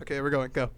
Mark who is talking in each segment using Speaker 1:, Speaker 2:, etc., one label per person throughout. Speaker 1: Okay, we're going. Go.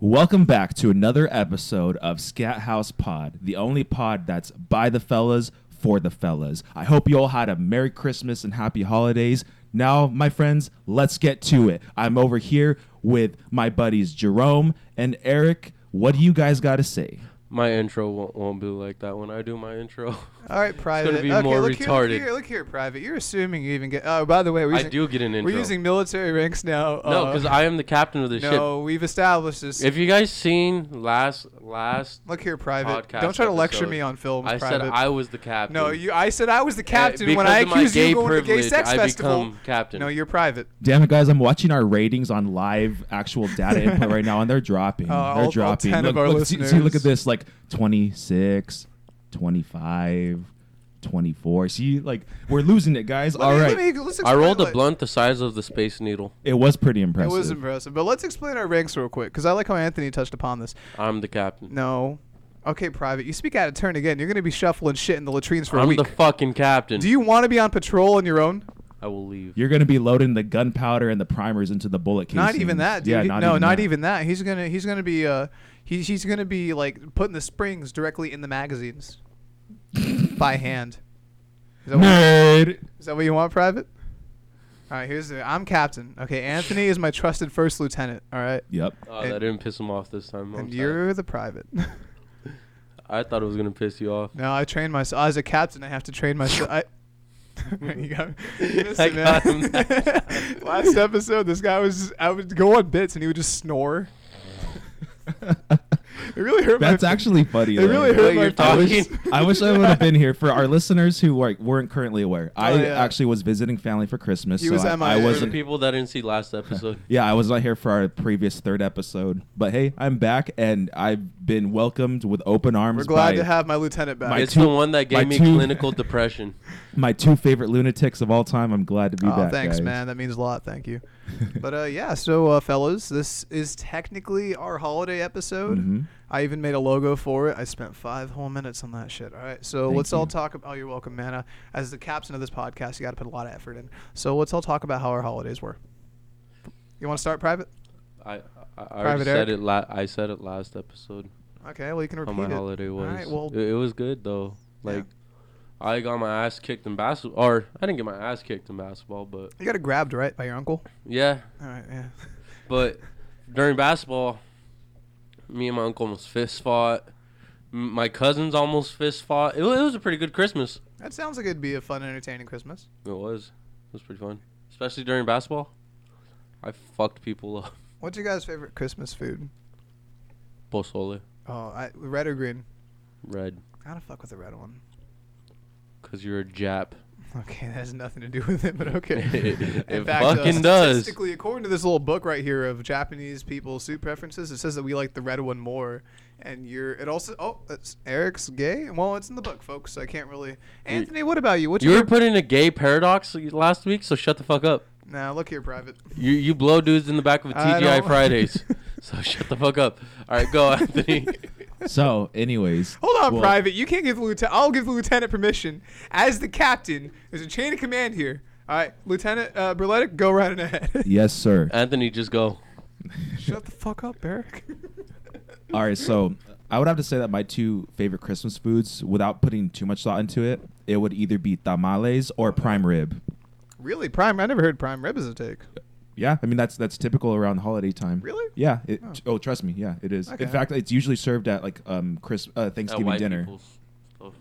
Speaker 2: Welcome back to another episode of Scat House Pod, the only pod that's by the fellas for the fellas. I hope you all had a Merry Christmas and Happy Holidays. Now, my friends, let's get to it. I'm over here with my buddies Jerome and Eric. What do you guys got to say?
Speaker 3: My intro won't, won't be like that when I do my intro.
Speaker 1: All right, private.
Speaker 3: be
Speaker 1: okay,
Speaker 3: more
Speaker 1: look
Speaker 3: retarded.
Speaker 1: Here, look here, look here, private. You're assuming you even get. Oh, by the way, we're
Speaker 3: I
Speaker 1: using,
Speaker 3: do get an
Speaker 1: We're
Speaker 3: intro.
Speaker 1: using military ranks now.
Speaker 3: no, because I am the captain of the
Speaker 1: No, we've established this.
Speaker 3: ship. If you guys seen last last
Speaker 1: look here, private.
Speaker 3: podcast
Speaker 1: Don't try to lecture
Speaker 3: episode,
Speaker 1: me on film,
Speaker 3: I
Speaker 1: private.
Speaker 3: said I was the captain.
Speaker 1: no, you. I said I was the captain
Speaker 3: because
Speaker 1: when I
Speaker 3: of my
Speaker 1: accused you
Speaker 3: gay
Speaker 1: of going to gay
Speaker 3: privilege,
Speaker 1: sex
Speaker 3: I
Speaker 1: festival.
Speaker 3: become captain.
Speaker 1: No, you're private.
Speaker 2: Damn it, guys! I'm watching our ratings on live actual data input right now, and they're dropping.
Speaker 1: Uh,
Speaker 2: they're
Speaker 1: all- all
Speaker 2: dropping.
Speaker 1: 10
Speaker 2: look,
Speaker 1: of our
Speaker 2: look, see, see,
Speaker 1: listeners.
Speaker 2: look at this, like 26, 25, 24. See, like we're losing it, guys.
Speaker 1: Let
Speaker 2: all
Speaker 1: me-
Speaker 2: right,
Speaker 1: let me- let's
Speaker 3: I rolled
Speaker 1: explain,
Speaker 3: a
Speaker 1: like-
Speaker 3: blunt the size of the space needle.
Speaker 2: it was pretty impressive.
Speaker 1: It was impressive, but let's explain our ranks real quick because I like how Anthony touched upon this.
Speaker 3: I'm the captain.
Speaker 1: No, okay, private. You speak out of turn again. You're going to be shuffling shit in the latrines for a
Speaker 3: I'm
Speaker 1: week.
Speaker 3: the fucking captain.
Speaker 1: Do you want to be on patrol on your own?
Speaker 3: I will leave.
Speaker 2: You're gonna be loading the gunpowder and the primers into the bullet
Speaker 1: Not
Speaker 2: casings.
Speaker 1: even that, dude.
Speaker 2: Yeah,
Speaker 1: He- no, not
Speaker 2: that.
Speaker 1: even that. He's gonna he's gonna be uh he's he's gonna be like putting the springs directly in the magazines by hand. Is that, what,
Speaker 2: Nerd.
Speaker 1: is that what you want, Private? All right, here's the I'm captain. Okay, Anthony is my trusted first lieutenant. All right,
Speaker 2: Yep.
Speaker 3: Oh,
Speaker 1: And-
Speaker 3: that didn't piss him off this time. I'm
Speaker 1: and
Speaker 3: sorry.
Speaker 1: you're the private.
Speaker 3: I thought it was gonna piss you off.
Speaker 1: no, I train myself as a captain. I have to train myself. I, you got, you missed
Speaker 3: I
Speaker 1: it,
Speaker 3: got
Speaker 1: man.
Speaker 3: him that
Speaker 1: Last episode, this guy was I would go on bits and he would just snore. It really hurt. my
Speaker 2: That's
Speaker 1: fe-
Speaker 2: actually funny.
Speaker 1: It
Speaker 2: though.
Speaker 1: really
Speaker 3: Wait,
Speaker 1: hurt my
Speaker 3: you're
Speaker 2: I wish,
Speaker 1: feelings.
Speaker 3: talking?
Speaker 2: I wish I would have been here for our listeners who like weren't currently aware. I
Speaker 1: Oh, yeah.
Speaker 2: actually was visiting family for Christmas,
Speaker 1: He
Speaker 2: so
Speaker 1: was
Speaker 2: I, I
Speaker 1: MIA.
Speaker 3: For the
Speaker 2: wasn't.
Speaker 3: people that didn't see last episode,
Speaker 2: Yeah, I was not here for our previous third episode, but hey, I'm back and I've been welcomed with open arms.
Speaker 1: We're glad
Speaker 2: by
Speaker 1: to have my lieutenant back.
Speaker 2: my
Speaker 3: it's
Speaker 2: two-
Speaker 3: the one that
Speaker 2: my
Speaker 3: gave me
Speaker 2: two-
Speaker 3: clinical depression.
Speaker 2: my two favorite lunatics of all time. I'm glad to be
Speaker 1: Aw,
Speaker 2: back.
Speaker 1: Oh, thanks,
Speaker 2: guys.
Speaker 1: man. That means a lot. Thank you. but uh, yeah, so uh, fellas, this is technically our holiday episode.
Speaker 2: Mhm.
Speaker 1: I even made a logo for it. I spent five whole minutes on that shit. All right, so
Speaker 2: Thank
Speaker 1: let's all
Speaker 2: you.
Speaker 1: talk about. Oh, you're welcome, man. Uh, as the captain of this podcast, you got to put a lot of effort in. So let's all talk about how our holidays were. You want to start private?
Speaker 3: I I, I already
Speaker 1: Private
Speaker 3: said
Speaker 1: Eric?
Speaker 3: it. La- I said it last episode.
Speaker 1: Okay, well you can repeat
Speaker 3: how my
Speaker 1: it.
Speaker 3: holiday was.
Speaker 1: Alright, well-
Speaker 3: it, it was good though.
Speaker 1: Yeah.
Speaker 3: Like I got my ass kicked in basketball, or I didn't get my ass kicked in basketball, but
Speaker 1: You got it grabbed right by your uncle.
Speaker 3: yeah.
Speaker 1: All right, yeah.
Speaker 3: But during basketball, me and my uncle almost fist fought. M- My cousins almost fist fought. It, wa- it was a pretty good Christmas.
Speaker 1: That sounds like it'd be a fun, entertaining Christmas.
Speaker 3: It was. It was pretty fun, especially during basketball. I fucked people up.
Speaker 1: What's your guys' favorite Christmas food?
Speaker 3: Pozole,
Speaker 1: Oh, I, red or green?
Speaker 3: red,
Speaker 1: I don't fuck with the red one.
Speaker 3: because you're a Jap.
Speaker 1: Okay, that has nothing to do with it, but okay.
Speaker 3: It
Speaker 1: uh,
Speaker 3: fucking does.
Speaker 1: Statistically, according to this little book right here of Japanese people's soup preferences, it says that we like the red one more. And you're it also oh it's, Eric's gay. Well, it's in the book, folks. So I can't really. Anthony, what about you? What's
Speaker 3: You
Speaker 1: your
Speaker 3: were putting a gay paradox last week, so shut the fuck up.
Speaker 1: Nah, look here, private.
Speaker 3: You you blow dudes in the back of
Speaker 1: I
Speaker 3: TGI
Speaker 1: don't-
Speaker 3: Fridays. so shut the fuck up. All right, go Anthony.
Speaker 2: So, anyways,
Speaker 1: Hold on,
Speaker 2: well,
Speaker 1: private. You can't give the lieutenant. I'll give the lieutenant permission as the captain. There's a chain of command here. All right, Lieutenant uh, Burletic, go right on ahead.
Speaker 2: Yes, sir.
Speaker 3: Anthony, just go.
Speaker 1: Shut the fuck up, Eric.
Speaker 2: All right, so I would have to say that my two favorite Christmas foods, without putting too much thought into it, it would either be tamales or prime rib.
Speaker 1: Really, prime? I never heard prime rib as a take.
Speaker 2: Yeah, I mean that's that's typical around holiday time.
Speaker 1: Really?
Speaker 2: Yeah. It,
Speaker 1: Oh.
Speaker 2: oh. trust me. Yeah, it is.
Speaker 1: Okay.
Speaker 2: In fact, it's usually served at like um Chris uh,
Speaker 3: At
Speaker 2: Thanksgiving
Speaker 3: white
Speaker 2: dinner.
Speaker 3: people's stuff.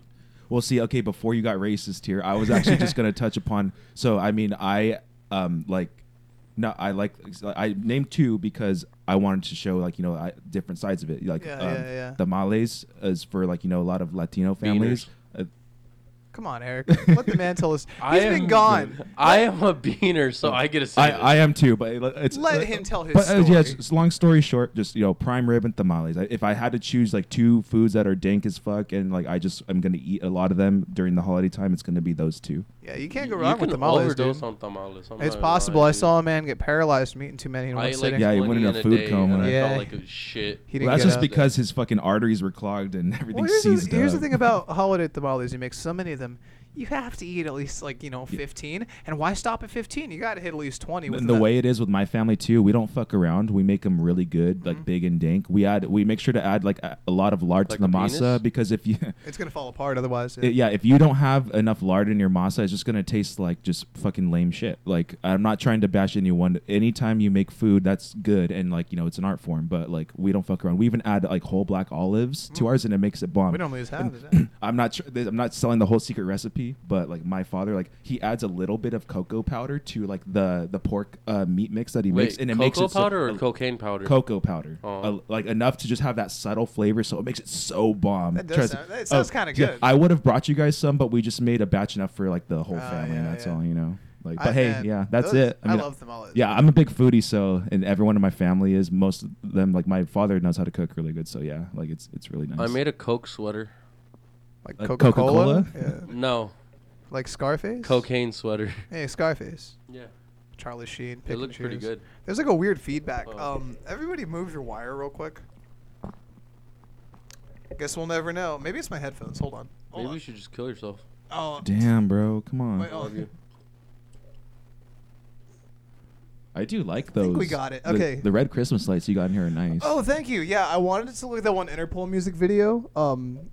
Speaker 2: Well, see, okay, before you got racist here, I was actually just gonna touch upon. So, I mean, I um like, no, I like I named two because I wanted to show like you know I, different sides of it. Like
Speaker 1: Yeah,
Speaker 2: um,
Speaker 1: yeah, yeah.
Speaker 2: tamales is for like you know a lot of Latino families. Uh,
Speaker 1: Come on, Eric. Let the man tell us. He's
Speaker 3: I
Speaker 1: been
Speaker 3: am-
Speaker 1: gone.
Speaker 3: I am a beaner, so I get a say.
Speaker 2: I,
Speaker 3: this.
Speaker 2: I am too, but it- it's
Speaker 1: Let him tell his
Speaker 2: But uh,
Speaker 1: story.
Speaker 2: yeah, it's- it's long story short, just you know, prime rib and tamales. I, if I had to choose like two foods that are dank as fuck, and like I just I'm gonna eat a lot of them during the holiday time, it's gonna be those two.
Speaker 1: Yeah, you can't
Speaker 3: You
Speaker 1: go wrong with
Speaker 3: can
Speaker 1: tamales, dude.
Speaker 3: overdose on tamales. I'm
Speaker 1: It's
Speaker 3: not gonna
Speaker 1: possible.
Speaker 3: lie,
Speaker 1: I
Speaker 3: dude.
Speaker 1: saw a man get paralyzed from eating too many in
Speaker 3: I
Speaker 1: one
Speaker 3: ate,
Speaker 1: sitting.
Speaker 2: Yeah, he
Speaker 3: 20
Speaker 2: went in a food
Speaker 3: day,
Speaker 2: coma.
Speaker 3: and I
Speaker 1: Yeah.
Speaker 3: felt like it was shit.
Speaker 1: He didn't
Speaker 2: Well, that's
Speaker 1: get
Speaker 2: just
Speaker 1: up.
Speaker 2: because his fucking arteries were clogged and everything
Speaker 1: Well, here's,
Speaker 2: seized
Speaker 1: the, here's
Speaker 2: up.
Speaker 1: the thing about holiday tamales. You make so many of them, you have to eat at least like you know 15 and why stop at 15 you got to hit at least 20 with
Speaker 2: And the way it is with my family too, we don't fuck around. We make them really good,
Speaker 1: Mm-hmm.
Speaker 2: like big and dank. We add, we make sure to add like a, a lot of lard
Speaker 3: Like
Speaker 2: to the
Speaker 3: a
Speaker 2: masa
Speaker 3: penis?
Speaker 2: because if you,
Speaker 1: it's gonna fall apart otherwise
Speaker 2: it- yeah, if you don't have enough lard in your masa, it's just gonna taste like just fucking lame shit. Like I'm not trying to bash anyone. Anytime you make food, that's good, and like you know, it's an art form. But like we don't fuck around. We even add like whole black olives to ours, and it makes it bomb.
Speaker 1: Mm-hmm. we normally just have it
Speaker 2: I'm not sure. I'm not selling the whole secret recipe, but like my father, like he adds a little bit of cocoa powder to like the the pork uh, meat mix that he makes,
Speaker 3: Wait,
Speaker 2: and it
Speaker 3: cocoa
Speaker 2: makes it so-
Speaker 3: powder
Speaker 2: uh,
Speaker 3: or cocaine powder?
Speaker 2: cocoa powder,
Speaker 3: Oh.
Speaker 2: Uh, like enough to just have that subtle flavor, so it makes it so bomb.
Speaker 1: That does
Speaker 2: Trust- oh,
Speaker 1: sound- that sounds kinda
Speaker 2: yeah,
Speaker 1: good.
Speaker 2: I would have brought you guys some, but we just made a batch enough for like the whole
Speaker 1: Ah,
Speaker 2: family. and
Speaker 1: yeah,
Speaker 2: that's
Speaker 1: yeah.
Speaker 2: all you know. Like,
Speaker 1: I-
Speaker 2: but hey,
Speaker 1: man,
Speaker 2: yeah, that's
Speaker 1: those-
Speaker 2: it.
Speaker 1: I love them all.
Speaker 2: Yeah, I'm a big foodie, so and everyone in my family is. Most of them, like my father, knows how to cook really good. So yeah, like it's it's really nice.
Speaker 3: I made a Coke sweater.
Speaker 1: like
Speaker 2: Uh,
Speaker 1: coca-cola,
Speaker 2: Coca-Cola?
Speaker 1: Yeah.
Speaker 3: No,
Speaker 1: like scarface
Speaker 3: cocaine sweater.
Speaker 1: hey scarface
Speaker 3: Yeah,
Speaker 1: charlie sheen pick
Speaker 3: it
Speaker 1: and
Speaker 3: looked pretty
Speaker 1: choose.
Speaker 3: good.
Speaker 1: there's like a weird feedback
Speaker 3: Oh.
Speaker 1: um everybody move your wire real quick guess we'll never know maybe it's my headphones hold on hold
Speaker 3: Maybe
Speaker 1: on
Speaker 3: you should just kill yourself.
Speaker 1: oh
Speaker 2: Damn, bro, come on.
Speaker 1: Wait, oh.
Speaker 3: I love you.
Speaker 2: I do like
Speaker 1: I
Speaker 2: those.
Speaker 1: think we got it.
Speaker 2: the-
Speaker 1: Okay.
Speaker 2: The, red Christmas lights you got in here are nice.
Speaker 1: Oh, thank you. Yeah, I wanted to look at that one Interpol music video. Um,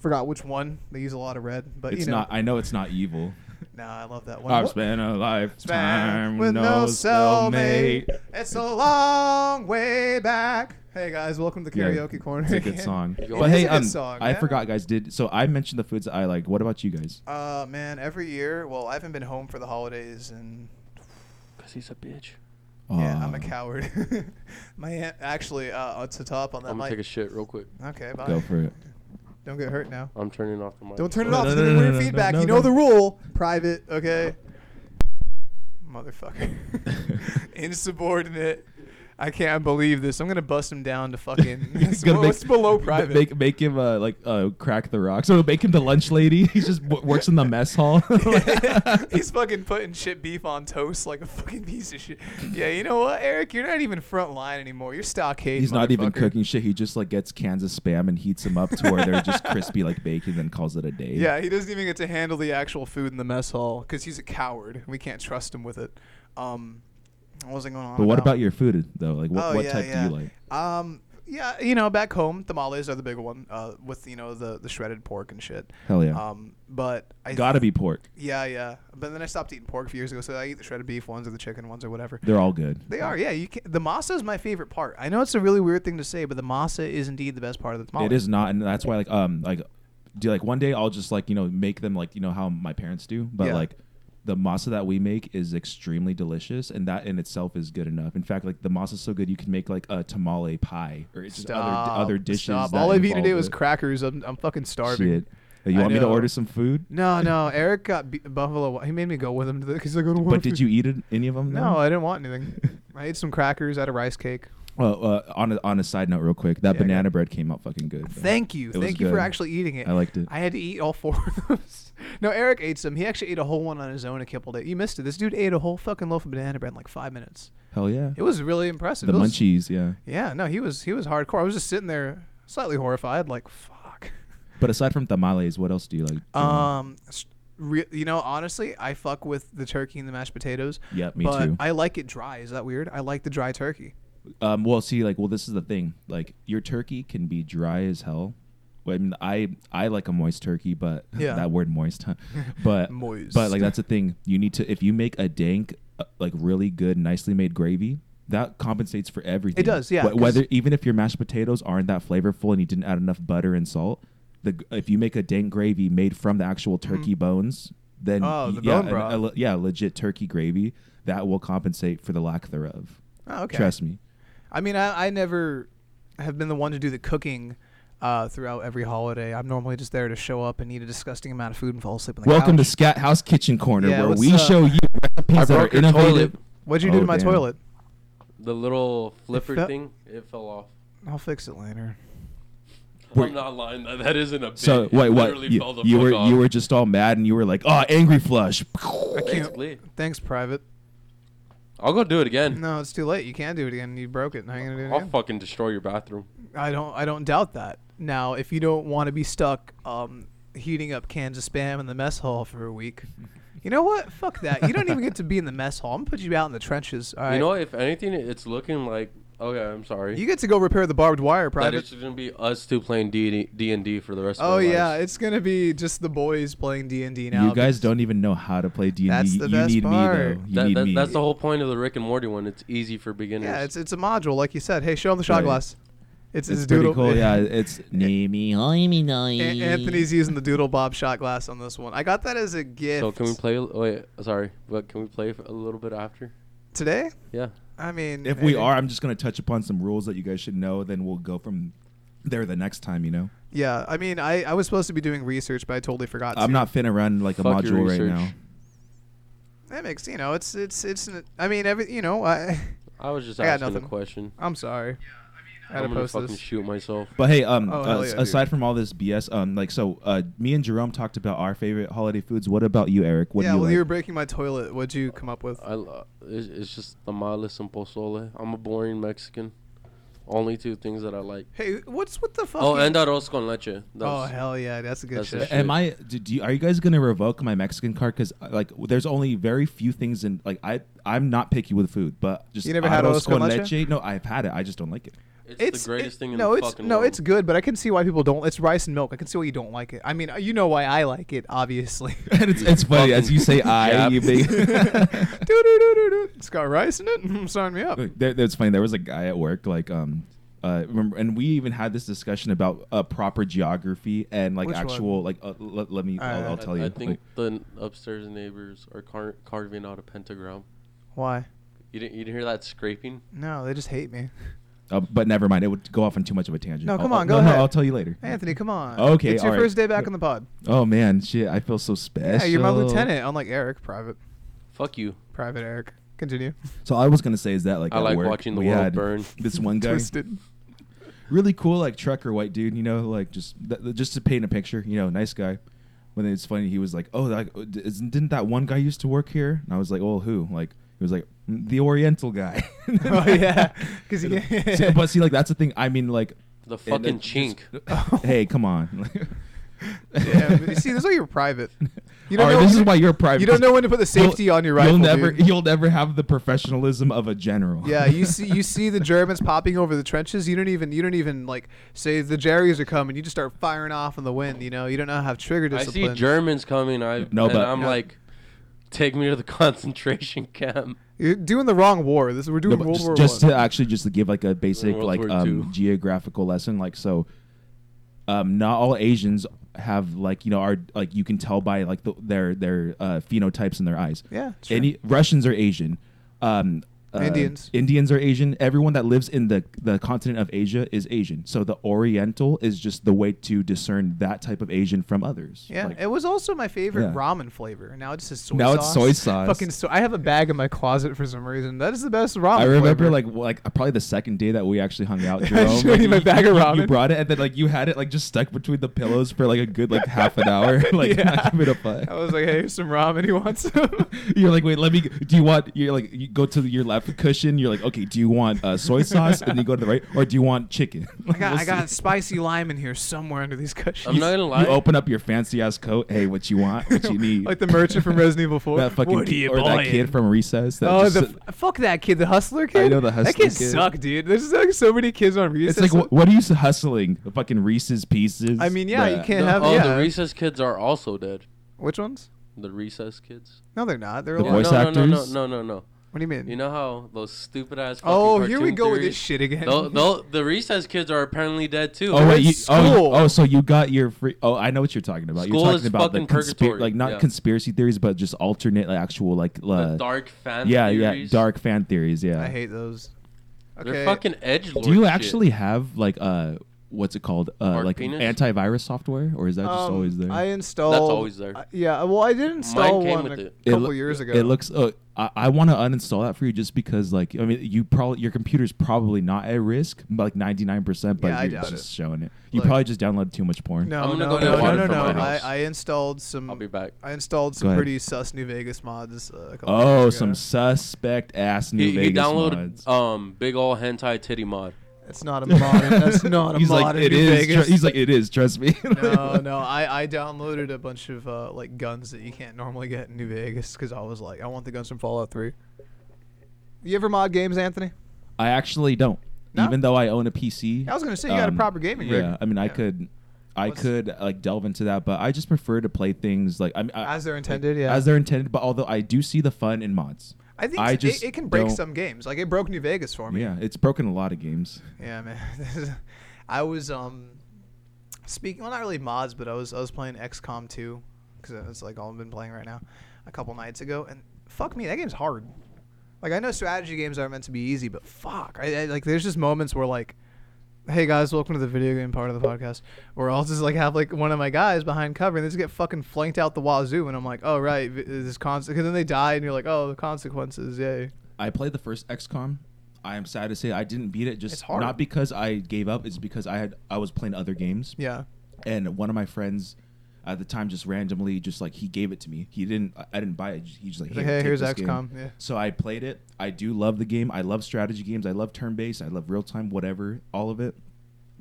Speaker 1: forgot which one. They use a lot of red, but
Speaker 2: it's
Speaker 1: you know.
Speaker 2: not. I know it's not evil.
Speaker 1: nah, I love that one.
Speaker 2: I've
Speaker 1: What-
Speaker 2: spent a lifetime
Speaker 1: Spent with no
Speaker 2: cellmate.
Speaker 1: cellmate. It's a long way back. Hey guys, welcome to
Speaker 2: Yeah,
Speaker 1: Karaoke Corner.
Speaker 2: It's a good song.
Speaker 3: It
Speaker 2: but
Speaker 3: is
Speaker 2: hey,
Speaker 1: a good
Speaker 2: um,
Speaker 1: song,
Speaker 2: I
Speaker 1: yeah.
Speaker 2: forgot, guys. Did so? I mentioned the foods that I like. What about you guys?
Speaker 1: Uh, man, every year. Well, I haven't been home for the holidays, and
Speaker 3: Cause he's a bitch.
Speaker 1: yeah, I'm
Speaker 2: Aw,
Speaker 1: a coward. My aunt actually uh, to top on that
Speaker 3: I'm gonna
Speaker 1: mic.
Speaker 3: take a shit real quick.
Speaker 1: okay, bye.
Speaker 2: Go for it.
Speaker 1: Don't get hurt now.
Speaker 3: I'm turning off the mic.
Speaker 1: Don't turn it
Speaker 2: No,
Speaker 1: off.
Speaker 2: Oh, no,
Speaker 1: No,
Speaker 2: no, no, no, no,
Speaker 1: feedback.
Speaker 2: no,
Speaker 1: you know
Speaker 2: no.
Speaker 1: the rule. Private. Okay. Motherfucker. Insubordinate. I can't believe this. I'm gonna bust him down to fucking. it's
Speaker 2: Gonna
Speaker 1: below- it's below private.
Speaker 2: Make make him uh, like uh, crack the rock. So make him the lunch lady. He just w- works in the mess hall.
Speaker 1: He's fucking putting shit beef on toast like a fucking piece of shit. Yeah, you know what, Eric? You're not even front line anymore. You're stockade.
Speaker 2: He's not even
Speaker 1: motherfucker.
Speaker 2: cooking shit. He just like gets cans of spam and heats them up to where they're just crispy like bacon, then calls it a day.
Speaker 1: Yeah, he doesn't even get to handle the actual food in the mess hall because he's a coward. We can't trust him with it. Um, what was I going on?
Speaker 2: But what
Speaker 1: about
Speaker 2: about your food though? Like what,
Speaker 1: Oh,
Speaker 2: what
Speaker 1: yeah,
Speaker 2: type
Speaker 1: yeah.
Speaker 2: do you like?
Speaker 1: Um, yeah, you know, back home, tamales are the big one, uh, with you know the the shredded pork and shit.
Speaker 2: Hell yeah.
Speaker 1: Um, but I
Speaker 2: Gotta be pork.
Speaker 1: Yeah, yeah. But then I stopped eating pork a few years ago, so I eat the shredded beef ones or the chicken ones or whatever.
Speaker 2: They're all good.
Speaker 1: They are, yeah. You can, the masa is my favorite part. I know it's a really weird thing to say, but the masa is indeed the best part of the tamale.
Speaker 2: It is not, and that's why like um like do like one day I'll just like you know make them like you know how my parents do, but
Speaker 1: Yeah.
Speaker 2: like the masa that we make is extremely delicious, and that in itself is good enough. In fact, like the masa is so good you can make like a tamale pie or it's just
Speaker 1: Stop,
Speaker 2: other other dishes.
Speaker 1: Stop.
Speaker 2: that
Speaker 1: All I've eaten
Speaker 2: involve
Speaker 1: today was
Speaker 2: it.
Speaker 1: crackers. I'm, I'm fucking starving.
Speaker 2: Shit.
Speaker 1: I
Speaker 2: You want me to
Speaker 1: know.
Speaker 2: order some food?
Speaker 1: No, no. Eric got be- buffalo. He made me go with him to the because I go to.
Speaker 2: But did you eat it, any of them?
Speaker 1: No, I didn't want anything. I ate some crackers. I had a rice cake.
Speaker 2: Well, uh, on a, on a side note, real quick, that
Speaker 1: Yeah, I
Speaker 2: banana bread came out fucking good. bro.
Speaker 1: Thank you.
Speaker 2: It was
Speaker 1: Thank you for
Speaker 2: good.
Speaker 1: actually eating it.
Speaker 2: I liked it.
Speaker 1: I had to eat all four of those. No, Eric ate some. He actually ate a whole one on his own a couple days. You missed it. This dude ate a whole fucking loaf of banana bread in like five minutes.
Speaker 2: Hell yeah.
Speaker 1: It was really impressive.
Speaker 2: The
Speaker 1: It was-
Speaker 2: munchies, yeah.
Speaker 1: Yeah, no, he was he was hardcore. I was just sitting there slightly horrified, like fuck.
Speaker 2: But aside from tamales, what else do you like?
Speaker 1: Um, s- re- you know, honestly, I fuck with the turkey and the mashed potatoes.
Speaker 2: Yeah, me
Speaker 1: but
Speaker 2: too.
Speaker 1: I like it dry. Is that weird? I like the dry turkey.
Speaker 2: Um, well, see, like, well, this is the thing. Like, your turkey can be dry as hell. Well, I mean, I I like a moist turkey, but
Speaker 1: Yeah.
Speaker 2: that word moist, huh? but
Speaker 1: Moist.
Speaker 2: But like, that's the thing. You need to if you make a dank, uh, like, really good, nicely made gravy. That compensates for everything.
Speaker 1: does, yeah,
Speaker 2: Wh-
Speaker 1: 'cause-
Speaker 2: Whether even if your mashed potatoes aren't that flavorful and you didn't add enough butter and salt, the g- if you make a dank gravy made from the actual turkey bones, then
Speaker 1: Mm-hmm. Oh,
Speaker 2: y-
Speaker 1: the
Speaker 2: yeah,
Speaker 1: bone
Speaker 2: an-
Speaker 1: broth.
Speaker 2: a le- yeah, legit turkey gravy that will compensate for the lack thereof.
Speaker 1: Oh, okay.
Speaker 2: Trust me.
Speaker 1: I mean, I, I never have been the one to do the cooking uh, throughout every holiday. I'm normally just there to show up and eat a disgusting amount of food and fall asleep in the
Speaker 2: Welcome to
Speaker 1: couch.
Speaker 2: Scat House Kitchen Corner,
Speaker 1: Yeah,
Speaker 2: where
Speaker 1: what's
Speaker 2: we
Speaker 1: up?
Speaker 2: show you recipes that are
Speaker 3: broke your
Speaker 2: innovative.
Speaker 3: toilet.
Speaker 1: What'd you do
Speaker 2: Oh,
Speaker 1: to my
Speaker 2: damn.
Speaker 1: toilet?
Speaker 3: The little flipper
Speaker 1: fell-
Speaker 3: thing, it fell off.
Speaker 1: I'll fix it later.
Speaker 2: Wait.
Speaker 3: I'm not lying. That, that isn't a bit.
Speaker 2: So
Speaker 3: It
Speaker 2: wait, what?
Speaker 3: literally fell
Speaker 2: You,
Speaker 3: the
Speaker 2: you
Speaker 3: fuck
Speaker 2: were
Speaker 3: off.
Speaker 2: you were just all mad, and you were like, "Oh, angry flush."
Speaker 3: Basically.
Speaker 1: Thanks, private.
Speaker 3: I'll go do it again.
Speaker 1: No, it's too late. You can't do it again. You broke it. Now you're gonna do it
Speaker 3: I'll
Speaker 1: again.
Speaker 3: fucking destroy your bathroom.
Speaker 1: I don't. I don't doubt that. Now, if you don't want to be stuck um, heating up cans of spam in the mess hall for a week. You know what? Fuck that. You don't even get to be in the mess hall. I'm gonna put you out in the trenches. All right.
Speaker 3: You know, if anything, it's looking like. Okay, I'm sorry.
Speaker 1: You get to go repair the barbed wire,
Speaker 3: that
Speaker 1: private.
Speaker 3: it's just gonna be us two playing D D and D for the rest. of
Speaker 1: Oh
Speaker 3: our
Speaker 1: yeah,
Speaker 3: lives.
Speaker 1: it's gonna be just the boys playing D and D now.
Speaker 2: you guys
Speaker 1: because-
Speaker 2: don't even know how to play D&D.
Speaker 1: That's the
Speaker 2: you
Speaker 1: best
Speaker 2: need me
Speaker 1: part.
Speaker 2: though. You
Speaker 3: That,
Speaker 2: need
Speaker 3: that,
Speaker 2: me.
Speaker 3: that's the whole point of the Rick and Morty one. It's easy for beginners.
Speaker 1: Yeah, it's it's a module, like you said. Hey, show them the shot
Speaker 2: Right.
Speaker 1: glass. It's
Speaker 2: it's
Speaker 1: his
Speaker 2: pretty
Speaker 1: doodle.
Speaker 2: cool. Yeah, it's Nami Hoimi
Speaker 1: An- Anthony's using the doodle bob shot glass on this one. I got that as a gift
Speaker 3: so can we play? oh, Wait, sorry, but can we play for a little bit after?
Speaker 1: today.
Speaker 3: Yeah.
Speaker 1: I mean, eh,
Speaker 2: If we
Speaker 1: maybe.
Speaker 2: are, I'm just gonna touch upon some rules that you guys should know. Then we'll go from there the next time. You know,
Speaker 1: yeah. I mean, I, I was supposed to be doing research, but I totally forgot.
Speaker 2: I'm
Speaker 1: to.
Speaker 2: not finna run like a
Speaker 3: Fuck your
Speaker 2: module right
Speaker 3: research.
Speaker 2: now.
Speaker 1: That makes you know, it's it's it's. an- I mean, every you know, I
Speaker 3: I was just
Speaker 1: I got
Speaker 3: asking a
Speaker 1: nothing.
Speaker 3: question.
Speaker 1: I'm sorry. I
Speaker 3: I'm
Speaker 1: gotta
Speaker 3: gonna
Speaker 1: post
Speaker 3: fucking
Speaker 1: this.
Speaker 3: shoot myself.
Speaker 2: But hey, um,
Speaker 1: Oh,
Speaker 2: uh,
Speaker 1: hell
Speaker 2: s-
Speaker 1: yeah,
Speaker 2: aside from all this BS, um, like so, uh, me and Jerome talked about our favorite holiday foods. What about you, Eric? What
Speaker 1: yeah,
Speaker 2: do you
Speaker 1: well,
Speaker 2: like?
Speaker 1: you were breaking my toilet. What'd you come up with?
Speaker 3: I lo- it's, it's just tamales and pozole. I'm a boring Mexican. Only two things that I like.
Speaker 1: Hey, what's with the fuck?
Speaker 3: Oh, and arroz con leche. That's,
Speaker 1: oh hell yeah, that's a good
Speaker 3: that's a
Speaker 1: shit.
Speaker 3: shit.
Speaker 2: Am I? Do, do you, are you guys gonna revoke my Mexican card? Because like, there's only very few things in like I. I'm not picky with food, but just
Speaker 1: You never had arroz con leche?
Speaker 2: No, I've had it. I just don't like it.
Speaker 3: It's,
Speaker 1: It's
Speaker 3: the greatest
Speaker 1: it-
Speaker 3: thing in
Speaker 1: no,
Speaker 3: the
Speaker 1: it's
Speaker 3: fucking
Speaker 1: no,
Speaker 3: world.
Speaker 1: it's good, but I can see why people don't. It's rice and milk. I can see why you don't like it. I mean, you know why I like it, obviously.
Speaker 2: and it's, it's funny as
Speaker 3: fucking
Speaker 2: you say I.
Speaker 3: Jap.
Speaker 2: You make,
Speaker 1: Doo-doo-doo-doo-doo. it's got rice in it. Mm, Sign me up.
Speaker 2: there, that's funny. There was a guy at work like um. Uh, remember, and we even had this discussion about uh, proper geography and like
Speaker 1: Which one?
Speaker 2: actual like. Uh, l- let me, I'll, I'll
Speaker 1: Alright.
Speaker 2: tell
Speaker 3: I,
Speaker 2: you.
Speaker 3: I think
Speaker 2: Like,
Speaker 3: the n- upstairs neighbors are car- carving out a pentagram.
Speaker 1: Why?
Speaker 3: You didn't, you didn't hear that scraping?
Speaker 1: No, they just hate me.
Speaker 2: uh, but never mind. It would go off on too much of a tangent.
Speaker 1: No,
Speaker 2: I'll-
Speaker 1: come
Speaker 2: I'll-
Speaker 1: on, go
Speaker 2: no, No,
Speaker 1: ahead.
Speaker 2: I'll tell you later.
Speaker 1: Anthony, come on.
Speaker 2: Okay,
Speaker 1: it's your
Speaker 2: alright.
Speaker 1: first day back on the pod.
Speaker 2: Oh man, shit! I feel so special.
Speaker 1: Yeah, you're my lieutenant, unlike Eric, private,
Speaker 3: Fuck you.
Speaker 1: private Eric. Continue.
Speaker 2: So all I was gonna say is that like
Speaker 3: I
Speaker 2: at
Speaker 3: like
Speaker 2: work,
Speaker 3: watching the
Speaker 2: we
Speaker 3: world
Speaker 2: had
Speaker 3: burn.
Speaker 2: This one guy,
Speaker 1: Twisted.
Speaker 2: really cool, like trucker white dude. You know, like just th- th- just to paint a picture. You know, nice guy. When it's funny, he was like, "Oh, that, isn't- didn't that one guy used to work here?" And I was like, "Oh, who?" Like he was like, "Mm, "The Oriental guy."
Speaker 1: Oh, yeah. 'Cause he-
Speaker 2: So- but see, like that's the thing. I mean, like
Speaker 3: The
Speaker 2: and
Speaker 3: fucking
Speaker 2: it
Speaker 3: chink.
Speaker 2: just- hey, come on.
Speaker 1: yeah, but you see, this is why you're private. You don't
Speaker 2: All right,
Speaker 1: know
Speaker 2: this
Speaker 1: when-
Speaker 2: is why you're private.
Speaker 1: You don't
Speaker 2: 'cause
Speaker 1: know when to put the safety
Speaker 2: you'll-
Speaker 1: on your rifle.
Speaker 2: You'll never,
Speaker 1: dude.
Speaker 2: you'll never have the professionalism of a general.
Speaker 1: Yeah, you see, you see the Germans popping over the trenches. You don't even, you don't even like say the Jerry's are coming. You just start firing off in the wind. You know, you don't know how trigger
Speaker 3: I
Speaker 1: discipline.
Speaker 3: see Germans coming. I
Speaker 2: No,
Speaker 3: and
Speaker 2: but-
Speaker 3: I'm
Speaker 2: No.
Speaker 3: like, take me to the concentration camp.
Speaker 1: You're doing the wrong war. This we're
Speaker 2: No,
Speaker 1: doing
Speaker 2: but
Speaker 1: World
Speaker 2: just,
Speaker 1: War
Speaker 2: just
Speaker 1: One.
Speaker 2: to actually just to give like a basic
Speaker 3: World
Speaker 2: like
Speaker 3: War Two.
Speaker 2: um, geographical lesson like so um, not all asians have like you know are like you can tell by like the, their their uh, phenotypes in their eyes
Speaker 1: Yeah, sure.
Speaker 2: any russians are asian um, uh,
Speaker 1: Indians.
Speaker 2: indians are asian everyone that lives in the the continent of asia is asian so the oriental is just the way to discern that type of asian from others
Speaker 1: Yeah,
Speaker 2: Like,
Speaker 1: it was also my favorite
Speaker 2: Yeah.
Speaker 1: ramen flavor. Now it's just soy
Speaker 2: Now it's
Speaker 1: sauce.
Speaker 2: soy sauce.
Speaker 1: Fucking so- I have a bag in my closet for some reason. That is the best ramen.
Speaker 2: I remember
Speaker 1: flavor.
Speaker 2: like w- like uh, probably the second day that we actually hung out,
Speaker 1: I
Speaker 2: Jerome.
Speaker 1: showed
Speaker 2: like,
Speaker 1: you my bag of
Speaker 2: you- You
Speaker 1: ramen.
Speaker 2: brought it and then like you had it like just stuck between the pillows for like a good like half an hour, like
Speaker 1: Yeah.
Speaker 2: not giving a
Speaker 1: I
Speaker 2: fuck.
Speaker 1: was like, hey, here's some ramen. He wants some.
Speaker 2: You're like, wait, let me. Do you want? You're like, you go to your left cushion. You're like, okay, do you want uh, soy sauce? and you go to the right, or do you want chicken?
Speaker 1: I got,
Speaker 2: We'll
Speaker 1: I got
Speaker 2: see.
Speaker 1: spicy lime in here somewhere under these cushions.
Speaker 3: I'm not gonna lie.
Speaker 2: You open up your fancy ass coat. Hey, what you want? What you need?
Speaker 1: like the merchant from Resident Evil 4.
Speaker 2: that fucking
Speaker 1: What are you
Speaker 2: or that
Speaker 1: buying?
Speaker 2: kid from Recess. That
Speaker 1: Oh,
Speaker 2: just
Speaker 1: the,
Speaker 2: sit-
Speaker 1: fuck that kid, the hustler kid.
Speaker 2: know the hustler
Speaker 1: That kid,
Speaker 2: kid.
Speaker 1: sucked, dude. There's like so many kids on
Speaker 2: it's
Speaker 1: recess.
Speaker 2: like, what, what are you hustling? The fucking Reese's pieces.
Speaker 1: I mean, yeah,
Speaker 2: The-
Speaker 1: you can't
Speaker 3: The-
Speaker 1: have
Speaker 3: oh,
Speaker 1: yeah.
Speaker 3: the recess kids are also dead.
Speaker 1: Which ones?
Speaker 3: The recess kids.
Speaker 1: No, they're not. They're
Speaker 2: The
Speaker 1: alive.
Speaker 2: voice
Speaker 3: no, no,
Speaker 2: actors?
Speaker 3: no, no, no, no.
Speaker 1: What do you mean?
Speaker 3: You know how those stupid ass.
Speaker 1: oh, here we go with this shit again.
Speaker 3: No, no, the recess kids are apparently dead too.
Speaker 2: Oh wait, you, oh,
Speaker 1: school.
Speaker 2: oh, so you got your free? Oh, I know what you're talking about.
Speaker 3: School
Speaker 2: you're
Speaker 3: is
Speaker 2: talking about the
Speaker 3: fucking
Speaker 2: conspiracy,
Speaker 3: purgatory,
Speaker 2: like not
Speaker 3: yeah.
Speaker 2: conspiracy theories, but just alternate, like actual, like uh,
Speaker 3: the dark fan.
Speaker 2: yeah,
Speaker 3: theories.
Speaker 2: yeah, dark fan thereges. Yeah.
Speaker 1: I hate those. Okay.
Speaker 3: They're fucking edge lord.
Speaker 2: Do you actually have like uh, what's it called? Uh,
Speaker 3: Dark
Speaker 2: like
Speaker 3: penis?
Speaker 2: antivirus software, or is that just
Speaker 1: Um,
Speaker 2: always there?
Speaker 1: I installed.
Speaker 3: always there.
Speaker 1: I- yeah, well, I did install
Speaker 3: came
Speaker 1: one
Speaker 3: with
Speaker 1: a
Speaker 3: it.
Speaker 2: It
Speaker 1: couple
Speaker 2: loo-
Speaker 1: years ago.
Speaker 2: It looks. Uh, I, I want to uninstall that for you just because, like, I mean, you probably your computer's probably not at risk, but, like ninety nine percent, but
Speaker 1: Yeah, I
Speaker 2: you're
Speaker 1: doubt
Speaker 2: just
Speaker 1: it.
Speaker 2: showing it. You
Speaker 1: Look.
Speaker 2: probably just downloaded too much porn.
Speaker 1: No,
Speaker 3: I'm gonna
Speaker 1: no,
Speaker 3: go get
Speaker 1: no, no,
Speaker 3: water
Speaker 1: no,
Speaker 3: from
Speaker 1: no.
Speaker 3: my house.
Speaker 1: I, I installed some.
Speaker 3: I'll be back.
Speaker 1: I installed
Speaker 2: Go
Speaker 1: some
Speaker 2: ahead.
Speaker 1: pretty sus New Vegas mods. Uh, a couple
Speaker 2: Oh,
Speaker 1: years ago.
Speaker 2: some suspect ass New
Speaker 3: He, he
Speaker 2: Vegas
Speaker 3: downloaded
Speaker 2: mods.
Speaker 3: um big ol' hentai titty mod.
Speaker 1: That's not a modern. That's not a
Speaker 2: he's
Speaker 1: modern.
Speaker 2: like, it
Speaker 1: New
Speaker 2: is.
Speaker 1: Vegas.
Speaker 2: tru- he's like, it is. Trust me.
Speaker 1: no, no. I, I downloaded a bunch of uh, like guns that you can't normally get in New Vegas because I was like, I want the guns from Fallout Three. You ever mod games, Anthony?
Speaker 2: I actually don't.
Speaker 1: No?
Speaker 2: Even though I own a PC.
Speaker 1: I was gonna say, you got a proper gaming
Speaker 2: Yeah,
Speaker 1: rig.
Speaker 2: I mean, I
Speaker 1: Yeah.
Speaker 2: could, I
Speaker 1: What's-
Speaker 2: could like delve into that, but I just prefer to play things like I mean, I-
Speaker 1: As they're
Speaker 2: like,
Speaker 1: intended, yeah.
Speaker 2: as they're intended. But although I do see the fun in mods,
Speaker 1: I think
Speaker 2: I
Speaker 1: it-
Speaker 2: just
Speaker 1: it, can break
Speaker 2: don't-
Speaker 1: some games. Like it broke New Vegas for me.
Speaker 2: yeah, it's broken a lot of games.
Speaker 1: Yeah, man. This is- I was um speaking. Well, not really mods, but I was I was playing XCOM 2 because that's like all I've been playing right now. A couple nights ago, and fuck me, that game's hard. Like I know strategy games aren't meant to be easy, but fuck, I, I like there's just moments where like. Hey guys, welcome to the video game part of the podcast. Where I'll just like have like one of my guys behind cover and they just get fucking flanked out the wazoo, and I'm like, oh right, vi- this consequence. Because then they die, and you're like, oh, the consequences, yay.
Speaker 2: I played the first XCOM. I am sad to say I didn't beat it.
Speaker 1: It's
Speaker 2: Just
Speaker 1: hard.
Speaker 2: not because I gave up. It's because I had I was playing other games.
Speaker 1: Yeah,
Speaker 2: and one of my friends at the time just randomly just like he gave it to me he didn't i I didn't buy it he just like,
Speaker 1: He's like,
Speaker 2: "Here,
Speaker 1: "Hey,
Speaker 2: take
Speaker 1: here's
Speaker 2: this game."
Speaker 1: XCOM." Yeah.
Speaker 2: so i played it i do love the game i love strategy games i love turn-based i love real-time whatever all of it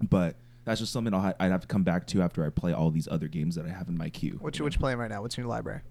Speaker 2: but that's just something I'll ha- i'd have to come back to after i play all these other games that i have in my queue
Speaker 1: what you what you playing right now? What's in your library?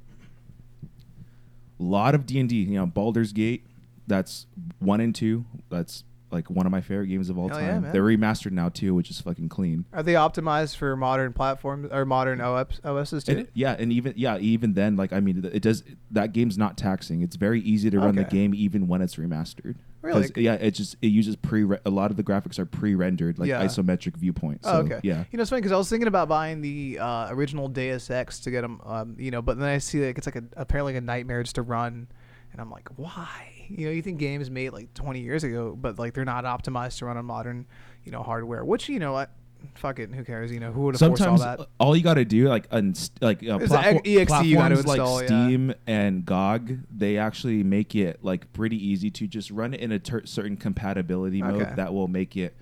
Speaker 2: a lot of d&d you know baldur's gate that's one and two that's like one of my favorite games of all
Speaker 1: Hell yeah,
Speaker 2: time
Speaker 1: man.
Speaker 2: they're remastered now too which is fucking clean
Speaker 1: Are they optimized for modern platforms or modern OS, OSs too?
Speaker 2: And- yeah, and even yeah, even then, like I mean, it does that game's not taxing. It's very easy to run the
Speaker 1: Okay.
Speaker 2: game even when it's remastered. 'Cause,
Speaker 1: Really?
Speaker 2: Yeah, it just it uses pre. A lot of the graphics are pre-rendered, like
Speaker 1: Yeah.
Speaker 2: isometric viewpoint. So,
Speaker 1: oh, okay.
Speaker 2: Yeah.
Speaker 1: You know, it's funny because I was thinking about buying the uh, original Deus Ex to get them, um, you know, but then I see like it's like a, apparently a nightmare just to run, and I'm like, why? You know, you think games made like 20 years ago, but like they're not optimized to run on modern, you know, hardware. Which you know, I, fuck it, who cares? You know, who would have forced all
Speaker 2: Sometimes
Speaker 1: that?
Speaker 2: uh, all you got to do, like on st- like uh,
Speaker 1: There's a
Speaker 2: platform,
Speaker 1: EXE you gotta
Speaker 2: platforms like
Speaker 1: install, yeah.
Speaker 2: Steam and GOG, they actually make it like pretty easy to just run it in a ter- certain compatibility
Speaker 1: Okay.
Speaker 2: mode that will make it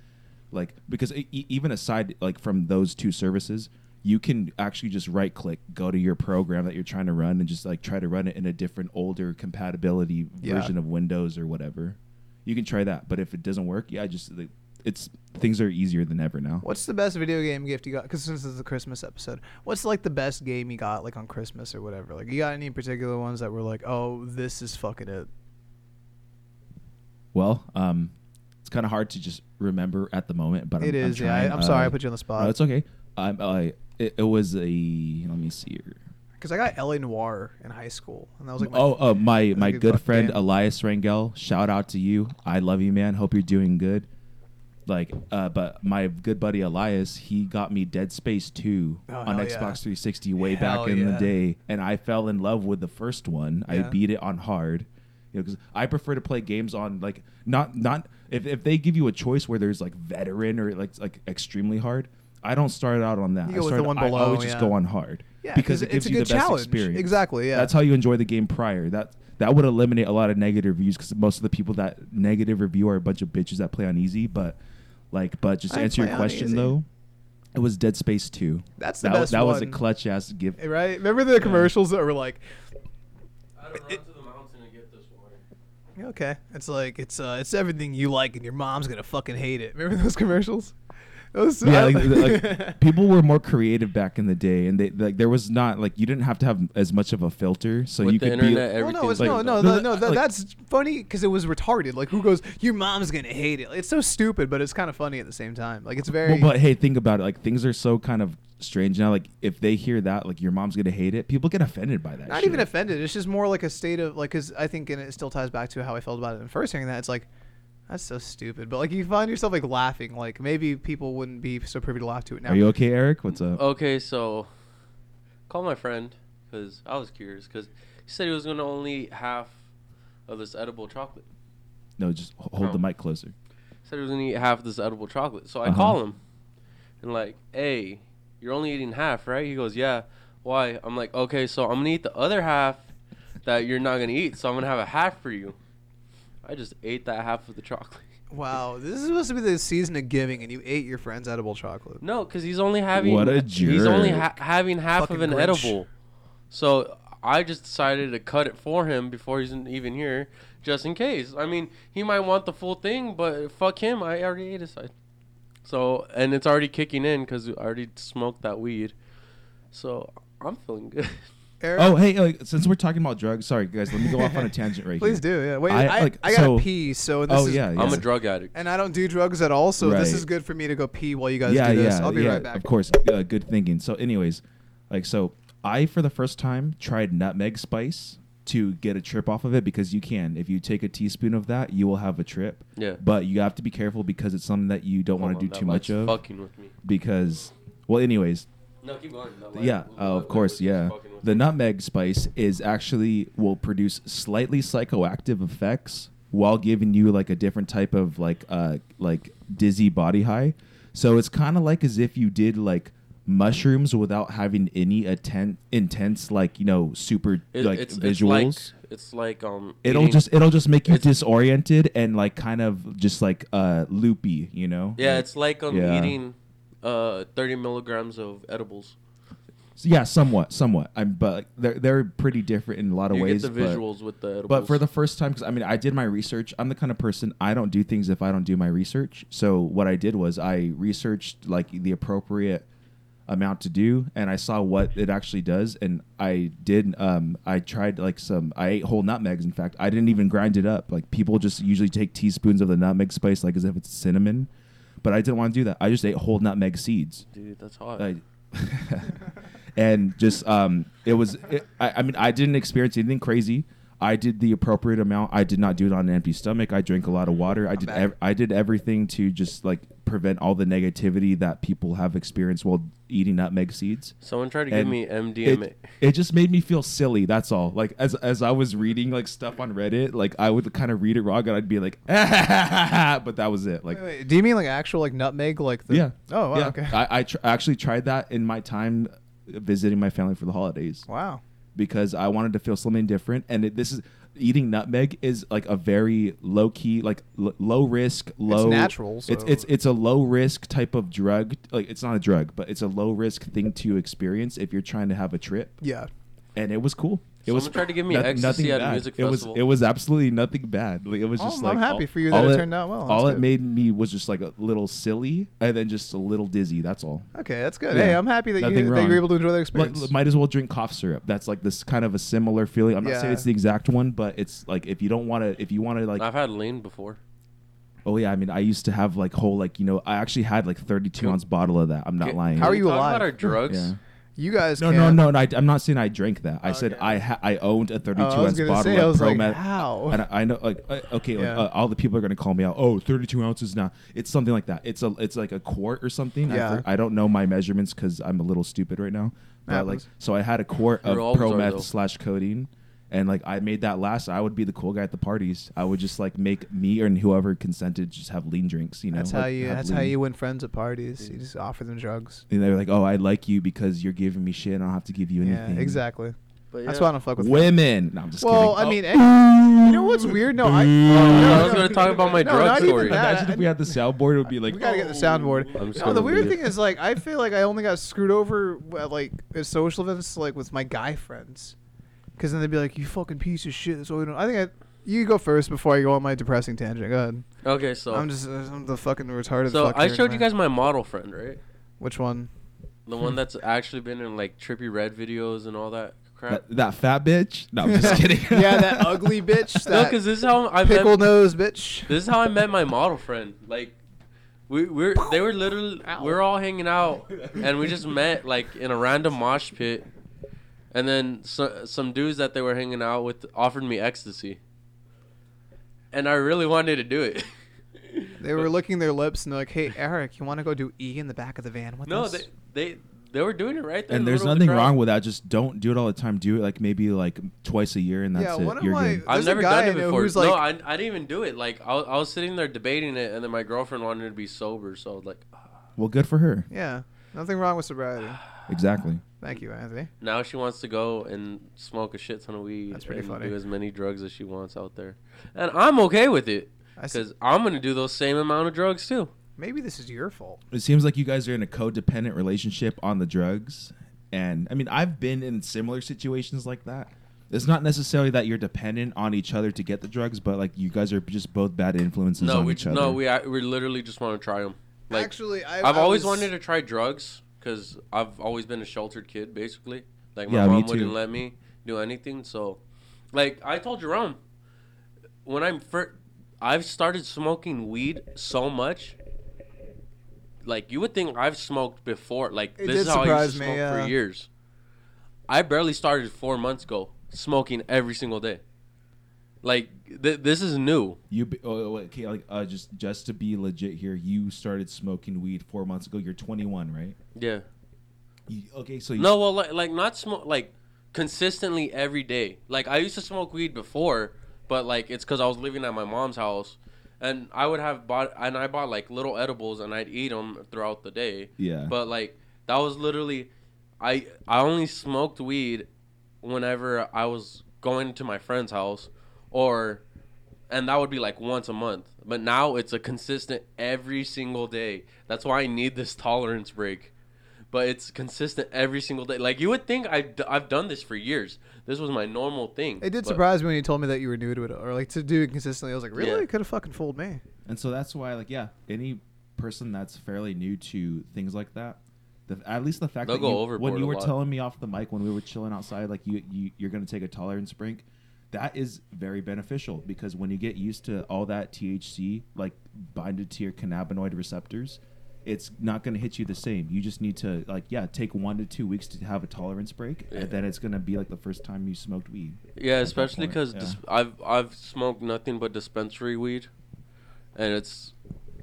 Speaker 2: like because e- e- even aside like from those two services, you can actually just right click, go to your program that you're trying to run, and just like try to run it in a different older compatibility
Speaker 1: Yeah.
Speaker 2: version of Windows or whatever. You can try that, but if it doesn't work, yeah, just like, it's things are easier than ever now.
Speaker 1: What's the best video game gift you got? Because since this is a Christmas episode, what's like the best game you got like on Christmas or whatever? Like, you got any particular ones that were like, oh, this is fucking it?
Speaker 2: Well, um, it's kind of hard to just remember at the moment, but
Speaker 1: It
Speaker 2: I'm, I'm
Speaker 1: is, yeah. I-
Speaker 2: trying. uh,
Speaker 1: I'm sorry I put you on the spot.
Speaker 2: No, it's okay. I'm, I it, it was a. Let me see here.
Speaker 1: Because I got LA Noir in high school, and that was like, my,
Speaker 2: oh, uh, my
Speaker 1: was
Speaker 2: my
Speaker 1: a good
Speaker 2: good,
Speaker 1: fuck
Speaker 2: friend
Speaker 1: game.
Speaker 2: Elias Rangel. Shout out to you. I love you, man. Hope you're doing good. Like, uh, but my good buddy Elias, he got me Dead Space Two
Speaker 1: Oh,
Speaker 2: on
Speaker 1: hell
Speaker 2: Xbox
Speaker 1: yeah.
Speaker 2: 360 way
Speaker 1: Hell
Speaker 2: back in
Speaker 1: yeah.
Speaker 2: the day, and I fell in love with the first one. I
Speaker 1: Yeah.
Speaker 2: beat it on hard, you know, because I prefer to play games on like not not if if they give you a choice where there's like veteran or like like extremely hard. I don't start out on that.
Speaker 1: You
Speaker 2: I
Speaker 1: go with the
Speaker 2: start-
Speaker 1: one
Speaker 2: I
Speaker 1: below,
Speaker 2: always just
Speaker 1: yeah.
Speaker 2: go on hard
Speaker 1: Yeah, 'cause
Speaker 2: because it
Speaker 1: it's
Speaker 2: gives
Speaker 1: a
Speaker 2: you the
Speaker 1: good
Speaker 2: best
Speaker 1: challenge.
Speaker 2: experience.
Speaker 1: Exactly, yeah.
Speaker 2: That's how you enjoy the game prior. That that would eliminate a lot of negative reviews because most of the people that negative review are a bunch of bitches that play on easy. But like, but just to
Speaker 1: I
Speaker 2: answer
Speaker 1: play
Speaker 2: your
Speaker 1: on
Speaker 2: question
Speaker 1: easy.
Speaker 2: though, it was Dead Space Two.
Speaker 1: That's the
Speaker 2: that, wa-
Speaker 1: best
Speaker 2: That was a
Speaker 1: one.
Speaker 2: clutch ass gift.
Speaker 1: right? Remember the commercials that were like,
Speaker 3: I had to run to the mountain to get this water.
Speaker 1: okay, it's like it's uh, it's everything you like, and your mom's gonna fucking hate it. Remember those commercials? Those,
Speaker 2: Yeah, like, like people were more creative back in the day, and they like there was not like you didn't have to have as much of a filter, so
Speaker 3: With
Speaker 2: you
Speaker 3: the
Speaker 2: could
Speaker 3: internet,
Speaker 2: be.
Speaker 1: well, no, it's,
Speaker 3: everything's
Speaker 1: no,
Speaker 3: like-
Speaker 1: no,
Speaker 2: No,
Speaker 1: no,
Speaker 2: no,
Speaker 1: no. That,
Speaker 2: like-
Speaker 1: that's funny because it was retarded. Like, who goes, "Your mom's gonna hate it." It's so stupid, but it's kind of funny at the same time. Like, it's very.
Speaker 2: Well, but hey, think about it. Like things are so kind of strange now. Like if they hear that, like your mom's gonna hate it. People get offended by that.
Speaker 1: not
Speaker 2: shit.
Speaker 1: even offended. It's just more like a state of like, because I think, and it still ties back to how I felt about it in first hearing that. It's like, that's so stupid. But like, you find yourself like laughing. Like, maybe people wouldn't be so privy to laugh to it now.
Speaker 2: Are you okay, Eric? What's up?
Speaker 3: Okay, so call my friend because I was curious because he said he was gonna only eat half of this edible chocolate.
Speaker 2: No, just h- hold the
Speaker 3: Oh.
Speaker 2: mic closer.
Speaker 3: He said he was gonna eat half of this edible chocolate. So I
Speaker 2: Uh-huh.
Speaker 3: call him and like, hey, you're only eating half, right? He goes, yeah. Why? I'm like, okay, so I'm gonna eat the other half that you're not gonna eat. So I'm gonna have a half for you. I just ate that half of the chocolate.
Speaker 1: Wow, this is supposed to be the season of giving, and you ate your friend's edible chocolate.
Speaker 3: No, because he's only having
Speaker 2: What a
Speaker 3: He's only
Speaker 2: jerk.
Speaker 3: ha- having half
Speaker 1: Fucking
Speaker 3: of an
Speaker 1: Grinch.
Speaker 3: edible. So I just decided to cut it for him before he's even here, just in case. I mean, he might want the full thing, but fuck him. I already ate his side. So and it's already kicking in because I already smoked that weed. So I'm feeling good.
Speaker 1: Eric,
Speaker 2: Oh, hey, like, since we're talking about drugs, sorry guys, let me go off on a tangent right
Speaker 1: please
Speaker 2: here.
Speaker 1: do. Yeah. Wait, I,
Speaker 2: I-
Speaker 1: I,
Speaker 2: like,
Speaker 1: gotta
Speaker 2: so-
Speaker 1: pee. So and this
Speaker 2: Oh
Speaker 1: is,
Speaker 2: yeah, yeah.
Speaker 3: I'm a drug addict.
Speaker 1: And I don't do drugs at all, so this
Speaker 2: Right.
Speaker 1: is good for me to go pee while you guys
Speaker 2: yeah,
Speaker 1: do this.
Speaker 2: yeah,
Speaker 1: I'll be
Speaker 2: yeah.
Speaker 1: right back.
Speaker 2: Of course, uh, good thinking. So, anyways, like so, I for the first time tried nutmeg spice to get a trip off of it because you can. If you take a teaspoon of that, you will have a trip.
Speaker 3: Yeah.
Speaker 2: But you have to be careful because it's something that you don't
Speaker 3: Hold
Speaker 2: want to
Speaker 3: on,
Speaker 2: do
Speaker 3: that
Speaker 2: too much
Speaker 3: light's
Speaker 2: of.
Speaker 3: Fucking with me.
Speaker 2: Because, well, anyways,
Speaker 3: No, keep going. that light-
Speaker 2: yeah,
Speaker 3: that
Speaker 2: uh,
Speaker 3: light
Speaker 2: of
Speaker 3: was
Speaker 2: course,
Speaker 3: just
Speaker 2: yeah.
Speaker 3: fucking with
Speaker 2: The
Speaker 3: me.
Speaker 2: nutmeg spice is actually will produce slightly psychoactive effects while giving you like a different type of like uh like dizzy body high. So it's kind of like as if you did like mushrooms without having any atten- intense like you know super
Speaker 3: It-
Speaker 2: like
Speaker 3: it's,
Speaker 2: visuals.
Speaker 3: It's like, it's like um.
Speaker 2: it'll
Speaker 3: eating-
Speaker 2: just it'll just make you
Speaker 3: it's-
Speaker 2: disoriented and like kind of just like uh loopy, you know.
Speaker 3: Yeah,
Speaker 2: Like-
Speaker 3: it's like um
Speaker 2: Yeah.
Speaker 3: eating uh 30 milligrams of edibles.
Speaker 2: So, yeah, somewhat, somewhat. I'm but they're they're pretty different in a lot of
Speaker 3: You
Speaker 2: ways.
Speaker 3: get the
Speaker 2: but-
Speaker 3: visuals with the edibles.
Speaker 2: But for the first time, because I mean, I did my research. I'm the kind of person I don't do things if I don't do my research. So what I did was I researched like the appropriate amount to do, and I saw what it actually does. And I did. Um, I tried like some. I ate whole nutmegs. In fact, I didn't even grind it up. Like people just usually take teaspoons of the nutmeg spice, like as if it's cinnamon. But I didn't want to do that. I just ate whole nutmeg seeds
Speaker 3: dude, that's hot.
Speaker 2: like Uh, and just um it was it, I, I mean i didn't experience anything crazy i did the appropriate amount i did not do it on an empty stomach i drank a lot of water i did
Speaker 1: back.
Speaker 2: ev- i did everything to just like prevent all the negativity that people have experienced while eating nutmeg seeds
Speaker 3: Someone tried to give
Speaker 2: and
Speaker 3: me MDMA.
Speaker 2: it, it just made me feel silly that's all like as as i was reading like stuff on reddit like i would kind of read it wrong and i'd be like but that was it like
Speaker 1: Wait, wait, do you mean like actual like nutmeg? Like the
Speaker 2: yeah.
Speaker 1: Oh, wow,
Speaker 2: yeah.
Speaker 1: okay.
Speaker 2: I, I tr- actually tried that in my time visiting my family for the holidays
Speaker 1: wow.
Speaker 2: because I wanted to feel something different. And it, this is eating nutmeg is like a very low key, like l- low risk, low
Speaker 1: natural,
Speaker 2: It's
Speaker 1: so-
Speaker 2: it's it's a low risk type of drug. Like it's not a drug, but it's a low risk thing to experience if you're trying to have a trip.
Speaker 1: Yeah.
Speaker 2: And it was cool. It was
Speaker 3: Someone tried to give me
Speaker 2: noth-
Speaker 3: ecstasy
Speaker 2: nothing
Speaker 3: at a
Speaker 2: bad.
Speaker 3: music
Speaker 2: It was
Speaker 3: festival.
Speaker 2: it was absolutely nothing bad. Like, it was
Speaker 1: Oh,
Speaker 2: just
Speaker 1: I'm
Speaker 2: like
Speaker 1: happy
Speaker 2: all-
Speaker 1: for you that
Speaker 2: all
Speaker 1: it turned out well. That's
Speaker 2: all it
Speaker 1: good.
Speaker 2: made me was just like a little silly and then just a little dizzy. That's all.
Speaker 1: Okay, that's good.
Speaker 2: Yeah.
Speaker 1: Hey, I'm happy that
Speaker 2: Nothing
Speaker 1: you that you were
Speaker 2: wrong.
Speaker 1: able to enjoy that
Speaker 2: Like,
Speaker 1: experience.
Speaker 2: might as well drink cough syrup. That's like this kind of a similar feeling. I'm
Speaker 1: Yeah.
Speaker 2: not saying it's the exact one, but it's like if you don't want to, if you want to, like,
Speaker 3: I've had lean before.
Speaker 2: oh yeah, I mean, I used to have like whole like you know, I actually had like 32
Speaker 3: Can-
Speaker 2: ounce bottle of that. I'm not
Speaker 3: Can-
Speaker 2: lying.
Speaker 3: can
Speaker 1: How are
Speaker 3: we
Speaker 1: you
Speaker 3: talk
Speaker 1: alive?
Speaker 3: about our drugs?
Speaker 2: Yeah.
Speaker 1: you guys
Speaker 2: No, no,
Speaker 1: can't-
Speaker 2: no, no. I, I'm not saying I drank that. I said
Speaker 1: Okay.
Speaker 2: I ha- I owned a 32
Speaker 1: Oh, I was
Speaker 2: ounce
Speaker 1: gonna
Speaker 2: bottle
Speaker 1: say, I
Speaker 2: of
Speaker 1: was like,
Speaker 2: Promet-
Speaker 1: how?
Speaker 2: And I, I know, like, uh, okay, like,
Speaker 1: Yeah.
Speaker 2: uh, all the people are gonna call me out. Oh, 32 ounces now. It's something like that. It's a, it's like a quart or something. I
Speaker 1: Yeah.
Speaker 2: for- I, don't know my measurements because I'm a little stupid right now. But like,
Speaker 1: Happens.
Speaker 2: so I had a quart of
Speaker 3: You always
Speaker 2: Pro
Speaker 3: are,
Speaker 2: Meth
Speaker 3: though.
Speaker 2: slash codeine, and like I made that last. I would be the cool guy at the parties. I would just like make me and whoever consented just have lean drinks. You know,
Speaker 1: That's
Speaker 2: like,
Speaker 1: how you
Speaker 2: have
Speaker 1: that's how
Speaker 2: lean.
Speaker 1: you win friends at parties. You just offer them drugs.
Speaker 2: And they were like, "Oh, I like you because you're giving me shit. and I don't have to give you anything."
Speaker 1: Yeah, exactly.
Speaker 3: But
Speaker 1: That's
Speaker 3: yeah.
Speaker 1: why I don't fuck with
Speaker 2: Women. No, I'm just
Speaker 1: Well,
Speaker 2: kidding.
Speaker 1: I mean, hey, you know what's weird? No, I, no,
Speaker 3: I was
Speaker 1: no.
Speaker 3: gonna talk about my
Speaker 1: No,
Speaker 3: drug
Speaker 1: not even
Speaker 3: story.
Speaker 1: that.
Speaker 2: Imagine if we had the soundboard, it would be like, oh,
Speaker 1: we gotta get the soundboard.
Speaker 3: I'm just
Speaker 1: No, the
Speaker 3: gonna
Speaker 1: weird
Speaker 3: leave.
Speaker 1: thing is, like, I feel like I only got screwed over at, like at social events, like with my guy friends, because then they'd be like, "You fucking piece of shit." That's all we don't. I think I, you go first before I go on my depressing tangent. Go ahead.
Speaker 3: Okay, so
Speaker 1: I'm just uh, I'm the fucking retarded.
Speaker 3: so
Speaker 1: fuck
Speaker 3: I
Speaker 1: here,
Speaker 3: showed you
Speaker 1: man.
Speaker 3: guys my model friend, right?
Speaker 1: which one.
Speaker 3: The one
Speaker 2: Hmm.
Speaker 3: that's actually been in like trippy red videos and all that crap.
Speaker 2: that, that fat bitch. No, I'm just kidding.
Speaker 1: yeah, that ugly bitch.
Speaker 3: no,
Speaker 1: That
Speaker 3: because this is how I met.
Speaker 1: pickle nose bitch.
Speaker 3: This is how I met my model friend. Like, we we're they were literally we're all hanging out, and we just met like in a random mosh pit, and then so, some dudes that they were hanging out with offered me ecstasy, and I really wanted to do it.
Speaker 1: They were licking their lips and they're like, "Hey, Eric, you want to go do E in the back of the van with
Speaker 3: No,
Speaker 1: us?"
Speaker 3: they they they were doing it right there. in
Speaker 2: And
Speaker 3: the
Speaker 2: there's
Speaker 3: middle of the
Speaker 2: nothing
Speaker 3: crowd.
Speaker 2: wrong with that. Just don't do it all the time. Do it like maybe like twice a year, and that's
Speaker 1: Yeah,
Speaker 2: it.
Speaker 1: one of
Speaker 2: You're
Speaker 1: my-
Speaker 2: good.
Speaker 1: There's
Speaker 3: I've
Speaker 1: a
Speaker 3: never
Speaker 1: guy
Speaker 3: done
Speaker 1: I
Speaker 3: it
Speaker 1: know
Speaker 3: before.
Speaker 1: who's like-
Speaker 3: no, I, I didn't even do it. Like I, I was sitting there debating it, and then my girlfriend wanted to be sober, so I was like,
Speaker 2: Well, good for her.
Speaker 1: yeah, nothing wrong with sobriety.
Speaker 2: Exactly.
Speaker 1: Thank you, Anthony.
Speaker 3: now she wants to go and smoke a shit ton of weed
Speaker 1: That's pretty
Speaker 3: and
Speaker 1: funny.
Speaker 3: do as many drugs as she wants out there, and I'm okay with it
Speaker 1: I s-
Speaker 3: because I'm gonna do those same amount of drugs too.
Speaker 1: Maybe this is your fault.
Speaker 2: It seems like you guys are in a codependent relationship on the drugs, and I mean, I've been in similar situations like that. It's not necessarily that you're dependent on each other to get the drugs, but like you guys are just both bad influences
Speaker 3: No,
Speaker 2: on
Speaker 3: we
Speaker 2: each other.
Speaker 3: no we I, we literally just want to try them. Like
Speaker 1: Actually, I,
Speaker 3: I've
Speaker 1: I
Speaker 3: always
Speaker 1: was-
Speaker 3: wanted to try drugs because I've always been a sheltered kid, basically. Like my
Speaker 2: Yeah, me
Speaker 3: mom
Speaker 2: too.
Speaker 3: wouldn't let me do anything, so like I told Jerome, when I'm first, I've started smoking weed so much. Like you would think I've smoked before. Like
Speaker 1: It
Speaker 3: this
Speaker 1: did
Speaker 3: is how I used
Speaker 1: surprise
Speaker 3: to
Speaker 1: me,
Speaker 3: smoke
Speaker 1: yeah.
Speaker 3: for years. I barely started four months ago smoking every single day. Like th- this is new.
Speaker 2: You be, oh, wait, okay, like uh, just just to be legit here, you started smoking weed four months ago. You're 21, right?
Speaker 3: Yeah.
Speaker 2: You, okay, so you,
Speaker 3: No, well, like, like not smoke like consistently every day. Like I used to smoke weed before, but like it's because I was living at my mom's house, and I would have bought and I bought like little edibles and I'd eat them throughout the day.
Speaker 2: yeah,
Speaker 3: But like that was literally, I I only smoked weed whenever I was going to my friend's house, or, and that would be like once a month. But now it's a consistent every single day. That's why I need this tolerance break. But it's consistent every single day. Like you would think I I've done this for years. This was my normal thing.
Speaker 1: It did
Speaker 3: but-
Speaker 1: surprise me when you told me that you were new to it, or like to do it consistently. I was like, really?
Speaker 3: Yeah.
Speaker 1: You could have fucking fooled me.
Speaker 2: and so that's why, like, yeah, any person that's fairly new to things like that, the, at least the fact
Speaker 3: They'll
Speaker 2: that
Speaker 3: go
Speaker 2: you,
Speaker 3: overboard
Speaker 2: when you
Speaker 3: a
Speaker 2: were
Speaker 3: lot.
Speaker 2: telling me off the mic when we were chilling outside, like you, you you're gonna take a tolerance break, that is very beneficial because when you get used to all that THC like binded to your cannabinoid receptors. It's not going to hit you the same. You just need to, like, yeah, take one to two weeks to have a tolerance break,
Speaker 3: Yeah.
Speaker 2: and then it's going to be like the first time you smoked weed.
Speaker 3: Yeah,
Speaker 2: that
Speaker 3: especially
Speaker 2: point,
Speaker 3: because
Speaker 2: yeah.
Speaker 3: dis- I've I've smoked nothing but dispensary weed, and it's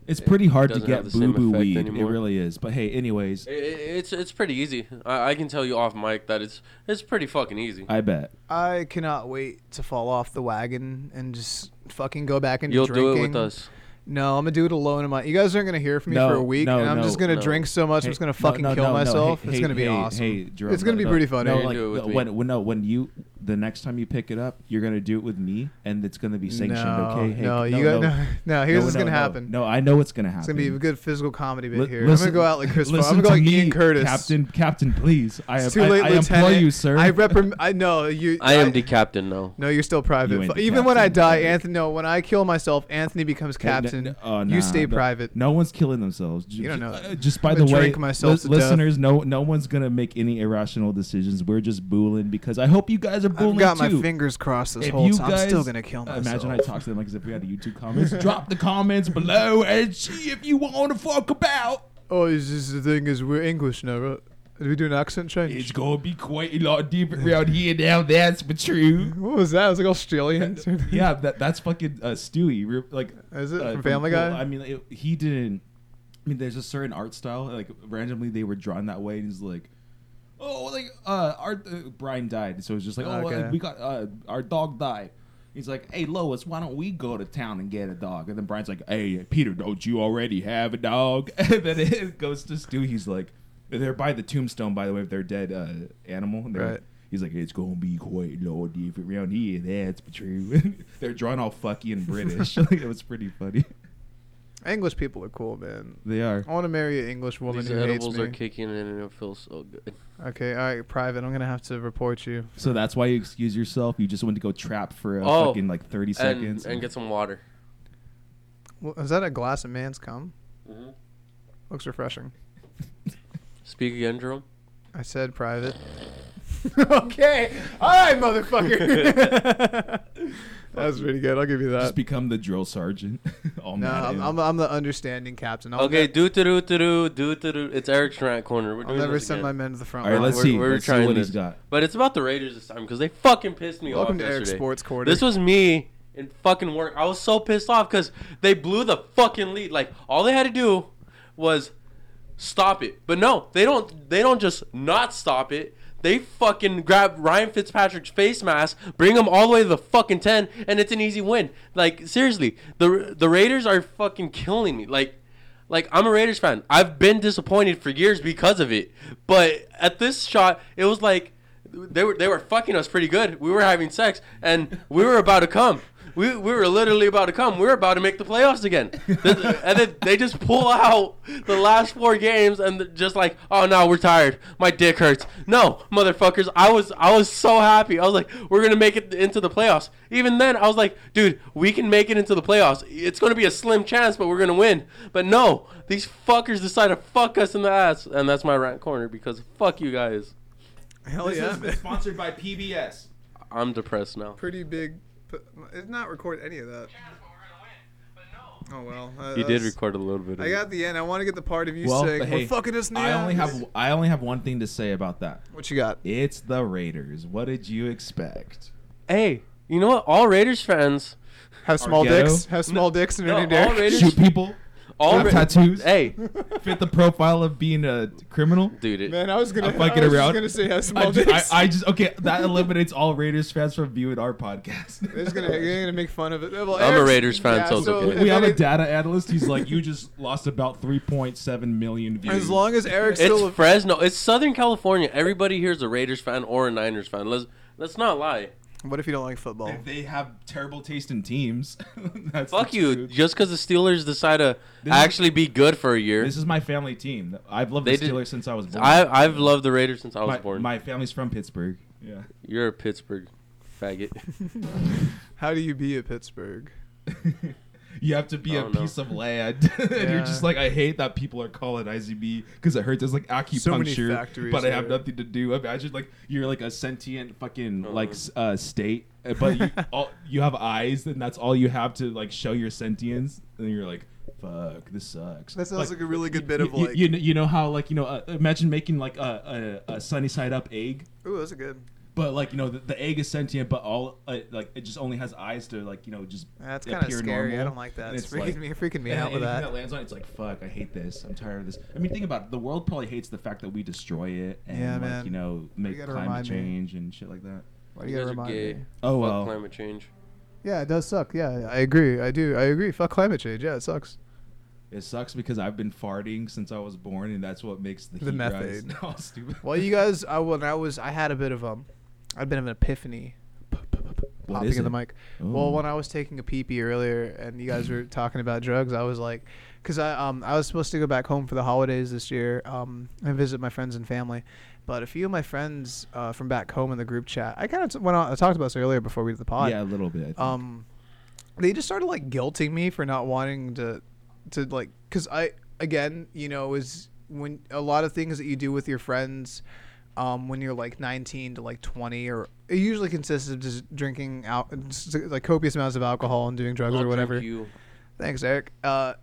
Speaker 2: It's
Speaker 3: It
Speaker 2: pretty hard to
Speaker 3: doesn't have
Speaker 2: get
Speaker 3: the same
Speaker 2: boo boo
Speaker 3: effect
Speaker 2: weed.
Speaker 3: anymore.
Speaker 2: It really is. But hey, anyways,
Speaker 3: I- I- It's it's pretty easy. I, I can tell you off mic that it's it's pretty fucking easy.
Speaker 2: I bet.
Speaker 1: I cannot wait to fall off the wagon and just fucking go back into
Speaker 3: You'll
Speaker 1: drinking.
Speaker 3: do it with us.
Speaker 1: No, I'm gonna do it alone. In my, you guys aren't gonna hear from me
Speaker 2: No,
Speaker 1: for a week,
Speaker 2: no,
Speaker 1: and I'm
Speaker 2: no,
Speaker 1: just gonna
Speaker 3: no.
Speaker 1: drink so much,
Speaker 2: Hey,
Speaker 1: I'm just gonna
Speaker 2: no,
Speaker 1: fucking
Speaker 2: no,
Speaker 1: kill
Speaker 2: no, no,
Speaker 1: myself.
Speaker 2: hey,
Speaker 1: it's
Speaker 2: hey,
Speaker 1: gonna be
Speaker 2: hey,
Speaker 1: awesome.
Speaker 2: Hey, Jerome,
Speaker 1: it's gonna
Speaker 2: no,
Speaker 1: be
Speaker 2: no,
Speaker 1: pretty funny.
Speaker 2: No,
Speaker 3: You
Speaker 2: like,
Speaker 3: do it with
Speaker 2: the-
Speaker 3: me.
Speaker 2: when, when no, when you the next time you pick it up, you're gonna do it with me, and it's gonna be sanctioned.
Speaker 1: no,
Speaker 2: okay? Hey,
Speaker 1: no, you got no. no, here's
Speaker 2: no,
Speaker 1: what's
Speaker 2: no,
Speaker 1: gonna
Speaker 2: no.
Speaker 1: happen.
Speaker 2: No, I know what's gonna happen.
Speaker 1: It's gonna be a good physical comedy bit
Speaker 2: Li-
Speaker 1: here.
Speaker 2: listen-
Speaker 1: I'm gonna go out like Chris. Paul. I'm
Speaker 2: listen
Speaker 1: gonna go like
Speaker 2: to me,
Speaker 1: Ian Curtis.
Speaker 2: Captain, Captain, please. I,
Speaker 1: It's
Speaker 2: have,
Speaker 1: too
Speaker 2: I,
Speaker 1: late,
Speaker 2: I
Speaker 1: Lieutenant.
Speaker 2: implore you, sir.
Speaker 1: I reprim. I know you.
Speaker 3: I am the captain now.
Speaker 1: No, you're still
Speaker 2: You
Speaker 1: private.
Speaker 2: ain't
Speaker 1: F-
Speaker 2: the
Speaker 1: Even when I
Speaker 2: captain.
Speaker 1: die, Anthony. No, when I kill myself, Anthony becomes captain.
Speaker 2: Hey, n- n- oh, nah,
Speaker 1: you stay
Speaker 2: no-
Speaker 1: private.
Speaker 2: No one's killing themselves. J-
Speaker 1: You don't
Speaker 2: j-
Speaker 1: know
Speaker 2: uh,
Speaker 1: that.
Speaker 2: Just by
Speaker 1: I'm
Speaker 2: the
Speaker 1: gonna
Speaker 2: way,
Speaker 1: drink myself to death.
Speaker 2: listeners, no no one's gonna make any irrational decisions. We're just booling because I hope you guys are booling
Speaker 1: I've got
Speaker 2: too.
Speaker 1: my fingers crossed this
Speaker 2: if
Speaker 1: whole
Speaker 2: you
Speaker 1: time.
Speaker 2: guys,
Speaker 1: I'm still gonna kill myself.
Speaker 2: Imagine I talk to them like as if we had a YouTube comments. Drop the comments below and see if you want to fuck about.
Speaker 1: Oh, is this the thing? Is we're English now, right? Do we do an accent
Speaker 2: It's
Speaker 1: change?
Speaker 2: gonna be quite a lot different around here now. That's for true.
Speaker 1: What was that? It was like Australian.
Speaker 2: yeah, that that's fucking uh, Stewie. Re- Like,
Speaker 1: Is it
Speaker 2: uh,
Speaker 1: from Family Guy?
Speaker 2: well, I mean, it, he didn't. I mean, there's a certain art style. Like, randomly they were drawn that way, and he's like, "Oh, like uh, our uh, Brian died," so it's just like, "Oh,
Speaker 1: Okay.
Speaker 2: uh, we got uh, our dog died." He's like, "Hey, Lois, why don't we go to town and get a dog?" And then Brian's like, "Hey, Peter, don't you already have a dog?" And then it goes to Stu. He's like, "They're by the tombstone, by the way, of their dead uh, animal." And they're
Speaker 1: Right.
Speaker 2: like, He's like, it's gonna be quite lordy if around here. That's true. They're drawn all fucky and British. like, it was pretty funny.
Speaker 1: English people are cool, man.
Speaker 2: They are.
Speaker 1: I want to marry an English woman
Speaker 3: These
Speaker 1: who hates
Speaker 3: edibles
Speaker 1: me.
Speaker 3: are kicking in and it feels so good.
Speaker 1: okay, all right, private. I'm gonna have to report you.
Speaker 2: So that's why you excuse yourself. You just went to go trap for uh,
Speaker 3: Oh,
Speaker 2: fucking like thirty
Speaker 3: And
Speaker 2: seconds.
Speaker 3: and get some water.
Speaker 1: Well, is that a glass of man's cum?
Speaker 3: Mm-hmm.
Speaker 1: Looks refreshing.
Speaker 3: Speak again, Jerome.
Speaker 1: I said private. okay. All right, motherfucker. that was pretty good. I'll give you
Speaker 2: just
Speaker 1: that.
Speaker 2: become the drill sergeant. all
Speaker 1: No,
Speaker 2: mad
Speaker 1: I'm,
Speaker 2: at
Speaker 1: I'm, I'm the understanding captain. I'll
Speaker 3: okay,
Speaker 1: ne-
Speaker 3: do to do to do do to do. It's Eric's rant corner. We're
Speaker 1: I'll
Speaker 3: doing
Speaker 1: never
Speaker 3: this
Speaker 1: send my
Speaker 3: again.
Speaker 1: men to the front
Speaker 2: all right,
Speaker 1: line.
Speaker 2: let's
Speaker 3: We're-
Speaker 2: see.
Speaker 3: we're
Speaker 2: let's see
Speaker 3: trying
Speaker 2: what
Speaker 3: this.
Speaker 2: he's got.
Speaker 3: But it's about the Raiders this time because they fucking pissed me
Speaker 1: Welcome
Speaker 3: off
Speaker 1: to Eric's
Speaker 3: yesterday.
Speaker 1: Sports Quarter.
Speaker 3: This was me in fucking work. I was so pissed off because they blew the fucking lead. Like all they had to do was stop it. But no, they don't. They don't just not stop it. They fucking grab Ryan Fitzpatrick's face mask, bring him all the way to the fucking ten, and it's an easy win. Like seriously, the the Raiders are fucking killing me. Like. Like I'm a Raiders fan. I've been disappointed for years because of it. But at this shot, it was like they were they were fucking us pretty good. We were having sex and we were about to come. we, we were literally about to come. We were about to make the playoffs again. Th- and then they just pull out the last four games and th- just like, oh no, we're tired. My dick hurts. No, motherfuckers, I was I was so happy. I was like, we're gonna make it into the playoffs. Even then, I was like, dude, we can make it into the playoffs. It's gonna be a slim chance, but we're gonna win. But no, these fuckers decide to fuck us in the ass, and that's my rant corner because fuck you guys.
Speaker 1: Hell
Speaker 2: this
Speaker 1: yeah.
Speaker 2: has been sponsored by PBS.
Speaker 3: I'm depressed now.
Speaker 1: Pretty big. p- It's not record any of that. Oh well. Uh,
Speaker 3: He did
Speaker 1: that's-
Speaker 3: record a little bit. Of
Speaker 1: I
Speaker 3: it.
Speaker 1: got the end. I want to get the part of you
Speaker 2: Well,
Speaker 1: saying
Speaker 2: but hey,
Speaker 1: we're fucking us now.
Speaker 2: I only have I only have one thing to say about that.
Speaker 1: What you got?
Speaker 2: It's the Raiders. What did you expect?
Speaker 3: Hey, you know what? All Raiders fans,
Speaker 1: Have small
Speaker 2: ghetto?
Speaker 1: dicks. Have small dicks in
Speaker 3: no,
Speaker 1: your new
Speaker 3: all
Speaker 1: dick.
Speaker 3: Raiders-
Speaker 2: Shoot people.
Speaker 3: all
Speaker 2: Have tattoos.
Speaker 3: Hey,
Speaker 2: Fit the profile of being a criminal.
Speaker 3: dude, it,
Speaker 1: Man, I was gonna.
Speaker 2: I'm fucking
Speaker 1: I was
Speaker 2: around.
Speaker 1: Just gonna say have small
Speaker 2: I just,
Speaker 1: dicks.
Speaker 2: I, I just okay. That eliminates all Raiders fans from viewing our podcast.
Speaker 1: They're just gonna, they're gonna make fun of it. Well,
Speaker 3: I'm a
Speaker 1: Eric's-
Speaker 3: Raiders fan, so it's okay.
Speaker 1: if
Speaker 2: we have a
Speaker 1: any-
Speaker 2: data analyst. He's like, you just lost about 3.7 million views.
Speaker 1: As long as Eric's
Speaker 3: it's
Speaker 1: still,
Speaker 3: Fresno. It's Southern California. Everybody here is a Raiders fan or a Niners fan. Let's let's not lie.
Speaker 1: what if you don't like football?
Speaker 2: if they have terrible taste in teams, that's the
Speaker 3: Fuck you.
Speaker 2: truth.
Speaker 3: Just because the Steelers decide to
Speaker 2: This is-
Speaker 3: actually be good for a year,
Speaker 2: This is my family team. I've loved
Speaker 3: They
Speaker 2: the
Speaker 3: did-
Speaker 2: Steelers since I was born.
Speaker 3: I I've loved the Raiders since I was
Speaker 2: my,
Speaker 3: born.
Speaker 2: my family's from Pittsburgh. Yeah.
Speaker 3: You're a Pittsburgh faggot.
Speaker 1: How do you be at Pittsburgh?
Speaker 2: You have to be a
Speaker 3: Oh, no.
Speaker 2: piece of land, and you're
Speaker 1: Yeah.
Speaker 2: just like, I hate that people are colonizing me because it hurts. It's like
Speaker 1: So many
Speaker 2: acupuncture,
Speaker 1: factories
Speaker 2: but I have
Speaker 1: there.
Speaker 2: nothing to do. Imagine like you're like a sentient fucking
Speaker 3: Uh-huh.
Speaker 2: like s- uh, state, uh, but you, all, you have eyes, and that's all you have to like show your sentience. And you're like, fuck, this sucks.
Speaker 1: That sounds like, a really good bit
Speaker 2: you,
Speaker 1: of like.
Speaker 2: you, you know, you know how like you know uh, imagine making like a, a, a sunny side up egg
Speaker 1: ooh, that's a good.
Speaker 2: but like you know, the, the egg is sentient, but all uh, like it just only has eyes to like you know just.
Speaker 1: That's
Speaker 2: appear
Speaker 1: kind of scary. I
Speaker 2: normal.
Speaker 1: don't like that.
Speaker 2: And
Speaker 1: It's, freaking me, freaking me
Speaker 2: and
Speaker 1: out with
Speaker 2: anything
Speaker 1: that.
Speaker 2: lands on it, it's like fuck. I hate this. I'm tired of this. I mean, think about it. The world probably hates the fact that we destroy it and
Speaker 1: Yeah,
Speaker 2: like
Speaker 1: man.
Speaker 2: you know make
Speaker 1: gotta
Speaker 2: climate
Speaker 1: remind me.
Speaker 2: change and shit like that.
Speaker 1: Why do
Speaker 3: you
Speaker 1: you
Speaker 3: guys
Speaker 1: gotta
Speaker 3: are
Speaker 1: remind
Speaker 3: gay.
Speaker 1: me?
Speaker 2: Oh
Speaker 3: Fuck
Speaker 2: well.
Speaker 3: climate change.
Speaker 1: Yeah, it does suck. Yeah, I agree. I do. I agree. Fuck climate change. Yeah, it sucks.
Speaker 2: It sucks because I've been farting since I was born, and that's what makes the,
Speaker 1: The
Speaker 2: heat rise.
Speaker 1: methane.
Speaker 2: No, stupid.
Speaker 1: Well, you guys, I, when I was, I had a bit of um, I'd been of an epiphany.
Speaker 2: What
Speaker 1: popping
Speaker 2: is
Speaker 1: in the
Speaker 2: it?
Speaker 1: mic.
Speaker 2: Oh.
Speaker 1: Well, when I was taking a pee pee earlier, and you guys were talking about drugs, I was like, because I um I was supposed to go back home for the holidays this year um and visit my friends and family, but a few of my friends uh, from back home in the group chat, I kind of t- went on. I talked about this earlier before we did the pod.
Speaker 2: yeah, a little bit. I think.
Speaker 1: Um, they just started like guilting me for not wanting to, to like, cause I again, you know, is when a lot of things that you do with your friends, um, when you're like 19 to like 20, or it usually consists of just drinking out like copious amounts of alcohol and doing drugs
Speaker 3: I'll
Speaker 1: or
Speaker 3: drink
Speaker 1: whatever.
Speaker 3: You.
Speaker 1: Thanks, Eric. Uh,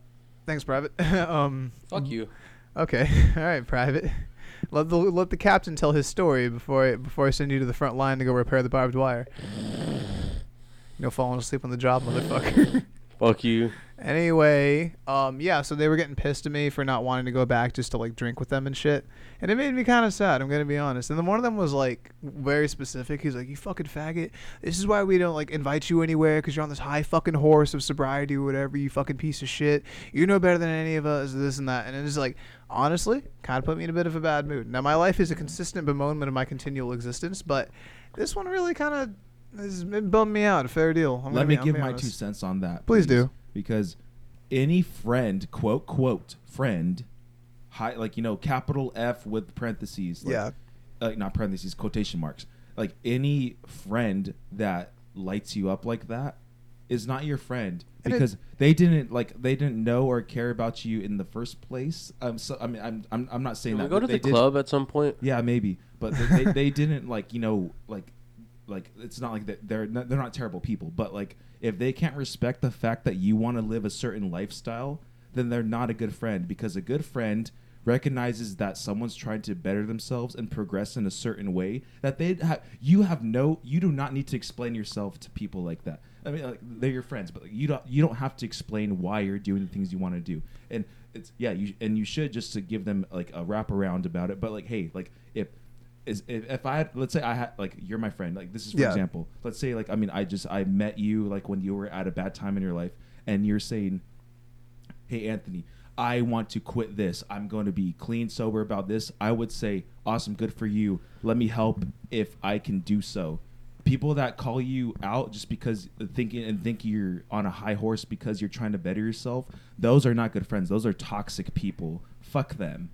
Speaker 1: thanks, Private. um,
Speaker 3: Fuck you.
Speaker 1: okay, all right, Private. Let the let the captain tell his story before I, before I send you to the front line to go repair the barbed wire. No falling asleep on the job, motherfucker.
Speaker 3: Fuck you.
Speaker 1: Anyway, um, yeah, so they were getting pissed at me for not wanting to go back just to like drink with them and shit, and it made me kind of sad. I'm gonna be honest. And then one of them was like very specific. He's like, "You fucking faggot! This is why we don't like invite you anywhere because you're on this high fucking horse of sobriety or whatever. You fucking piece of shit. You know better than any of us. This and that." And it is like, honestly, kind of put me in a bit of a bad mood. Now my life is a consistent bemoanment of my continual existence, but this one really kind of. It bummed me out. Fair deal. I'm
Speaker 2: Let
Speaker 1: gonna
Speaker 2: me
Speaker 1: be- I'm
Speaker 2: give
Speaker 1: gonna
Speaker 2: my
Speaker 1: be
Speaker 2: two
Speaker 1: honest.
Speaker 2: cents on that.
Speaker 1: Please do.
Speaker 2: Because any friend, quote, quote, friend, high, like, you know, capital F with parentheses. Like,
Speaker 1: Yeah.
Speaker 2: Like, not parentheses, quotation marks. Like, any friend that lights you up like that is not your friend
Speaker 1: And it-
Speaker 2: because they didn't like they didn't know or care about you in the first place. Um, so I mean, I'm I'm, I'm not saying
Speaker 3: Can we
Speaker 2: that
Speaker 3: go
Speaker 2: but
Speaker 3: to
Speaker 2: they
Speaker 3: the
Speaker 2: did-
Speaker 3: club at some point?
Speaker 2: yeah, maybe, but they, they, they didn't like you know like like it's not like that they're not, they're not terrible people, but like if they can't respect the fact that you want to live a certain lifestyle, then they're not a good friend because a good friend recognizes that someone's trying to better themselves and progress in a certain way that they have you have no you do not need to explain yourself to people like that i mean like they're your friends but like, you don't you don't have to explain why you're doing the things you want to do and it's yeah you and you should just to give them like a wraparound about it but like hey like if is if, if i let's say i had like you're my friend like this is for
Speaker 1: Yeah.
Speaker 2: example let's say like i mean i just i met you like when you were at a bad time in your life and you're saying hey anthony i want to quit this i'm going to be clean sober about this i would say awesome good for you let me help if i can do so people that call you out just because thinking and think you're on a high horse because you're trying to better yourself, those are not good friends. Those are toxic people. Fuck them.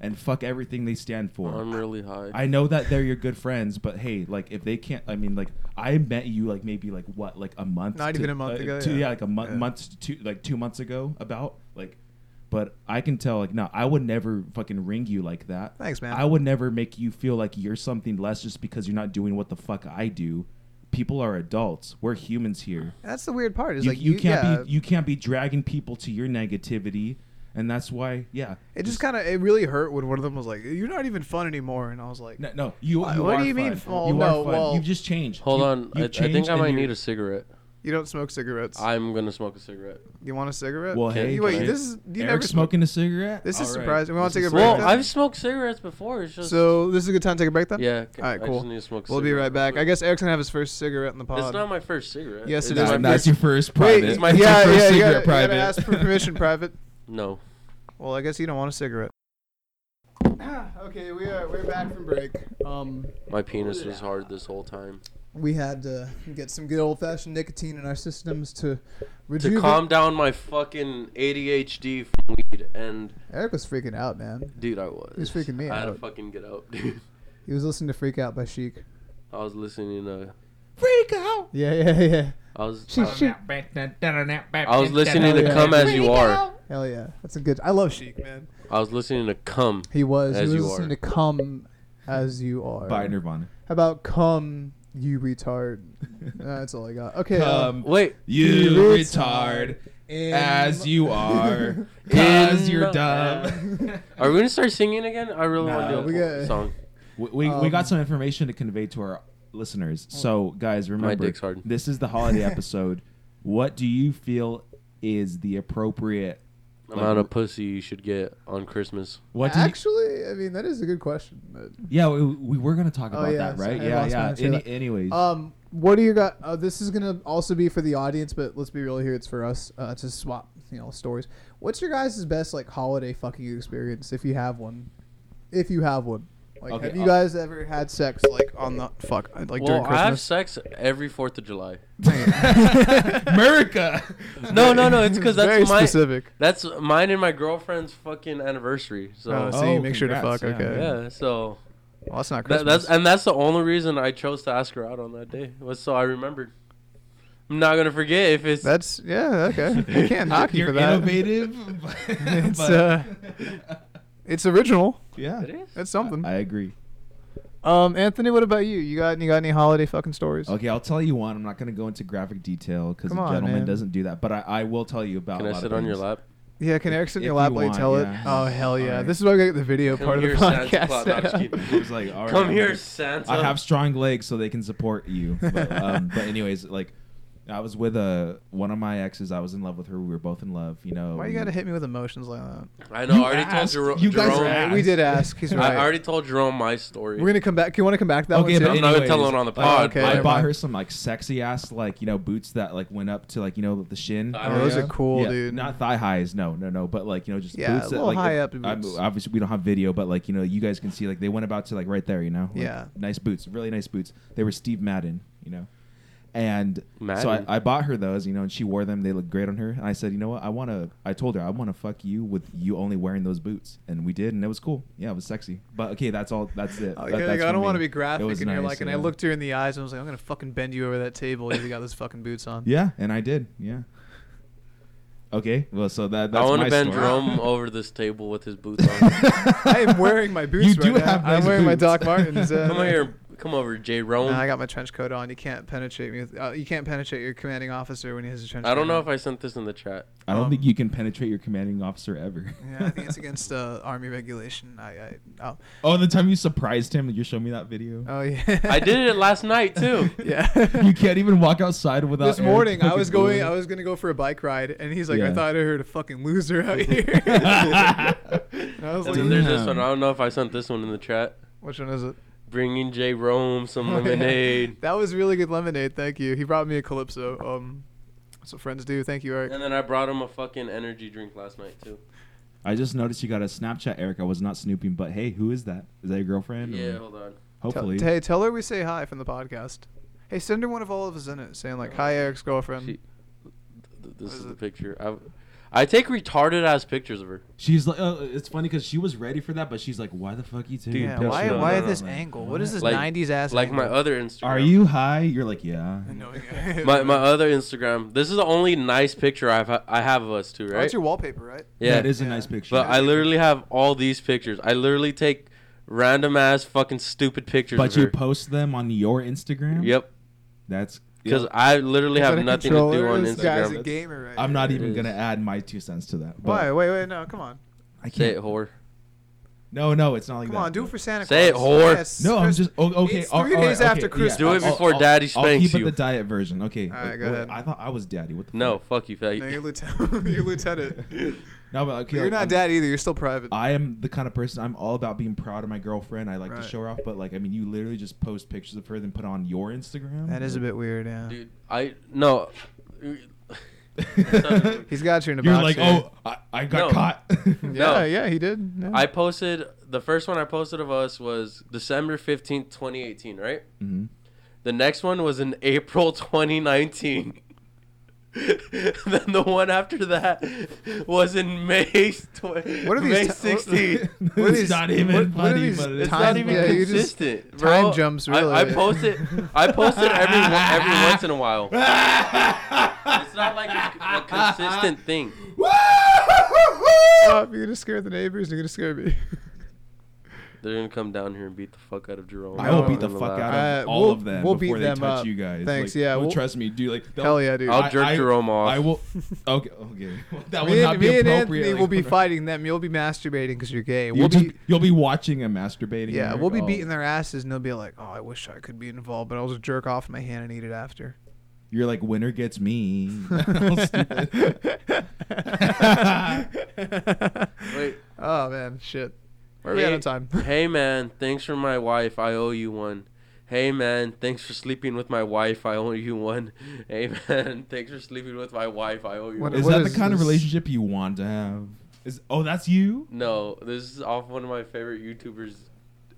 Speaker 2: And fuck everything they stand for.
Speaker 3: I'm really high.
Speaker 2: I know that they're your good friends, but hey, like if they can't, I mean, like I met you like maybe like what, like a month,
Speaker 1: Not even a month
Speaker 2: uh,
Speaker 1: ago,
Speaker 2: two-
Speaker 1: yeah.
Speaker 2: yeah. like a month,
Speaker 1: Yeah.
Speaker 2: months, two, like two months ago, about like. But I can tell, like, no, I would never fucking ring you like that.
Speaker 1: Thanks, man.
Speaker 2: I would never make you feel like you're something less just because you're not doing what the fuck I do. People are adults. We're humans here.
Speaker 1: That's the weird part. Is
Speaker 2: You,
Speaker 1: like
Speaker 2: you can't
Speaker 1: yeah,
Speaker 2: be you can't be dragging people to your negativity, and that's why, yeah.
Speaker 1: It just kind of it really hurt when one of them was like, "You're not even fun anymore," and I was like,
Speaker 2: No, no, you.
Speaker 1: Why-
Speaker 2: you
Speaker 1: what
Speaker 2: are
Speaker 1: do you mean,
Speaker 2: fun.
Speaker 1: well,
Speaker 2: you
Speaker 1: no,
Speaker 2: are fun.
Speaker 1: well-
Speaker 2: You've just changed.
Speaker 3: Hold
Speaker 2: You-
Speaker 3: on.
Speaker 2: you've
Speaker 3: I, I think
Speaker 2: changed
Speaker 3: I
Speaker 2: and
Speaker 3: might
Speaker 2: you're-
Speaker 3: need a cigarette.
Speaker 1: "You don't smoke cigarettes.
Speaker 3: I'm gonna smoke a cigarette.
Speaker 1: you want a cigarette?
Speaker 2: Well,
Speaker 1: You-
Speaker 2: hey,
Speaker 1: wait,
Speaker 2: Eric-
Speaker 1: this is you
Speaker 2: Eric
Speaker 1: never smoked.
Speaker 2: smoking a cigarette.
Speaker 1: This is
Speaker 2: All right.
Speaker 1: surprising. We want to take a break.
Speaker 3: Well,
Speaker 1: then?
Speaker 3: I've smoked cigarettes before. It's just
Speaker 1: so this is a good time to take a break then.
Speaker 3: yeah.
Speaker 1: All right,
Speaker 3: I
Speaker 1: cool.
Speaker 3: just need to smoke a
Speaker 1: We'll be
Speaker 3: cigarette
Speaker 1: right
Speaker 3: real
Speaker 1: back.
Speaker 3: quick.
Speaker 1: I guess Eric's gonna have his first cigarette in the pod.
Speaker 3: It's not my first cigarette.
Speaker 1: Yes, it
Speaker 3: It's
Speaker 1: is
Speaker 2: Nah,
Speaker 3: my
Speaker 1: my first-
Speaker 2: that's your first
Speaker 1: Wait,
Speaker 2: private.
Speaker 3: it's my
Speaker 1: yeah,
Speaker 2: first
Speaker 1: yeah, you
Speaker 2: cigarette
Speaker 1: gotta, You
Speaker 2: private.
Speaker 1: gotta ask for permission, private.
Speaker 3: No.
Speaker 1: Well, I guess you don't want a cigarette. okay, we are we're back from break. Um,
Speaker 3: My penis was hard this whole time.
Speaker 1: we had to get some good old fashioned nicotine in our systems to
Speaker 3: To
Speaker 1: rejuvenate.
Speaker 3: calm down my fucking ADHD from weed and
Speaker 1: Eric was freaking out, man.
Speaker 3: dude, I was.
Speaker 1: was freaking me
Speaker 3: I had to
Speaker 1: out.
Speaker 3: fucking get out, dude.
Speaker 1: He was listening to Freak Out by Chic.
Speaker 3: I was listening to.
Speaker 2: Freak out.
Speaker 1: Yeah, yeah, yeah.
Speaker 3: I was.
Speaker 2: Oh,
Speaker 1: She- she-
Speaker 3: I was listening to
Speaker 1: Yeah.
Speaker 3: "Come as You Are."
Speaker 1: Hell yeah, that's a good. I love Chic, man.
Speaker 3: I was listening to "Come."
Speaker 1: He was.
Speaker 3: As
Speaker 1: he
Speaker 3: you
Speaker 1: was listening to
Speaker 3: are.
Speaker 1: "Come as You Are."
Speaker 2: By Nirvana.
Speaker 1: How about "Come You Retard"? Uh, that's all I got. Okay. uh,
Speaker 2: Come,
Speaker 3: Wait,
Speaker 2: Um, you
Speaker 1: you
Speaker 2: retard,
Speaker 1: in-
Speaker 2: as you are, cause
Speaker 3: In
Speaker 2: you're
Speaker 3: the-
Speaker 2: dumb.
Speaker 3: are we gonna start singing again? I really want
Speaker 2: Nah,
Speaker 3: to do a
Speaker 1: we
Speaker 3: cool
Speaker 1: got-
Speaker 3: song.
Speaker 2: we we, we
Speaker 1: Um, Oh.
Speaker 2: got some information to convey to our listeners. So guys, remember,
Speaker 3: dick's hard.
Speaker 2: this is the holiday episode. What do you feel is the appropriate?
Speaker 3: Amount of pussy you should get on Christmas.
Speaker 2: What do you,
Speaker 1: Actually, I mean that is a good question. but-
Speaker 2: Yeah, we, we were gonna talk
Speaker 1: Oh,
Speaker 2: about
Speaker 1: yeah,
Speaker 2: that,
Speaker 1: sorry,
Speaker 2: right?
Speaker 1: I
Speaker 2: yeah,
Speaker 1: lost my
Speaker 2: yeah.
Speaker 1: train of
Speaker 2: Any, anyways,
Speaker 1: Um, what do you got? Uh, this is gonna also be for the audience, but let's be real here. It's for us uh, to swap, you know, stories. What's your guys' best like holiday fucking experience if you have one? If you have one, like,
Speaker 2: Okay,
Speaker 1: have you
Speaker 2: I'll-
Speaker 1: guys ever had sex like on the fuck like during
Speaker 3: Well, I have
Speaker 1: Christmas?
Speaker 3: sex every Fourth of July.
Speaker 2: America.
Speaker 3: No, no, no. It's because that's
Speaker 1: Very
Speaker 3: my
Speaker 1: specific.
Speaker 3: that's mine and my girlfriend's fucking anniversary. So
Speaker 1: Oh,
Speaker 2: Oh,
Speaker 1: see, make sure to
Speaker 2: congrats,
Speaker 1: fuck.
Speaker 2: yeah.
Speaker 1: Okay.
Speaker 3: yeah, so
Speaker 1: Well, that's not
Speaker 3: that,
Speaker 1: Christmas.
Speaker 3: that's and that's the only reason I chose to ask her out on that day was so I remembered. I'm not gonna forget if it's
Speaker 1: That's yeah okay. I can't knock you
Speaker 2: You're
Speaker 1: for that.
Speaker 2: innovative. but-
Speaker 1: It's, uh, It's original.
Speaker 2: yeah,
Speaker 3: It is.
Speaker 1: That's something.
Speaker 2: I agree.
Speaker 1: um, Anthony, what about you? You got you got any holiday fucking stories?
Speaker 2: Okay, I'll tell you one. I'm not gonna go into graphic detail because the
Speaker 1: Come on,
Speaker 2: gentleman
Speaker 1: man.
Speaker 2: doesn't do that. But I, I will tell you about.
Speaker 3: Can
Speaker 2: a
Speaker 3: I
Speaker 2: lot
Speaker 3: sit
Speaker 2: of
Speaker 3: on your
Speaker 2: things.
Speaker 3: lap?
Speaker 1: Yeah, can Eric sit in
Speaker 2: if
Speaker 1: your
Speaker 2: you
Speaker 1: lap while you
Speaker 2: want,
Speaker 1: tell
Speaker 2: yeah.
Speaker 1: it? Oh hell yeah!
Speaker 2: Alright.
Speaker 1: This is why we gotta get the video
Speaker 3: Come
Speaker 1: part of the
Speaker 3: here, Santa Claus. No, I'm just
Speaker 1: podcast.
Speaker 2: It was like, all right,
Speaker 3: Come
Speaker 2: I'm
Speaker 3: here,
Speaker 2: good.
Speaker 3: Santa.
Speaker 2: I have strong legs, so they can support you. But, um, but anyways, like. I was with a one of my exes. I was in love with her. We were both in love. You know.
Speaker 1: why
Speaker 2: we,
Speaker 1: you gotta hit me with emotions like that?
Speaker 3: I know.
Speaker 2: You
Speaker 3: I already
Speaker 2: asked.
Speaker 3: told Jero-
Speaker 2: You guys
Speaker 3: Jerome.
Speaker 2: asked.
Speaker 1: We did ask. He's right.
Speaker 3: I already told Jerome my story.
Speaker 1: We're gonna come back. You want to come back to that
Speaker 2: okay,
Speaker 1: one too? Oh,
Speaker 2: but
Speaker 3: I'm not gonna tell
Speaker 2: anyways,
Speaker 3: it on the
Speaker 2: like,
Speaker 3: pod,
Speaker 1: Okay,
Speaker 2: I
Speaker 1: never
Speaker 2: bought
Speaker 1: mind.
Speaker 2: her some like sexy ass like you know boots that like went up to like you know the shin.
Speaker 3: Oh,
Speaker 1: Oh, those
Speaker 3: yeah.
Speaker 1: are cool,
Speaker 2: Yeah,
Speaker 1: dude.
Speaker 2: Not thigh highs, no, no, no. But like you know, just
Speaker 1: Yeah,
Speaker 2: boots
Speaker 1: a
Speaker 2: that,
Speaker 1: little
Speaker 2: like,
Speaker 1: high
Speaker 2: if-
Speaker 1: up
Speaker 2: I'm-
Speaker 1: boots.
Speaker 2: obviously, we don't have video, but like you know, you guys can see like they went about to like right there, you know. Like,
Speaker 1: Yeah.
Speaker 2: nice boots, really nice boots. They were Steve Madden, you know. And so I,
Speaker 3: Madden?
Speaker 2: I bought her those, you know, and she wore them. They looked great on her. And I said, you know what? I want to. I told her I want to fuck you with you only wearing those boots, and we did, and it was cool. Yeah, it was sexy. But okay, that's all. That's
Speaker 1: Okay,
Speaker 2: it. That-
Speaker 1: Oh, like,
Speaker 2: that's
Speaker 1: I
Speaker 2: for
Speaker 1: don't want to
Speaker 2: me.
Speaker 1: be
Speaker 2: It
Speaker 1: graphic, and
Speaker 2: was
Speaker 1: you're
Speaker 2: nice,
Speaker 1: like, and I
Speaker 2: yeah.
Speaker 1: looked her in the eyes, and I was like, I'm gonna fucking bend you over that table if you got those fucking boots on.
Speaker 2: Yeah, and I did. Yeah. Okay. Well, so that that's
Speaker 3: I want
Speaker 2: my
Speaker 3: to bend
Speaker 2: story.
Speaker 3: Jerome over this table with his boots on.
Speaker 1: I am wearing my boots.
Speaker 2: You
Speaker 1: right
Speaker 2: do
Speaker 1: now.
Speaker 2: have
Speaker 1: I'm
Speaker 2: nice
Speaker 1: wearing my
Speaker 2: boots.
Speaker 1: Doc Martens. Uh,
Speaker 3: come here, come over, Jerome.
Speaker 1: Nah, I got my trench coat on. You can't penetrate me. With, uh, you can't penetrate your commanding officer when he has a trench.
Speaker 3: I don't
Speaker 1: coat
Speaker 3: know
Speaker 1: on.
Speaker 3: if I sent this in the chat.
Speaker 2: I don't
Speaker 1: Um,
Speaker 2: think you can penetrate your commanding officer ever.
Speaker 1: Yeah, I think it's against uh, army regulation. I, I oh,
Speaker 2: oh, the time you surprised him, you showed me that video.
Speaker 1: oh yeah.
Speaker 3: I did it last night too.
Speaker 1: Yeah.
Speaker 2: you can't even walk outside without.
Speaker 1: this
Speaker 2: Eric
Speaker 1: morning I
Speaker 2: fucking
Speaker 1: was going.
Speaker 2: Googling.
Speaker 1: I was gonna go for a bike ride, and he's like, "I
Speaker 2: Yeah.
Speaker 1: thought I heard a fucking loser out here." And I was
Speaker 3: And
Speaker 1: like,
Speaker 3: then there's this
Speaker 2: Damn.
Speaker 3: one. I don't know if I sent this one in the chat.
Speaker 1: "Which one is it?"
Speaker 3: Bringing Jerome
Speaker 1: Oh,
Speaker 3: some lemonade.
Speaker 1: that was really good lemonade. Thank you. He brought me a calypso. Um, that's what friends do. Thank you, Eric.
Speaker 3: And then I brought him a fucking energy drink last night too.
Speaker 2: I just noticed you got a Snapchat, Eric. I was not snooping, but hey, who is that? Is that your girlfriend? Or-
Speaker 3: Yeah, hold on.
Speaker 1: Tell,
Speaker 2: Hopefully.
Speaker 1: hey, tell her we say hi from the podcast. Hey, send her one of all of us in it, saying like, "Hi, Eric's girlfriend."
Speaker 3: She- Th- This
Speaker 1: What
Speaker 3: is,
Speaker 1: is
Speaker 3: the
Speaker 1: it?
Speaker 3: picture. I, I take retarded ass pictures of her.
Speaker 2: She's like, uh, it's funny because she was ready for that, but she's like, why the fuck you taking?
Speaker 3: Dude,
Speaker 1: yeah,
Speaker 2: pictures
Speaker 1: why?
Speaker 2: of
Speaker 3: no,
Speaker 2: me?"
Speaker 1: why
Speaker 3: no,
Speaker 1: this
Speaker 2: I'm like,
Speaker 1: angle? What is this
Speaker 3: Like-
Speaker 1: '90s ass?
Speaker 3: Like my
Speaker 1: angle?
Speaker 3: other Instagram.
Speaker 2: Are you high? You're like, yeah.
Speaker 3: My my other Instagram. This is the only nice picture I've ha- I have of us two,
Speaker 1: That's
Speaker 3: right?
Speaker 1: your wallpaper, right?
Speaker 2: Yeah,
Speaker 3: yeah.
Speaker 2: it is a
Speaker 1: Yeah.
Speaker 2: nice picture.
Speaker 3: But I literally have all these pictures. I literally take random ass fucking stupid pictures.
Speaker 2: But
Speaker 3: of
Speaker 2: you
Speaker 3: her.
Speaker 2: post them on your Instagram.
Speaker 3: Yep.
Speaker 2: That's
Speaker 3: Because I literally
Speaker 1: Is that
Speaker 3: have
Speaker 1: a
Speaker 3: nothing to do
Speaker 1: controller?
Speaker 3: on
Speaker 1: This guy's a
Speaker 3: Instagram.
Speaker 1: gamer, right?
Speaker 2: I'm not
Speaker 3: It
Speaker 2: even
Speaker 3: is.
Speaker 2: gonna add my two cents to that. But
Speaker 1: Why? Wait, wait, no, come on,
Speaker 2: I
Speaker 3: Say it,
Speaker 2: can't.
Speaker 3: whore.
Speaker 2: No, no, it's not like
Speaker 1: come
Speaker 2: that.
Speaker 1: on, do it for Santa
Speaker 3: Say it,
Speaker 1: Claus.
Speaker 3: whore.
Speaker 1: Yes,
Speaker 2: No, I'm
Speaker 1: Chris-
Speaker 2: just o- okay.
Speaker 1: It's
Speaker 2: all-
Speaker 1: three
Speaker 2: all
Speaker 1: days
Speaker 2: right,
Speaker 1: after
Speaker 2: okay,
Speaker 1: Christmas.
Speaker 3: Do it
Speaker 2: I'll-
Speaker 3: before
Speaker 2: I'll-
Speaker 3: Daddy
Speaker 2: I'll
Speaker 3: spanks
Speaker 2: keep
Speaker 3: you.
Speaker 2: it the diet version. Okay.
Speaker 1: All right, go
Speaker 2: Wait,
Speaker 1: ahead.
Speaker 2: I thought I was daddy. What the
Speaker 3: No,
Speaker 2: fuck?
Speaker 3: fuck you, fat.
Speaker 1: No, you're lieutenant. you're lieutenant.
Speaker 2: No, but okay.
Speaker 1: You're
Speaker 2: like,
Speaker 1: not
Speaker 2: I'm-
Speaker 1: dad either. You're still private.
Speaker 2: I am the kind of person I'm all about being proud of my girlfriend. I like to
Speaker 1: Right.
Speaker 2: show her off, but like I mean, you literally just post pictures of her, then put on your Instagram.
Speaker 1: That is a bit weird, yeah.
Speaker 3: Dude, I no.
Speaker 2: bit.
Speaker 1: He's got you in a
Speaker 2: You're
Speaker 1: box.
Speaker 2: like,
Speaker 1: here.
Speaker 2: oh, I, I got
Speaker 3: No.
Speaker 2: caught.
Speaker 1: yeah,
Speaker 3: no.
Speaker 1: yeah, he did. yeah.
Speaker 3: I posted the first one I posted of us was December fifteenth, twenty eighteen, right?
Speaker 2: Mhm.
Speaker 3: The next one was in April 2019. then the one after that was in May. Tw-
Speaker 1: What are these
Speaker 3: May
Speaker 1: ti-
Speaker 3: 16th.
Speaker 1: What
Speaker 2: it's
Speaker 1: is-
Speaker 2: not even
Speaker 1: what- what are
Speaker 2: funny,
Speaker 1: these
Speaker 2: but
Speaker 3: It's
Speaker 2: it's
Speaker 1: Time-
Speaker 3: not even
Speaker 1: yeah, you just-
Speaker 3: consistent. bro.
Speaker 1: time jumps, really.
Speaker 3: I, I post it. I post it every every once in a while. It's not like a, a consistent thing.
Speaker 1: Stop, you're gonna scare the neighbors. You're gonna scare me.
Speaker 3: They're gonna come down here and beat the fuck out of Jerome.
Speaker 2: I will beat the
Speaker 3: I'm
Speaker 2: fuck
Speaker 3: allowed.
Speaker 2: out
Speaker 1: Uh,
Speaker 2: of all
Speaker 1: we'll-
Speaker 2: of them
Speaker 1: we'll beat
Speaker 2: before
Speaker 1: them
Speaker 2: they touch
Speaker 1: up.
Speaker 2: you guys.
Speaker 1: Thanks,
Speaker 2: Like,
Speaker 1: yeah,
Speaker 2: well,
Speaker 1: we'll-
Speaker 2: trust me, dude. Like, they'll-
Speaker 1: Hell yeah, dude.
Speaker 3: I'll
Speaker 2: I-
Speaker 3: jerk
Speaker 2: I-
Speaker 3: Jerome off.
Speaker 2: I will. Okay, okay. That would
Speaker 1: me
Speaker 2: not
Speaker 1: and,
Speaker 2: be
Speaker 1: me and
Speaker 2: appropriate.
Speaker 1: Anthony
Speaker 2: like,
Speaker 1: will be
Speaker 2: for-
Speaker 1: fighting them. You'll be masturbating because you're gay.
Speaker 2: You'll
Speaker 1: We'll
Speaker 2: just-
Speaker 1: be
Speaker 2: you'll be watching and masturbating.
Speaker 1: yeah,
Speaker 2: and
Speaker 1: we'll be
Speaker 2: you're- oh,
Speaker 1: beating their asses, and they'll be like, "Oh, I wish I could be involved, but I'll just jerk off my hand and eat it after."
Speaker 2: You're like winner gets me. How stupid.
Speaker 3: Wait.
Speaker 1: Oh man, shit. Where are we at on time?
Speaker 3: hey man, thanks for my wife. I owe you one. Hey man, thanks for sleeping with my wife. I owe you one. Hey man, thanks for sleeping with my wife. I owe you
Speaker 1: What-
Speaker 3: one.
Speaker 2: Is
Speaker 1: what
Speaker 2: that the
Speaker 1: is
Speaker 2: kind of
Speaker 1: this?
Speaker 2: relationship you want to have? Is oh, that's you.
Speaker 3: No, this is off one of my favorite YouTubers'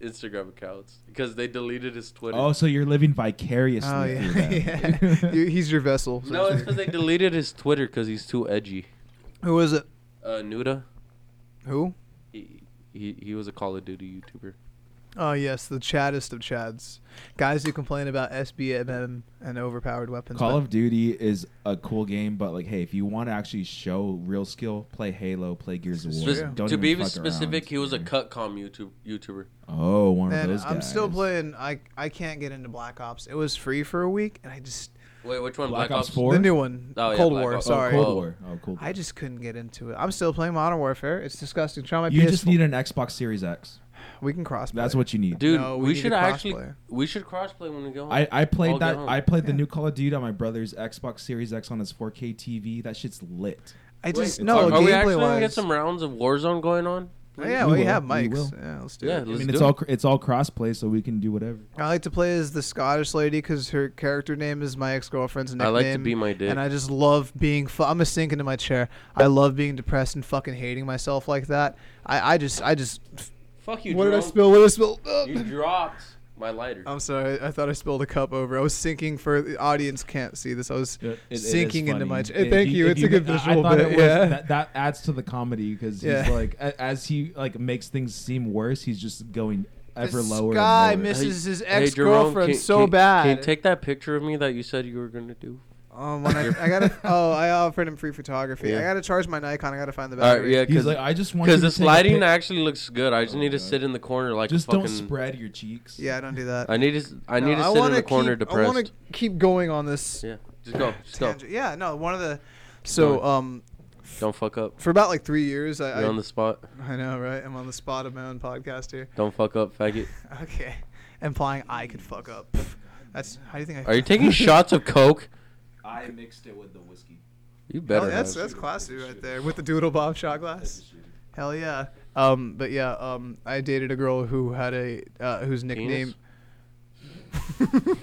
Speaker 3: Instagram accounts because they deleted his Twitter.
Speaker 2: Oh, so you're living vicariously.
Speaker 1: Oh
Speaker 2: through
Speaker 1: yeah,
Speaker 2: them.
Speaker 1: yeah. You- He's your vessel. so to
Speaker 3: no, it's
Speaker 1: speak.
Speaker 3: because they deleted his Twitter because he's too edgy.
Speaker 1: Who was it?
Speaker 3: Uh, Nuda,
Speaker 1: Who?
Speaker 3: he, he he was a Call of Duty YouTuber.
Speaker 1: Oh yes, the chaddest of chads, guys who complain about SBMM and overpowered weapons.
Speaker 2: Call
Speaker 1: but-
Speaker 2: of Duty is a cool game, but like, hey, if you want to actually show real skill, play Halo, play Gears of
Speaker 1: This is
Speaker 2: War.
Speaker 1: true.
Speaker 2: Don't
Speaker 3: to
Speaker 2: even
Speaker 3: be
Speaker 2: fuck
Speaker 3: specific,
Speaker 2: around.
Speaker 3: he was a cutcom YouTube YouTuber.
Speaker 2: Oh, one
Speaker 1: Man,
Speaker 2: of those guys.
Speaker 1: I'm still playing. I I can't get into Black Ops. It was free for a week, and I just
Speaker 3: Wait, which one?
Speaker 2: Black Ops Four.
Speaker 1: the new one,
Speaker 3: Oh, yeah,
Speaker 1: Cold
Speaker 3: Black
Speaker 1: War.
Speaker 3: Ops.
Speaker 2: Oh,
Speaker 1: Sorry,
Speaker 2: Cold War. Oh, Cold War.
Speaker 1: I just couldn't get into it. I'm still playing Modern Warfare. It's disgusting. Try my
Speaker 2: You
Speaker 1: PS4.
Speaker 2: just need an Xbox Series X.
Speaker 1: we can cross.
Speaker 2: That's what you need.
Speaker 3: Dude,
Speaker 1: No, we
Speaker 3: we,
Speaker 1: need to
Speaker 3: should actually
Speaker 1: crossplay.
Speaker 3: we should crossplay when we go. Home.
Speaker 2: I, I
Speaker 3: I'll
Speaker 2: played
Speaker 3: get
Speaker 2: that.
Speaker 3: home.
Speaker 2: I played the
Speaker 1: Yeah.
Speaker 2: new Call of Duty on my brother's Xbox Series X on his 4K TV. That shit's lit.
Speaker 1: I just
Speaker 2: Wait,
Speaker 1: no.
Speaker 2: are-
Speaker 3: Are,
Speaker 2: are
Speaker 3: we
Speaker 1: gameplay
Speaker 3: actually gonna
Speaker 1: wise,
Speaker 3: get some rounds of Warzone going on?
Speaker 1: Oh, yeah,
Speaker 2: We
Speaker 1: we,
Speaker 2: will.
Speaker 1: have
Speaker 2: We
Speaker 1: mics.
Speaker 2: will.
Speaker 1: Yeah, let's do
Speaker 3: Yeah,
Speaker 1: it.
Speaker 2: I
Speaker 3: Let's
Speaker 2: mean,
Speaker 3: do
Speaker 2: it's
Speaker 3: it.
Speaker 2: all cr- it's all crossplay, so we can do whatever.
Speaker 1: I like to play as the Scottish lady because her character name is my ex girlfriend's nickname.
Speaker 3: I like to be my dick.
Speaker 1: And I just love being. Fu- I'm a sink into my chair. I love being depressed and fucking hating myself like that. I, I just I just.
Speaker 3: Fuck you.
Speaker 1: what did I
Speaker 3: Jerome.
Speaker 1: spill? What did I spill? Ugh.
Speaker 3: You dropped my lighter.
Speaker 1: I'm sorry. I thought I spilled a cup over. I was sinking for the audience can't see this. I was
Speaker 2: It- it- it is
Speaker 1: sinking into
Speaker 2: funny.
Speaker 1: my.
Speaker 2: If
Speaker 1: Ch- thank you.
Speaker 2: if
Speaker 1: It's a good
Speaker 2: I- I
Speaker 1: visual
Speaker 2: thought
Speaker 1: bit.
Speaker 2: it was-
Speaker 1: yeah.
Speaker 2: that, that adds to the comedy because
Speaker 1: Yeah.
Speaker 2: he's like, a- as he like makes things seem worse, he's just going ever
Speaker 1: this
Speaker 2: lower.
Speaker 1: guy
Speaker 2: and lower.
Speaker 3: Hey-
Speaker 1: misses his
Speaker 3: hey,
Speaker 1: ex
Speaker 3: Jerome,
Speaker 1: girlfriend
Speaker 3: can-
Speaker 1: so
Speaker 3: can-
Speaker 1: bad.
Speaker 3: Can you take that picture of me that you said you were gonna do?
Speaker 1: um, when I, I gotta. Oh, I offered him free photography. I
Speaker 3: Yeah.
Speaker 1: gotta charge my Nikon. I gotta find the
Speaker 3: All right,
Speaker 1: battery.
Speaker 3: yeah,
Speaker 2: he's
Speaker 3: because
Speaker 2: like, I just want you
Speaker 3: because
Speaker 2: to
Speaker 3: this
Speaker 2: take a
Speaker 3: lighting
Speaker 2: pic- Oh
Speaker 3: actually looks good. I just need to sit in the corner like
Speaker 2: Just
Speaker 3: a fucking.
Speaker 2: don't spread your cheeks.
Speaker 1: Yeah, don't do that.
Speaker 3: I need to. s- I
Speaker 1: No,
Speaker 3: need to sit in
Speaker 1: wanna
Speaker 3: the corner
Speaker 1: keep, I
Speaker 3: depressed.
Speaker 1: want to keep going on this.
Speaker 3: Yeah, just go, just go.
Speaker 1: tangent. Yeah, no, one of the. So,
Speaker 3: going.
Speaker 1: um,
Speaker 3: Don't fuck up.
Speaker 1: for about like three years, I,
Speaker 3: You're on
Speaker 1: I,
Speaker 3: the spot.
Speaker 1: I know, right? I'm on the spot of my own podcast here.
Speaker 3: Don't fuck up, faggot.
Speaker 1: Okay, implying I could fuck up. That's how do you think I?
Speaker 3: Are you taking shots of coke?
Speaker 2: I mixed it with the whiskey.
Speaker 3: You
Speaker 1: Hell,
Speaker 3: better.
Speaker 1: Oh, that's that's classy right there with the doodle bob shot glass. Hell yeah. Um, but yeah, um, I dated a girl who had a uh, whose nickname.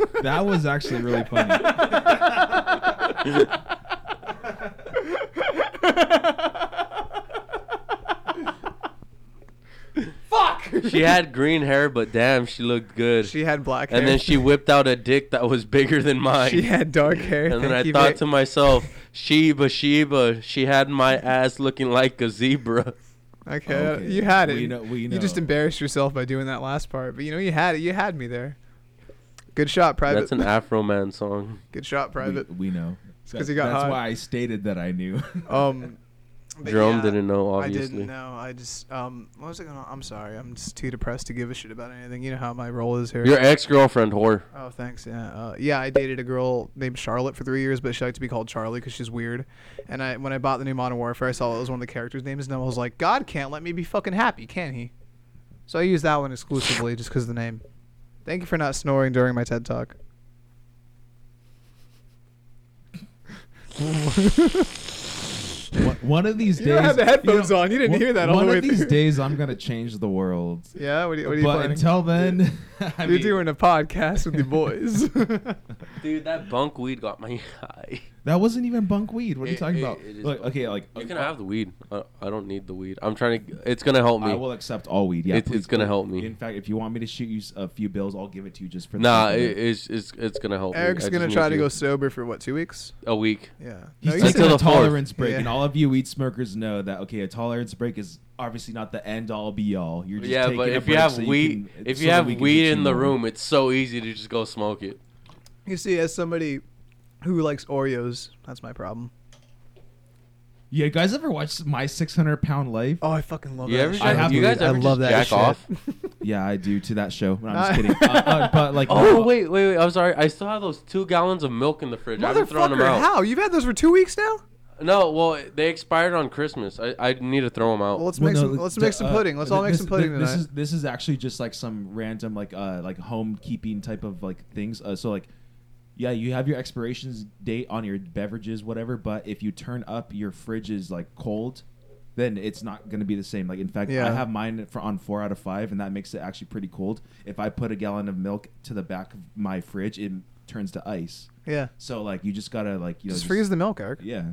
Speaker 2: That was actually really funny.
Speaker 1: uh, Fuck!
Speaker 3: she had green hair, but damn, she looked good.
Speaker 1: She had black hair.
Speaker 3: and then she whipped out a dick that was bigger than mine.
Speaker 1: She had dark hair.
Speaker 3: and then
Speaker 1: Thank
Speaker 3: I
Speaker 1: you
Speaker 3: thought
Speaker 1: very-
Speaker 3: to myself, Sheba, Sheba, she had my ass looking like a zebra.
Speaker 1: Okay, uh,
Speaker 2: Okay,
Speaker 1: you had it.
Speaker 2: we know- we
Speaker 1: You just
Speaker 2: know.
Speaker 1: embarrassed yourself by doing that last part, but you know you had it. You had me there. Good shot, private.
Speaker 3: That's an Afro Man song.
Speaker 1: Good shot, private.
Speaker 2: We, we know.
Speaker 1: 'cause he got
Speaker 2: That's
Speaker 1: hot.
Speaker 2: why I stated that I knew.
Speaker 1: um, but
Speaker 3: Jerome
Speaker 1: yeah,
Speaker 3: didn't know,
Speaker 1: I didn't
Speaker 3: obviously.
Speaker 1: know. I just um, what was I going? to I'm sorry. I'm just too depressed to give a shit about anything. You know how my role is here.
Speaker 3: Your ex girlfriend whore.
Speaker 1: Oh, thanks. Yeah, uh, yeah. I dated a girl named Charlotte for three years, but she liked to be called Charlie because she's weird. And I, when I bought the new Modern Warfare, I saw it was one of the characters' names, and I was like, God can't let me be fucking happy, can he? So I used that one exclusively just because of the name. Thank you for not snoring during my TED talk.
Speaker 2: one, one of these days.
Speaker 1: You don't have the headphones
Speaker 2: know,
Speaker 1: on. You didn't
Speaker 2: one-
Speaker 1: hear that all
Speaker 2: one
Speaker 1: the way
Speaker 2: of these
Speaker 1: through.
Speaker 2: days, I'm gonna change the world.
Speaker 1: Yeah. What are you, what are you
Speaker 2: but
Speaker 1: planning?
Speaker 2: until then, I
Speaker 1: You're
Speaker 2: mean,
Speaker 1: doing a podcast with the boys.
Speaker 3: Dude, that bunk weed got my high.
Speaker 2: That wasn't even bunk weed. What are you
Speaker 3: It-
Speaker 2: talking
Speaker 3: it-
Speaker 2: about?
Speaker 3: it is
Speaker 2: Look,
Speaker 3: bunk
Speaker 2: okay, like
Speaker 3: You
Speaker 2: uh,
Speaker 3: can
Speaker 2: uh,
Speaker 3: have the weed. I, I don't need the weed. I'm trying to. It's gonna help
Speaker 2: I
Speaker 3: me.
Speaker 2: will accept all weed. Yeah,
Speaker 3: It's-
Speaker 2: please,
Speaker 3: it's gonna
Speaker 2: please.
Speaker 3: help me.
Speaker 2: In fact, if you want me to shoot you s- a few bills, I'll give it to you just for. the
Speaker 3: Nah,
Speaker 2: fuck of it.
Speaker 3: it, it's it's it's gonna help. me. I
Speaker 1: Eric's
Speaker 3: just
Speaker 1: gonna
Speaker 3: need
Speaker 1: try to
Speaker 3: you.
Speaker 1: go sober for what two weeks?
Speaker 3: a week.
Speaker 1: Yeah.
Speaker 2: He's
Speaker 1: you
Speaker 3: Until
Speaker 2: taking
Speaker 1: said-
Speaker 2: a
Speaker 3: the fourth.
Speaker 2: tolerance break,
Speaker 1: Yeah.
Speaker 2: and all of you weed smokers know that. Okay, a tolerance break is obviously not the end all be all. You're just
Speaker 3: Yeah,
Speaker 2: taking
Speaker 3: but
Speaker 2: a
Speaker 3: if you
Speaker 2: break
Speaker 3: have
Speaker 2: so
Speaker 3: weed,
Speaker 2: can-
Speaker 3: if
Speaker 2: so
Speaker 3: you
Speaker 2: that
Speaker 3: have
Speaker 2: we can
Speaker 3: weed
Speaker 2: get
Speaker 3: in
Speaker 2: you
Speaker 3: the
Speaker 2: more.
Speaker 3: room, it's so easy to just go smoke it.
Speaker 1: you see, as somebody who likes Oreos, that's my problem.
Speaker 2: yeah, you guys ever watched My 600 Pound Life?
Speaker 1: Oh, I fucking love
Speaker 3: You
Speaker 1: that.
Speaker 3: ever?
Speaker 1: shit.
Speaker 2: I have
Speaker 3: you
Speaker 2: to-
Speaker 3: guys
Speaker 2: I
Speaker 3: ever
Speaker 2: love
Speaker 3: just
Speaker 2: that
Speaker 3: jack
Speaker 2: shit.
Speaker 3: off?
Speaker 2: Yeah, I do to that show. No, I'm
Speaker 1: Uh,
Speaker 2: just kidding. Uh, uh, but like,
Speaker 3: Oh
Speaker 2: no,
Speaker 3: wait, wait, wait! I'm sorry. I still have those two gallons of milk in the fridge. I haven't thrown them
Speaker 1: Motherfucker,
Speaker 3: out.
Speaker 1: how? You've had those for two weeks now?
Speaker 3: No, well, they expired on Christmas. I, I need to throw them out.
Speaker 1: Well, let's
Speaker 2: Well,
Speaker 1: make
Speaker 2: no,
Speaker 1: some. Let's
Speaker 2: the-
Speaker 1: make some
Speaker 2: uh,
Speaker 1: pudding. Let's all
Speaker 2: th-
Speaker 1: make
Speaker 2: this-
Speaker 1: some pudding
Speaker 2: th-
Speaker 1: tonight.
Speaker 2: This is this is actually just like some random like uh like homekeeping type of like things. Uh, so like, yeah, you have your expirations date on your beverages, whatever. But if you turn up your fridge is like cold, then it's not gonna be the same. Like in fact, I
Speaker 1: Yeah.
Speaker 2: have mine for on four out of five, and that makes it actually pretty cold. If I put a gallon of milk to the back of my fridge, it turns to ice.
Speaker 1: yeah,
Speaker 2: So like, you just gotta like you know
Speaker 1: just freeze the milk, Eric.
Speaker 2: Yeah.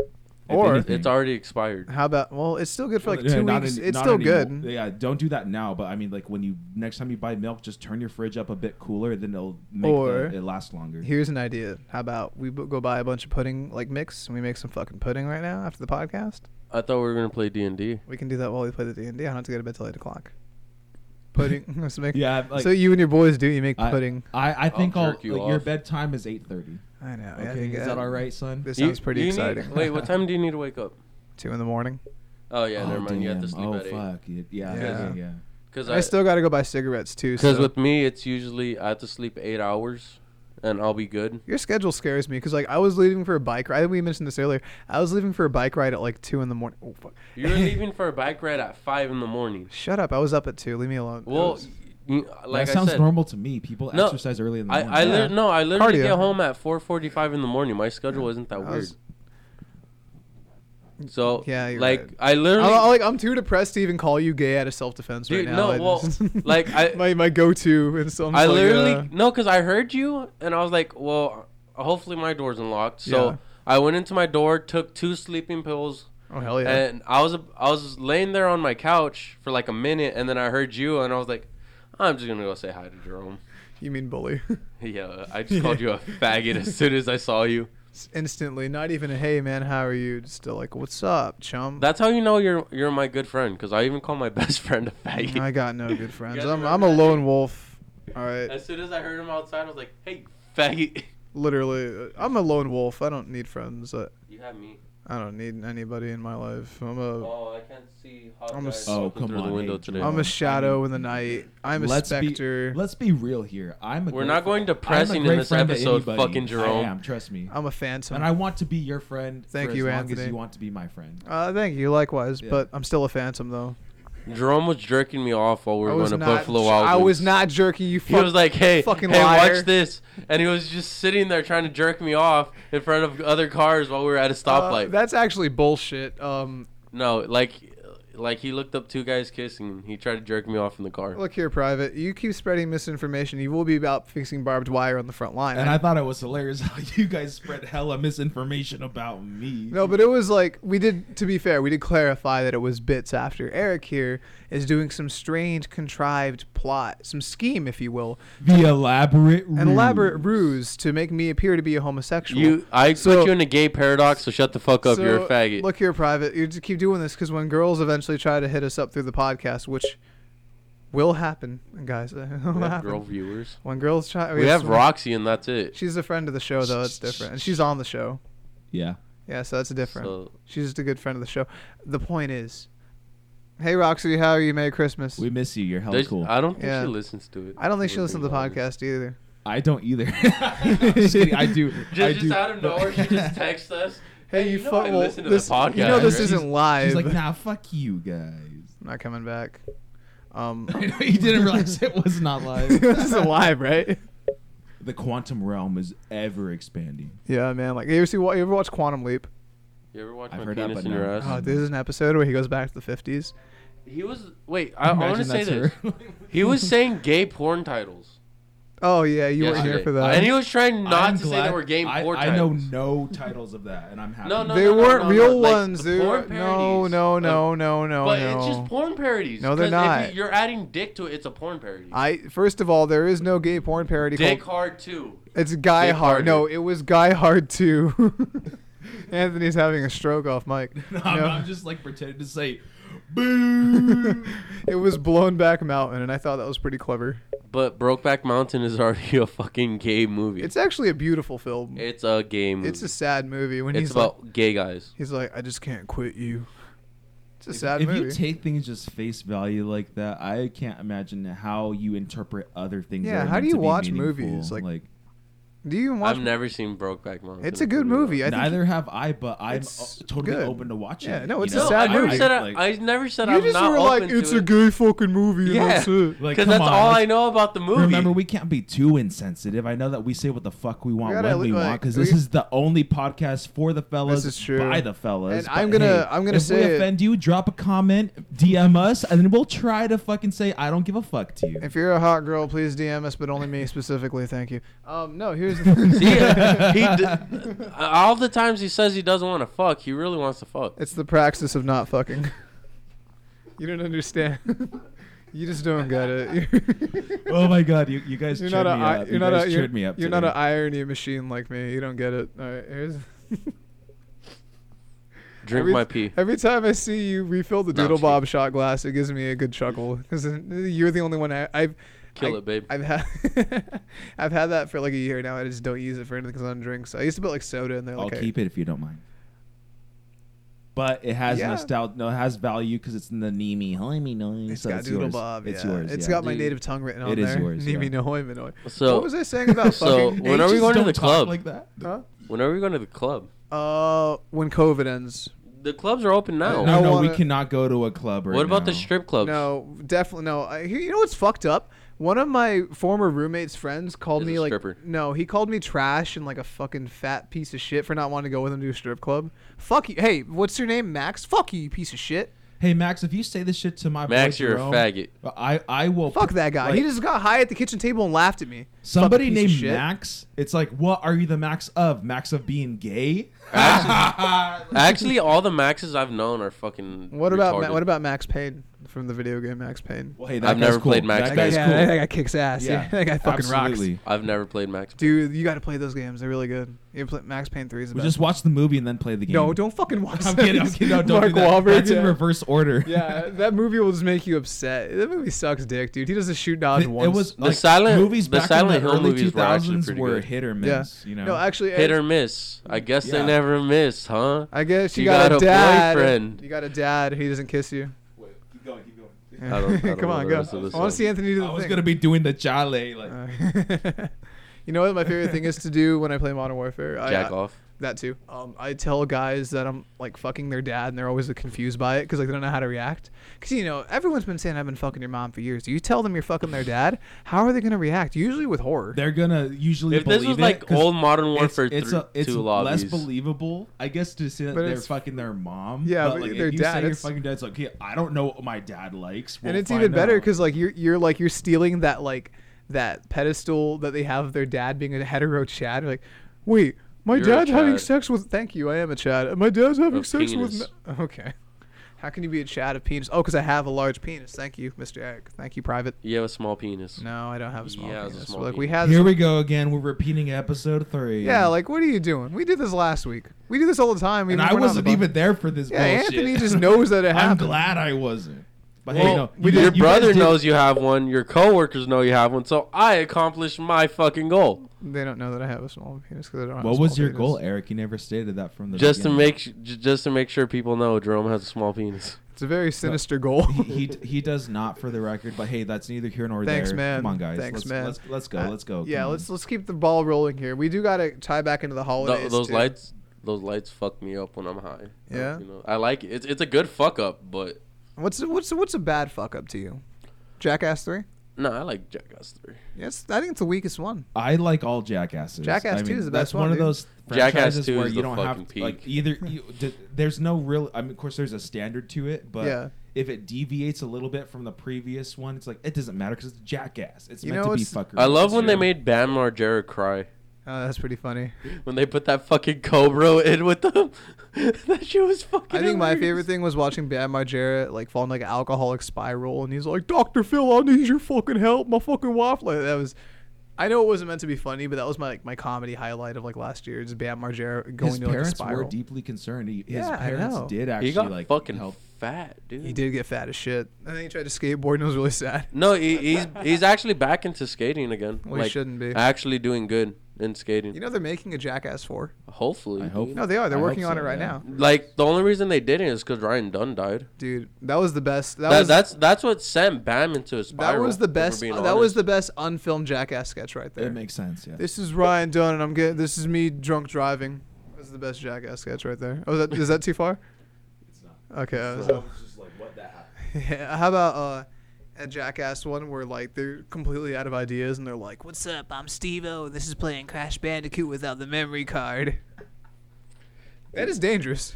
Speaker 2: If
Speaker 1: Or-
Speaker 2: anything.
Speaker 3: it's already expired.
Speaker 1: How about? Well, it's still good for like
Speaker 2: Yeah,
Speaker 1: two
Speaker 2: not
Speaker 1: weeks.
Speaker 2: any-
Speaker 1: it's
Speaker 2: not
Speaker 1: still
Speaker 2: anymore.
Speaker 1: good.
Speaker 2: Yeah, don't do that now. But I mean, like when you next time you buy milk, just turn your fridge up a bit cooler, then it'll make
Speaker 1: Or-
Speaker 2: the, it last longer.
Speaker 1: Here's an idea. How about we b- go buy a bunch of pudding like mix and we make some fucking pudding right now after the podcast?
Speaker 3: I thought we were gonna play D and D.
Speaker 1: We can do that while we play the D and D. I don't have to go to bed till eight o'clock. Pudding. Let's make.
Speaker 2: Yeah, like,
Speaker 1: so you and your boys do. You make
Speaker 2: I-
Speaker 1: pudding.
Speaker 2: I, I think I'll,
Speaker 3: jerk you
Speaker 2: like, your
Speaker 3: off.
Speaker 2: bedtime is eight thirty.
Speaker 1: I, know. yeah, I
Speaker 2: Okay,
Speaker 1: think
Speaker 2: is that all right, son?
Speaker 1: This sounds pretty exciting.
Speaker 3: Need, wait, what time do you need to wake up?
Speaker 1: two in the morning.
Speaker 3: Oh yeah,
Speaker 2: Oh,
Speaker 3: never mind. You have to
Speaker 2: damn.
Speaker 3: sleep
Speaker 2: oh,
Speaker 3: at eight.
Speaker 2: fuck. Yeah, yeah,
Speaker 1: Yeah.
Speaker 2: yeah, yeah.
Speaker 3: Because
Speaker 1: I, still got to go buy cigarettes too.
Speaker 3: because
Speaker 1: so-
Speaker 3: with me, it's usually I have to sleep eight hours, and I'll be good.
Speaker 1: Your schedule scares me because like I was leaving for a bike ride. We mentioned this earlier. I was leaving for a bike ride at like two in the morning. Oh fuck!
Speaker 3: You're leaving for a bike ride at five in the morning.
Speaker 1: Shut up! I was up at two. Leave me alone. It
Speaker 3: Well,
Speaker 1: was-
Speaker 3: y- y- like
Speaker 2: that
Speaker 3: I
Speaker 2: sounds
Speaker 3: said,
Speaker 2: normal to me. People
Speaker 3: No,
Speaker 2: exercise early in the
Speaker 3: I
Speaker 2: morning.
Speaker 3: I lit- no, I literally
Speaker 1: Cardio.
Speaker 3: get home at 4:45 in the morning. My schedule isn't that
Speaker 1: I
Speaker 3: weird.
Speaker 1: was-
Speaker 3: so
Speaker 1: Yeah, you're
Speaker 3: like
Speaker 1: right.
Speaker 3: I
Speaker 1: I'm,
Speaker 3: literally
Speaker 1: I'm, like I'm too depressed to even call you gay out of self defense right
Speaker 3: Dude,
Speaker 1: now.
Speaker 3: no,
Speaker 1: I
Speaker 3: well, like, I-
Speaker 1: my my go to and so I'm
Speaker 3: I
Speaker 1: just like,
Speaker 3: literally
Speaker 1: uh,
Speaker 3: no, because I heard you, and I was like, well, hopefully my door's unlocked. So
Speaker 1: Yeah.
Speaker 3: I went into my door, took two sleeping pills,
Speaker 1: oh hell yeah!
Speaker 3: and I was I was laying there on my couch for like a minute, and then I heard you, and I was like, I'm just gonna go say hi to Jerome.
Speaker 1: you mean bully?
Speaker 3: yeah, I just called you a faggot as soon as I saw you.
Speaker 1: Instantly, not even a hey man, how are you? Just still like what's up, chum?
Speaker 3: That's how you know you're you're my good friend, because I even call my best friend a faggot.
Speaker 1: I got no good friends.
Speaker 3: guys
Speaker 1: I'm
Speaker 3: remember
Speaker 1: I'm a
Speaker 3: that?
Speaker 1: lone wolf. All right,
Speaker 3: As soon as I heard him outside, I was like, hey, faggot.
Speaker 1: literally, uh, I'm a lone wolf. I don't need friends. I,
Speaker 3: You have me.
Speaker 1: I don't need anybody in my life. I'm a
Speaker 3: Oh, I can't see how
Speaker 1: I'm a s-
Speaker 2: Oh, come
Speaker 3: through
Speaker 2: on,
Speaker 3: the window
Speaker 2: hey,
Speaker 3: today.
Speaker 1: I'm
Speaker 2: I
Speaker 1: a shadow
Speaker 2: mean,
Speaker 1: in the night. I'm a
Speaker 2: let's
Speaker 1: specter.
Speaker 2: Be, let's be real here. I'm a
Speaker 3: We're
Speaker 2: great
Speaker 3: not going
Speaker 2: fri-
Speaker 3: depressing
Speaker 2: I'm a
Speaker 3: in
Speaker 2: great
Speaker 3: this
Speaker 2: friend to
Speaker 3: episode,
Speaker 2: anybody.
Speaker 3: fucking
Speaker 2: I am,
Speaker 3: Jerome.
Speaker 2: trust me.
Speaker 1: I'm a phantom.
Speaker 2: and I want to be your friend
Speaker 1: Thank
Speaker 2: for
Speaker 1: you,
Speaker 2: as long
Speaker 1: Anthony.
Speaker 2: as you want to be my friend.
Speaker 1: uh, thank you, likewise.
Speaker 2: Yeah.
Speaker 1: But I'm still a phantom, though.
Speaker 3: Jerome was jerking me off while we
Speaker 1: I
Speaker 3: were
Speaker 1: was
Speaker 3: going to
Speaker 1: not.
Speaker 3: Buffalo Wild
Speaker 1: I was
Speaker 3: Wings.
Speaker 1: not jerking you.
Speaker 3: He was like, "Hey,
Speaker 1: fucking
Speaker 3: hey,
Speaker 1: liar."
Speaker 3: watch this," and he was just sitting there trying to jerk me off in front of other cars while we were at a
Speaker 1: Uh,
Speaker 3: stoplight.
Speaker 1: that's actually bullshit. Um,
Speaker 3: no, like like he looked up two guys kissing and he tried to jerk me off in the car.
Speaker 1: Look here, Private. You keep spreading misinformation. You will be about fixing barbed wire on the front line.
Speaker 2: And I thought it was hilarious how you guys spread hella misinformation about me.
Speaker 1: No, but it was like we did. To be fair, we did clarify that it was bits after Eric here is doing some strange, contrived plot, some scheme, if you will,
Speaker 2: The elaborate
Speaker 1: an elaborate ruse to make me appear to be a homosexual.
Speaker 3: Hmm. You, I
Speaker 1: So-
Speaker 3: put you in a gay paradox, so shut the fuck up. You're a
Speaker 1: So,
Speaker 3: faggot.
Speaker 1: Look here, Private. You just keep doing this because when girls eventually try to hit us up through the podcast, which will happen, guys. It'll
Speaker 3: we have
Speaker 1: happen.
Speaker 3: girl viewers.
Speaker 1: When girls try,
Speaker 3: We have
Speaker 1: Oh, so-
Speaker 3: Roxy, and that's it.
Speaker 1: She's a friend of the show, though. It's different, and she's on the show.
Speaker 2: Yeah.
Speaker 1: Yeah, so that's different.
Speaker 3: So-
Speaker 1: She's just a good friend of the show. The point is, hey Roxy, how are you? Merry Christmas.
Speaker 2: We miss you. You're hella
Speaker 3: Does-
Speaker 2: Oh, cool. I,
Speaker 3: I don't think
Speaker 1: Yeah.
Speaker 3: she listens to it.
Speaker 1: I don't think she
Speaker 3: We're
Speaker 1: listens to the
Speaker 3: being honest.
Speaker 1: podcast either.
Speaker 2: don't either. I'm just kidding. I do.
Speaker 3: Just,
Speaker 2: I
Speaker 3: just
Speaker 2: do.
Speaker 3: out of nowhere, she just texts us.
Speaker 1: Hey, you,
Speaker 3: you know
Speaker 1: fuck.
Speaker 3: I
Speaker 1: Well,
Speaker 3: listen to
Speaker 1: this,
Speaker 3: the podcast.
Speaker 1: you know this
Speaker 3: right?
Speaker 1: isn't live.
Speaker 2: She's like, nah, fuck you guys.
Speaker 1: I'm not coming back. Um,
Speaker 2: you didn't realize it was not live.
Speaker 1: this isn't live, right?
Speaker 2: the quantum realm is ever expanding.
Speaker 1: Yeah, man. Like, you ever see? You ever watch Quantum Leap?
Speaker 3: You ever watch
Speaker 2: I've
Speaker 3: my
Speaker 2: heard that, but
Speaker 3: penis in your
Speaker 2: no.
Speaker 3: ass?
Speaker 1: Oh, there's an episode where he goes back to the 50s.
Speaker 3: He was wait. I, I want to
Speaker 2: Imagine
Speaker 3: say
Speaker 2: that's
Speaker 3: this.
Speaker 2: her.
Speaker 3: He was saying gay porn titles.
Speaker 1: Oh yeah, you weren't here
Speaker 3: yesterday.
Speaker 1: for that.
Speaker 3: And he was trying not
Speaker 2: I'm
Speaker 3: to say
Speaker 2: glad-
Speaker 3: that we're gay
Speaker 2: I,
Speaker 3: porn
Speaker 2: I know
Speaker 3: titles.
Speaker 2: no titles of that, and I'm happy.
Speaker 3: No, no,
Speaker 1: they
Speaker 3: no, no,
Speaker 1: weren't
Speaker 3: no,
Speaker 1: real
Speaker 3: no, like,
Speaker 1: ones,
Speaker 3: the
Speaker 1: dude.
Speaker 3: porn
Speaker 1: No,
Speaker 3: parodies
Speaker 1: no,
Speaker 3: of-
Speaker 1: no, no, no,
Speaker 3: but
Speaker 1: no.
Speaker 3: it's just porn parodies.
Speaker 1: No, they're
Speaker 3: 'cause if you-
Speaker 1: not.
Speaker 3: you're adding dick to it. It's a porn parody.
Speaker 1: I first of all, there is no gay porn parody.
Speaker 3: dick
Speaker 1: called-
Speaker 3: hard too.
Speaker 1: It's Guy
Speaker 3: Dick
Speaker 1: Hard.
Speaker 3: Harder.
Speaker 1: No, it was Guy Hard too. Anthony's having a stroke off mic.
Speaker 2: No,
Speaker 1: No.
Speaker 2: I'm just like pretending to say, boo.
Speaker 1: it was blown back mountain, and I thought that was pretty clever.
Speaker 3: But Brokeback Mountain is already a fucking gay movie.
Speaker 1: It's actually a beautiful film.
Speaker 3: It's a gay movie.
Speaker 1: It's a sad movie when
Speaker 3: It's
Speaker 1: he's like,
Speaker 3: about gay guys.
Speaker 1: he's like, I just can't quit you. It's a sad
Speaker 2: if
Speaker 1: movie.
Speaker 2: you take things just face value like that, I can't imagine how you interpret other things. that
Speaker 1: Yeah,
Speaker 2: are
Speaker 1: how
Speaker 2: meant
Speaker 1: do you
Speaker 2: to be
Speaker 1: watch
Speaker 2: meaningful.
Speaker 1: movies? Like,
Speaker 2: Like,
Speaker 1: Do you even watch?
Speaker 3: I've never seen Brokeback Mountain.
Speaker 1: It's a good movie. I think
Speaker 2: neither have I, but I'm
Speaker 1: It's
Speaker 2: o- totally
Speaker 1: good.
Speaker 2: open to watching.
Speaker 1: Yeah,
Speaker 2: it,
Speaker 1: no,
Speaker 2: you
Speaker 1: it's a
Speaker 3: no,
Speaker 2: know?
Speaker 1: sad
Speaker 3: I never
Speaker 1: movie.
Speaker 3: said I,
Speaker 2: Like,
Speaker 3: I never said
Speaker 1: you
Speaker 3: I'm
Speaker 1: just
Speaker 3: not
Speaker 1: were like,
Speaker 3: open
Speaker 1: it's
Speaker 3: to
Speaker 1: a
Speaker 3: it.
Speaker 1: gay fucking movie.
Speaker 3: Yeah.
Speaker 1: And that's it.
Speaker 2: Like,
Speaker 3: Because
Speaker 2: come
Speaker 3: that's
Speaker 2: on,
Speaker 3: all
Speaker 2: let's-
Speaker 3: I know about the movie.
Speaker 2: Remember, we can't be too insensitive. I know that we say what the fuck we want
Speaker 1: gotta
Speaker 2: when we
Speaker 1: li- like,
Speaker 2: want because this
Speaker 1: we-
Speaker 2: is the only podcast for the fellas
Speaker 1: This is true.
Speaker 2: by the
Speaker 1: And
Speaker 2: fellas. But
Speaker 1: I'm gonna-
Speaker 2: hey,
Speaker 1: I'm gonna
Speaker 2: if
Speaker 1: say
Speaker 2: we
Speaker 1: it.
Speaker 2: offend you, drop a comment, DM us, and then we'll try to fucking say I don't give a fuck to you.
Speaker 1: If you're a hot girl, please DM us, but only me specifically. Thank you. Um, no, here's the thing.
Speaker 3: See, uh, he d- all the times he says he doesn't want to fuck, he really wants to fuck.
Speaker 1: It's the praxis of not fucking. You don't understand. you just don't get it.
Speaker 2: oh my god, you, you guys
Speaker 1: you're
Speaker 2: cheered
Speaker 1: not a
Speaker 2: me
Speaker 1: i-
Speaker 2: up.
Speaker 1: you're
Speaker 2: you
Speaker 1: not
Speaker 2: guys
Speaker 1: a you're,
Speaker 2: cheered me up.
Speaker 1: you're not an
Speaker 2: today.
Speaker 1: irony machine like me. You don't get it. All right, here's.
Speaker 3: Drink
Speaker 1: every,
Speaker 3: my pee.
Speaker 1: Every time I see you refill the
Speaker 3: No, I'm
Speaker 1: Doodle
Speaker 3: just
Speaker 1: Bob shot glass, it gives me a good chuckle because you're the only one I, I've.
Speaker 3: Kill
Speaker 1: I-
Speaker 3: it, babe.
Speaker 1: I've had I've had that for like a year now. I just don't use it for anything because I don't drink. So I used to put like soda in there.
Speaker 2: I'll
Speaker 1: Like I-
Speaker 2: keep it if you don't mind. But it has
Speaker 1: Yeah.
Speaker 2: nostalgia. No, it has value because it's in the Nimi. Helmi Noi.
Speaker 1: It's
Speaker 2: so
Speaker 1: got
Speaker 2: it's
Speaker 1: Doodle
Speaker 2: yours.
Speaker 1: Bob.
Speaker 2: It's
Speaker 1: yeah.
Speaker 2: yours.
Speaker 1: It's
Speaker 2: yeah.
Speaker 1: got my
Speaker 3: Dude.
Speaker 1: native tongue written on
Speaker 2: It is
Speaker 1: there.
Speaker 2: yours,
Speaker 1: Nimi
Speaker 2: yeah.
Speaker 1: Nohoi Minoi.
Speaker 3: So-
Speaker 1: what was I saying about
Speaker 3: so
Speaker 1: fucking?
Speaker 3: when are we
Speaker 2: Ancients
Speaker 3: going to
Speaker 2: don't
Speaker 3: the
Speaker 2: talk
Speaker 3: club?
Speaker 2: Like that.
Speaker 1: Huh?
Speaker 3: When are we going to the club?
Speaker 1: Uh, when COVID ends.
Speaker 3: The clubs are open now.
Speaker 2: No,
Speaker 1: I
Speaker 2: no, we
Speaker 1: wanna-
Speaker 2: cannot go to a club right
Speaker 3: what about the
Speaker 2: now.
Speaker 3: strip clubs?
Speaker 1: No, definitely no. I, you know what's fucked up? One of my former roommate's friends called
Speaker 3: Is
Speaker 1: me
Speaker 3: a
Speaker 1: like
Speaker 3: stripper.
Speaker 1: no, he called me trash and like a fucking fat piece of shit for not wanting to go with him to a strip club. Fuck you. Hey, what's your name, Max? Fuck you, you piece of shit.
Speaker 2: Hey Max, if you say this shit to my
Speaker 3: Max,
Speaker 2: boy
Speaker 3: you're a
Speaker 2: Jerome,
Speaker 3: faggot.
Speaker 2: I I will
Speaker 1: Fuck that guy.
Speaker 2: like,
Speaker 1: he just got high at the kitchen table and laughed at me.
Speaker 2: somebody
Speaker 1: Fucking piece of
Speaker 2: named
Speaker 1: shit.
Speaker 2: Max. It's like, what are you the Max of? Max of being gay?
Speaker 3: Ah, Actually, all the Maxes I've known are fucking.
Speaker 1: What about Ma-
Speaker 3: retarded.
Speaker 1: what about Max Payne from the video game Max Payne?
Speaker 2: Well, hey,
Speaker 3: I've never
Speaker 2: cool.
Speaker 3: played Max
Speaker 1: That
Speaker 2: That guy's
Speaker 3: Payne.
Speaker 1: guy,
Speaker 2: cool.
Speaker 1: that guy kicks ass. Yeah, that guy fucking
Speaker 2: absolutely.
Speaker 1: rocks.
Speaker 3: I've never played Max.
Speaker 1: Dude, you got to play those games. They're really good. You play Max Payne Three is the
Speaker 2: We
Speaker 1: best.
Speaker 2: just watch the movie and then play the game.
Speaker 1: no, don't fucking watch.
Speaker 2: I'm kidding. I'm
Speaker 1: those.
Speaker 2: kidding. No, don't
Speaker 1: Mark
Speaker 2: do that.
Speaker 1: Wahlberg,
Speaker 2: That's in
Speaker 1: yeah.
Speaker 2: reverse order.
Speaker 1: Yeah, that movie will just make you upset. That movie sucks, dick, dude. He doesn't shoot dodge
Speaker 2: It, it
Speaker 1: once.
Speaker 2: was
Speaker 3: The
Speaker 2: like,
Speaker 3: Silent-
Speaker 2: movies
Speaker 3: the
Speaker 2: back in
Speaker 3: Silent
Speaker 2: the
Speaker 3: Hill
Speaker 2: early
Speaker 3: movies were actually
Speaker 2: 2000s
Speaker 3: pretty
Speaker 2: were
Speaker 3: good.
Speaker 2: hit or
Speaker 1: yeah.
Speaker 2: miss. You know,
Speaker 1: No, actually,
Speaker 3: Hit
Speaker 1: I-
Speaker 3: or miss. I guess
Speaker 2: Yeah.
Speaker 3: they never miss, huh?
Speaker 1: I guess you,
Speaker 3: You
Speaker 1: got,
Speaker 3: got
Speaker 1: a
Speaker 3: a
Speaker 1: dad.
Speaker 3: boyfriend.
Speaker 1: You got a dad. He doesn't kiss you.
Speaker 2: Wait, keep going, keep going.
Speaker 3: I don't- I don't
Speaker 1: Come
Speaker 3: know
Speaker 1: on,
Speaker 3: the
Speaker 1: go.
Speaker 3: rest of this
Speaker 1: I want to
Speaker 3: song.
Speaker 1: see Anthony do the
Speaker 2: I was
Speaker 1: thing.
Speaker 2: gonna be doing the jale like.
Speaker 1: Uh, you know what my favorite thing is to do when I play Modern Warfare? I-
Speaker 3: Jack
Speaker 1: I,
Speaker 3: off.
Speaker 1: That too. Um, I tell guys that I'm like fucking their dad, and they're always like, confused by it because like they don't know how to react. Because you know everyone's been saying I've been fucking your mom for years. You tell them you're fucking their dad, how are they gonna react? Usually with horror.
Speaker 2: They're gonna usually
Speaker 3: If
Speaker 2: believe
Speaker 3: this was
Speaker 2: it,
Speaker 3: like
Speaker 2: 'cause
Speaker 3: old Modern
Speaker 2: it's-
Speaker 3: Warfare
Speaker 2: it's,
Speaker 3: 3,
Speaker 2: a- it's
Speaker 3: 2
Speaker 2: less
Speaker 3: lobbies.
Speaker 2: believable, I guess, to say that
Speaker 1: But
Speaker 2: they're
Speaker 1: it's-
Speaker 2: fucking their mom.
Speaker 1: Yeah,
Speaker 2: but
Speaker 1: but
Speaker 2: like,
Speaker 1: their
Speaker 2: if you
Speaker 1: dad,
Speaker 2: say your
Speaker 1: it's-
Speaker 2: fucking dad's like, hey, I don't know what my dad likes,
Speaker 1: and
Speaker 2: we'll
Speaker 1: it's even
Speaker 2: find
Speaker 1: better
Speaker 2: out."
Speaker 1: because like you're you're like you're stealing that like that pedestal that they have of their dad being a hetero Chad. You're like, wait, my
Speaker 3: You're a
Speaker 1: dad's having
Speaker 3: Chad.
Speaker 1: sex with. Thank you, I am a Chad. My dad's having
Speaker 3: Of
Speaker 1: sex
Speaker 3: penis.
Speaker 1: with. no- Okay. How can you be a Chad of penis? Oh, because I have a large penis. Thank you, Mr. Eric. Thank you, Private.
Speaker 3: You have a small penis.
Speaker 1: No, I don't have a small
Speaker 3: Yeah, it's a
Speaker 1: penis.
Speaker 3: small
Speaker 1: like we
Speaker 3: penis.
Speaker 1: had.
Speaker 2: Here
Speaker 1: this-
Speaker 2: we go again. We're repeating episode three.
Speaker 1: yeah, like what are you doing? We did this last week. We do this all the time.
Speaker 2: and
Speaker 1: when we're
Speaker 2: I
Speaker 1: not on the
Speaker 2: wasn't
Speaker 1: bus.
Speaker 2: even there for this.
Speaker 1: Yeah,
Speaker 2: bullshit.
Speaker 1: Anthony just knows that it
Speaker 2: I'm
Speaker 1: happened.
Speaker 2: glad I wasn't. But
Speaker 3: Well,
Speaker 2: hey, no,
Speaker 1: we
Speaker 2: you
Speaker 1: did-
Speaker 2: guys-
Speaker 3: your
Speaker 2: you guys
Speaker 3: brother
Speaker 2: did-
Speaker 3: knows you have one. Your coworkers know you have one. So I accomplished my fucking goal
Speaker 1: They don't know that I have a small penis because I don't. Have a
Speaker 2: What was
Speaker 1: small
Speaker 2: your
Speaker 1: penis.
Speaker 2: goal, Eric? You never stated that from the
Speaker 3: just to
Speaker 2: beginning.
Speaker 3: make sh- j- just to make sure people know Jerome has a small penis.
Speaker 1: It's a very sinister goal.
Speaker 2: he, he he does not for the record, but hey, that's neither here nor
Speaker 1: Thanks,
Speaker 2: there.
Speaker 1: man.
Speaker 2: Come on, guys.
Speaker 1: Thanks,
Speaker 2: let's,
Speaker 1: man.
Speaker 2: Let's, let's go.
Speaker 1: Uh,
Speaker 2: Let's go.
Speaker 1: Yeah,
Speaker 2: Come on.
Speaker 1: let's let's keep the ball rolling here. We do gotta tie back into the
Speaker 3: Th-
Speaker 1: holidays.
Speaker 3: those
Speaker 1: too.
Speaker 3: lights, those lights fuck me up when I'm high.
Speaker 1: Yeah?
Speaker 3: you know, I like it. It's, it's a good fuck up, but
Speaker 1: What's what's what's a bad fuck up to you? Jackass three.
Speaker 3: no, I like Jackass Three.
Speaker 1: Yes, I think it's the weakest one.
Speaker 2: I like all jackasses.
Speaker 1: Jackass
Speaker 2: I
Speaker 1: 2 is the
Speaker 2: that's
Speaker 1: best one,
Speaker 2: of
Speaker 1: dude.
Speaker 2: those
Speaker 3: Jackass
Speaker 2: franchises
Speaker 3: 2
Speaker 2: where
Speaker 3: is
Speaker 2: you
Speaker 3: the
Speaker 2: don't have
Speaker 3: fucking
Speaker 2: to, like
Speaker 3: peak.
Speaker 2: either. You, d- there's no real. I mean, of course, there's a standard to it, but
Speaker 1: Yeah.
Speaker 2: if it deviates a little bit from the previous one, it's like it doesn't matter because it's jackass. It's
Speaker 1: You
Speaker 2: meant
Speaker 1: know,
Speaker 2: to be
Speaker 1: it's-
Speaker 2: fucker.
Speaker 3: I love when they made Bam Margera cry
Speaker 1: Uh, that's pretty funny.
Speaker 3: when they put that fucking Cobra in with them. that shit was fucking.
Speaker 1: I think my
Speaker 3: hilarious.
Speaker 1: favorite thing was watching Bam Margera like fall in like an alcoholic spiral, and he's like, "Doctor Phil, I need your fucking help. My fucking wife." Like that was. I know it wasn't meant to be funny, but that was my like my comedy highlight of like last year. Just Bam Margera going
Speaker 2: his
Speaker 1: to like a
Speaker 2: parents were
Speaker 1: spiral.
Speaker 2: deeply concerned. He, his
Speaker 1: Yeah, I
Speaker 2: parents
Speaker 1: know.
Speaker 2: did actually
Speaker 3: He got
Speaker 2: like
Speaker 3: fucking
Speaker 2: help.
Speaker 3: fat, dude.
Speaker 1: He did get fat as shit, and then he tried to skateboard, and it was really sad.
Speaker 3: No, he, he's he's actually back into skating again.
Speaker 1: Well, he shouldn't be.
Speaker 3: Actually doing good in skating.
Speaker 1: You know they're making a Jackass four.
Speaker 3: Hopefully.
Speaker 2: I hope-
Speaker 3: dude.
Speaker 1: No, they are. They're
Speaker 2: I hope
Speaker 1: working on
Speaker 2: so,
Speaker 1: it right
Speaker 2: yeah.
Speaker 1: now.
Speaker 3: Like the only reason they didn't is because Ryan Dunn died.
Speaker 1: dude that was the best that,
Speaker 3: That,
Speaker 1: was
Speaker 3: that's that's what sent Bam into a spiral.
Speaker 1: that was the
Speaker 3: if we're
Speaker 1: best
Speaker 3: being
Speaker 1: that was
Speaker 3: honest.
Speaker 1: the best unfilmed jackass sketch right there
Speaker 2: It makes sense. Yeah.
Speaker 1: this is ryan dunn and i'm getting this is me drunk driving this is the best jackass sketch right there oh is that, is that too far
Speaker 2: It's
Speaker 1: okay I was-
Speaker 2: just like what that happened.
Speaker 1: yeah, how about uh a jackass one where like they're completely out of ideas and they're like what's up i'm steve-o and this is playing crash bandicoot without the memory card that is dangerous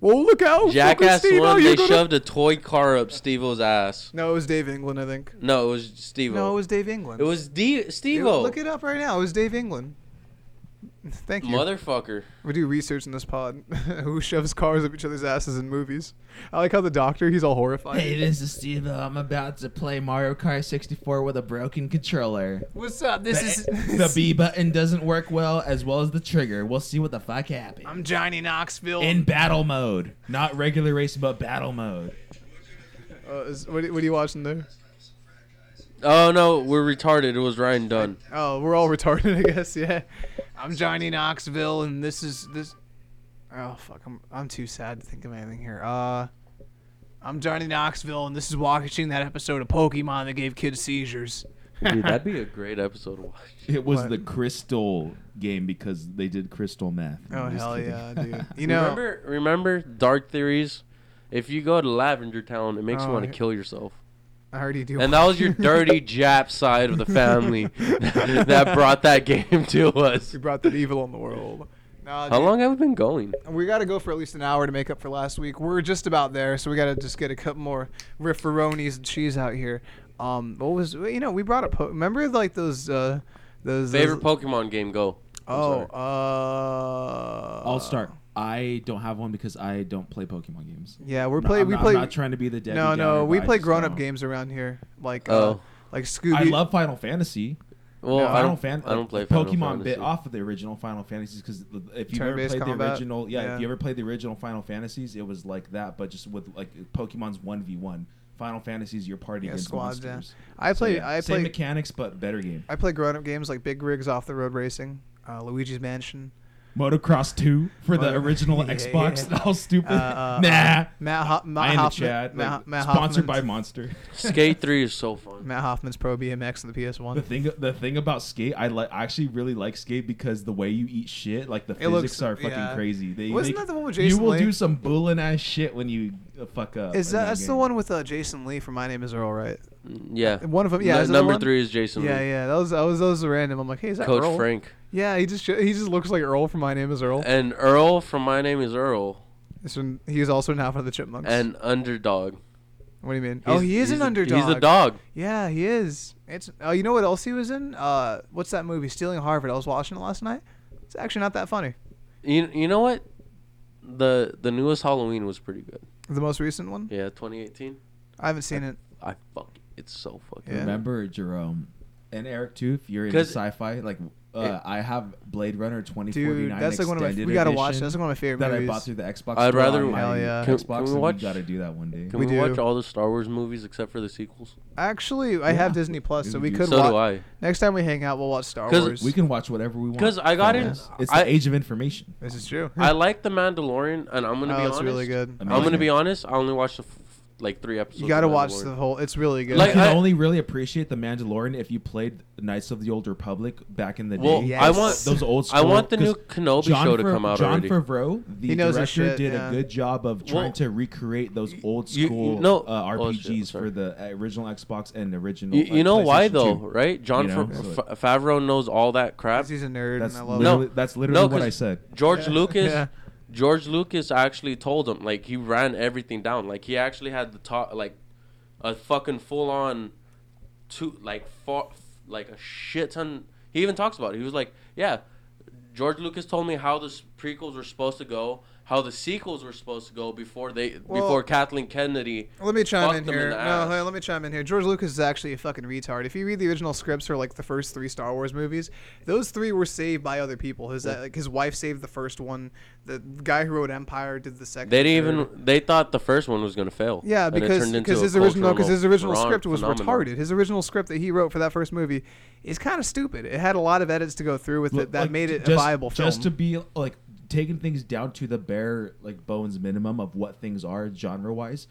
Speaker 1: well look out
Speaker 3: Jackass
Speaker 1: steve oh,
Speaker 3: one.
Speaker 1: you're
Speaker 3: They
Speaker 1: gonna-
Speaker 3: shoved a toy car up Steve-O's ass.
Speaker 1: no it was dave england i think
Speaker 3: No, it was Steve-O.
Speaker 1: no it was dave england
Speaker 3: it was D-
Speaker 1: Dude,
Speaker 3: Steve-O.
Speaker 1: Look it up right now. It was Dave England. Thank you.
Speaker 3: Motherfucker.
Speaker 1: we do research in this pod. Who shoves cars up each other's asses in movies? I like how the doctor, he's all horrified.
Speaker 2: Hey, this is Steve. uh, I'm about to play Mario Kart 64 with a broken controller.
Speaker 1: What's up? This is
Speaker 2: the B button doesn't work well, as well as the trigger. We'll see what the fuck happens.
Speaker 1: I'm Johnny Knoxville.
Speaker 2: in battle mode, not regular racing, but battle mode.
Speaker 1: uh, is, what, are- what are you watching there?
Speaker 3: Oh no, we're retarded. It was Ryan Dunn.
Speaker 1: Oh, we're all retarded, I guess. Yeah. I'm Johnny Knoxville, and this is this. Oh fuck! I'm I'm too sad to think of anything here. Uh, I'm Johnny Knoxville, and this is watching that episode of Pokemon that gave kids seizures.
Speaker 3: Dude, that'd be a great episode to watch.
Speaker 2: It was
Speaker 1: What?
Speaker 2: the crystal game because they did crystal meth.
Speaker 1: Oh
Speaker 2: I'm just
Speaker 1: hell
Speaker 2: kidding.
Speaker 1: yeah, dude! You know,
Speaker 3: remember, remember Dark Theories? If you go to Lavender Town, it makes
Speaker 1: Oh,
Speaker 3: you want to
Speaker 1: yeah.
Speaker 3: kill yourself.
Speaker 1: I already do.
Speaker 3: And that was your dirty Jap side of the family that brought that game to us.
Speaker 1: You brought that evil on the world. Nah,
Speaker 3: How
Speaker 1: dude,
Speaker 3: long have we been going?
Speaker 1: We got to go for at least an hour to make up for last week. We're just about there, so we got to just get a couple more rifferonis and cheese out here. Um, what was you know we brought up? Po- remember like those uh, those
Speaker 3: Favorite
Speaker 1: those,
Speaker 3: Pokemon game? Go. I'm
Speaker 1: Oh,
Speaker 3: sorry.
Speaker 1: uh,
Speaker 2: I'll start. I don't have one because I don't play Pokemon games.
Speaker 1: Yeah, we're
Speaker 2: No,
Speaker 1: play.
Speaker 2: I'm
Speaker 1: we
Speaker 2: not-
Speaker 1: play.
Speaker 2: I'm not trying to be the Debbie
Speaker 1: no, no,
Speaker 2: Downer,
Speaker 1: we
Speaker 2: but I
Speaker 1: play
Speaker 2: just
Speaker 1: grown up
Speaker 2: don't.
Speaker 1: games around here, like uh,
Speaker 3: Oh.
Speaker 1: like Scooby.
Speaker 2: I love Final Fantasy.
Speaker 3: Well,
Speaker 1: No,
Speaker 3: I
Speaker 2: Final
Speaker 3: don't.
Speaker 2: Fan-
Speaker 3: I don't play
Speaker 2: Pokemon.
Speaker 3: Final Fantasy.
Speaker 2: bit off of the original Final Fantasies because if you ever
Speaker 1: Turn-based
Speaker 2: played the
Speaker 1: combat.
Speaker 2: original, yeah,
Speaker 1: Yeah.
Speaker 2: if you ever played the original Final Fantasies, it was like that, but just with like Pokemon's one v one. Final Fantasies, your party
Speaker 1: Yeah,
Speaker 2: against
Speaker 1: squads, yeah.
Speaker 2: monsters.
Speaker 1: I
Speaker 2: So,
Speaker 1: play.
Speaker 2: yeah,
Speaker 1: I
Speaker 2: same
Speaker 1: play.
Speaker 2: mechanics but better game.
Speaker 1: I play grown up games like Big Rigs Off the Road Racing, uh, Luigi's Mansion.
Speaker 2: Motocross 2 for the
Speaker 1: Moto-
Speaker 2: original
Speaker 1: Yeah,
Speaker 2: Xbox.
Speaker 1: yeah.
Speaker 2: All stupid.
Speaker 1: Uh, uh,
Speaker 2: nah.
Speaker 1: Matt, Ho- Matt
Speaker 2: I am the
Speaker 1: Hoffman.
Speaker 2: Chad.
Speaker 1: Matt, Ho-
Speaker 2: like,
Speaker 1: Matt
Speaker 2: sponsored by
Speaker 1: Hoffman's-
Speaker 2: Monster.
Speaker 3: Skate three is so fun.
Speaker 1: Matt Hoffman's Pro BMX and the
Speaker 2: The
Speaker 1: PS1.
Speaker 2: thing, the thing about skate, I like. I actually really like skate because the way you eat shit, like the physics
Speaker 1: looks-
Speaker 2: are fucking
Speaker 1: yeah.
Speaker 2: crazy. They
Speaker 1: Wasn't
Speaker 2: make-
Speaker 1: that the one with
Speaker 2: You
Speaker 1: Jason
Speaker 2: will
Speaker 1: Lee?
Speaker 2: do some bullying ass shit when you uh, fuck up.
Speaker 1: Is
Speaker 2: in
Speaker 1: that that's the
Speaker 2: game.
Speaker 1: one with uh, Jason Lee from My Name Is Earl, right?
Speaker 3: Yeah.
Speaker 1: Uh, One of them. Yeah,
Speaker 3: Nu-
Speaker 1: is that the
Speaker 3: number
Speaker 1: one?
Speaker 3: three is Jason.
Speaker 1: Yeah,
Speaker 3: Lee.
Speaker 1: yeah. That was that was that was random. I'm like, hey, is that
Speaker 3: Coach
Speaker 1: Earl?
Speaker 3: Frank
Speaker 1: Yeah, he just he just looks like Earl from My Name Is Earl.
Speaker 3: and Earl from My Name Is Earl
Speaker 1: It's from- He was also in Half of the Chipmunks.
Speaker 3: and Underdog.
Speaker 1: what do you mean?
Speaker 3: He's-
Speaker 1: oh, he is
Speaker 3: he's
Speaker 1: an
Speaker 3: a-
Speaker 1: underdog.
Speaker 3: He's a dog.
Speaker 1: Yeah, he is. It's oh, you know what else he was in? Uh, what's that movie? Stealing Harvard. I was watching it last night. It's actually not that funny.
Speaker 3: You you know what? The the newest Halloween was pretty good.
Speaker 1: The most recent one.
Speaker 3: Yeah, 2018.
Speaker 1: I haven't seen it.
Speaker 3: I fucking it's so fucking.
Speaker 1: Yeah.
Speaker 2: Remember Jerome and Eric too. If you're into
Speaker 3: 'Cause-
Speaker 2: sci-fi, like uh,
Speaker 3: It-
Speaker 2: I have Blade Runner 2049.
Speaker 1: Dude, that's like one of my.
Speaker 2: extended
Speaker 1: We gotta watch.
Speaker 2: edition
Speaker 1: that. That's like one of my favorite
Speaker 2: that I
Speaker 1: movies.
Speaker 2: bought through the Xbox. store
Speaker 3: I'd
Speaker 2: on
Speaker 3: rather-
Speaker 2: my
Speaker 1: Hell yeah.
Speaker 2: Xbox.
Speaker 3: Can- can we
Speaker 2: and we
Speaker 3: watch-
Speaker 2: gotta do that one day.
Speaker 3: Can
Speaker 1: We
Speaker 3: we,
Speaker 1: do.
Speaker 3: watch all the Star Wars movies except for the sequels?
Speaker 1: Actually, I
Speaker 2: Yeah.
Speaker 1: have Disney Plus, so we
Speaker 2: So
Speaker 1: could.
Speaker 3: so
Speaker 1: wa-
Speaker 3: do I.
Speaker 1: Next time we hang out, we'll watch Star
Speaker 3: 'Cause
Speaker 1: Wars.
Speaker 2: We can watch whatever we want.
Speaker 3: 'Cause I got
Speaker 2: Yeah.
Speaker 1: in-
Speaker 2: It's
Speaker 3: I-
Speaker 2: the age of information.
Speaker 1: this is true.
Speaker 3: I like The Mandalorian, and I'm gonna
Speaker 1: Hmm. Oh,
Speaker 3: be
Speaker 1: it's
Speaker 3: honest.
Speaker 1: really good.
Speaker 2: I mean,
Speaker 3: I'm gonna
Speaker 2: Amazing.
Speaker 3: be honest. I only watched the f- like three episodes.
Speaker 1: You gotta
Speaker 3: of
Speaker 1: watch
Speaker 3: Mandalorian.
Speaker 1: the whole. It's really good.
Speaker 3: Like,
Speaker 2: you can
Speaker 3: I-
Speaker 2: only really appreciate the Mandalorian if you played Knights of the Old Republic back in the
Speaker 3: Well,
Speaker 2: day.
Speaker 1: Yes. I want-
Speaker 2: those old.
Speaker 3: I want the
Speaker 2: school-
Speaker 3: new
Speaker 2: 'cause
Speaker 3: Kenobi
Speaker 2: Jon
Speaker 3: show to
Speaker 2: Favreau-
Speaker 3: come out
Speaker 2: John
Speaker 3: already.
Speaker 2: Favreau, the
Speaker 1: He knows his
Speaker 2: director,
Speaker 1: shit,
Speaker 2: did
Speaker 1: yeah.
Speaker 2: a good job of trying
Speaker 3: Well,
Speaker 2: to recreate those old
Speaker 3: you- you
Speaker 2: school
Speaker 3: know-
Speaker 2: uh,
Speaker 3: oh, shit,
Speaker 2: RPGs
Speaker 3: sorry.
Speaker 2: for the original Xbox and original.
Speaker 3: You, you
Speaker 2: uh,
Speaker 3: know why
Speaker 2: PlayStation
Speaker 3: though,
Speaker 2: 2.
Speaker 3: right? John
Speaker 2: You know,
Speaker 3: Fa-
Speaker 2: so-
Speaker 3: Fa- Favreau knows all that crap.
Speaker 1: 'Cause he's a nerd,
Speaker 2: That's
Speaker 1: and I love.
Speaker 2: literally,
Speaker 1: it.
Speaker 2: that's literally what
Speaker 3: 'cause
Speaker 2: I said.
Speaker 3: George
Speaker 1: Yeah.
Speaker 3: Lucas.
Speaker 1: Yeah.
Speaker 3: George Lucas actually told him like he ran everything down. Like he actually had the top like a fucking full on two like far, like a shit ton. He even talks about it. He was like, yeah, George Lucas told me how the s- prequels were supposed to go, how the sequels were supposed to go before they
Speaker 1: Well-
Speaker 3: before Kathleen Kennedy.
Speaker 1: Let me chime
Speaker 3: Fuck
Speaker 1: in
Speaker 3: them in
Speaker 1: here.
Speaker 3: the
Speaker 1: no,
Speaker 3: ass.
Speaker 1: hey, let me chime in here. George Lucas is actually a fucking retard. If you read the original scripts for like the first three Star Wars movies, those three were saved by other people. His uh, like his wife saved the first one. The guy who wrote Empire did the second.
Speaker 3: They
Speaker 1: third.
Speaker 3: didn't even. They thought the first one was gonna fail.
Speaker 1: Yeah,
Speaker 3: and it
Speaker 1: because
Speaker 3: turned into
Speaker 1: because
Speaker 3: a
Speaker 1: his original
Speaker 3: cultural
Speaker 1: because his original
Speaker 3: phenom-
Speaker 1: script was
Speaker 3: phenomenon.
Speaker 1: retarded. His original script that he wrote for that first movie is kind of stupid. It had a lot of edits to go through with it that
Speaker 2: Like,
Speaker 1: made it a
Speaker 2: just-
Speaker 1: viable film.
Speaker 2: Just to be like taking things down to the bare like bones minimum of what things are genre wise.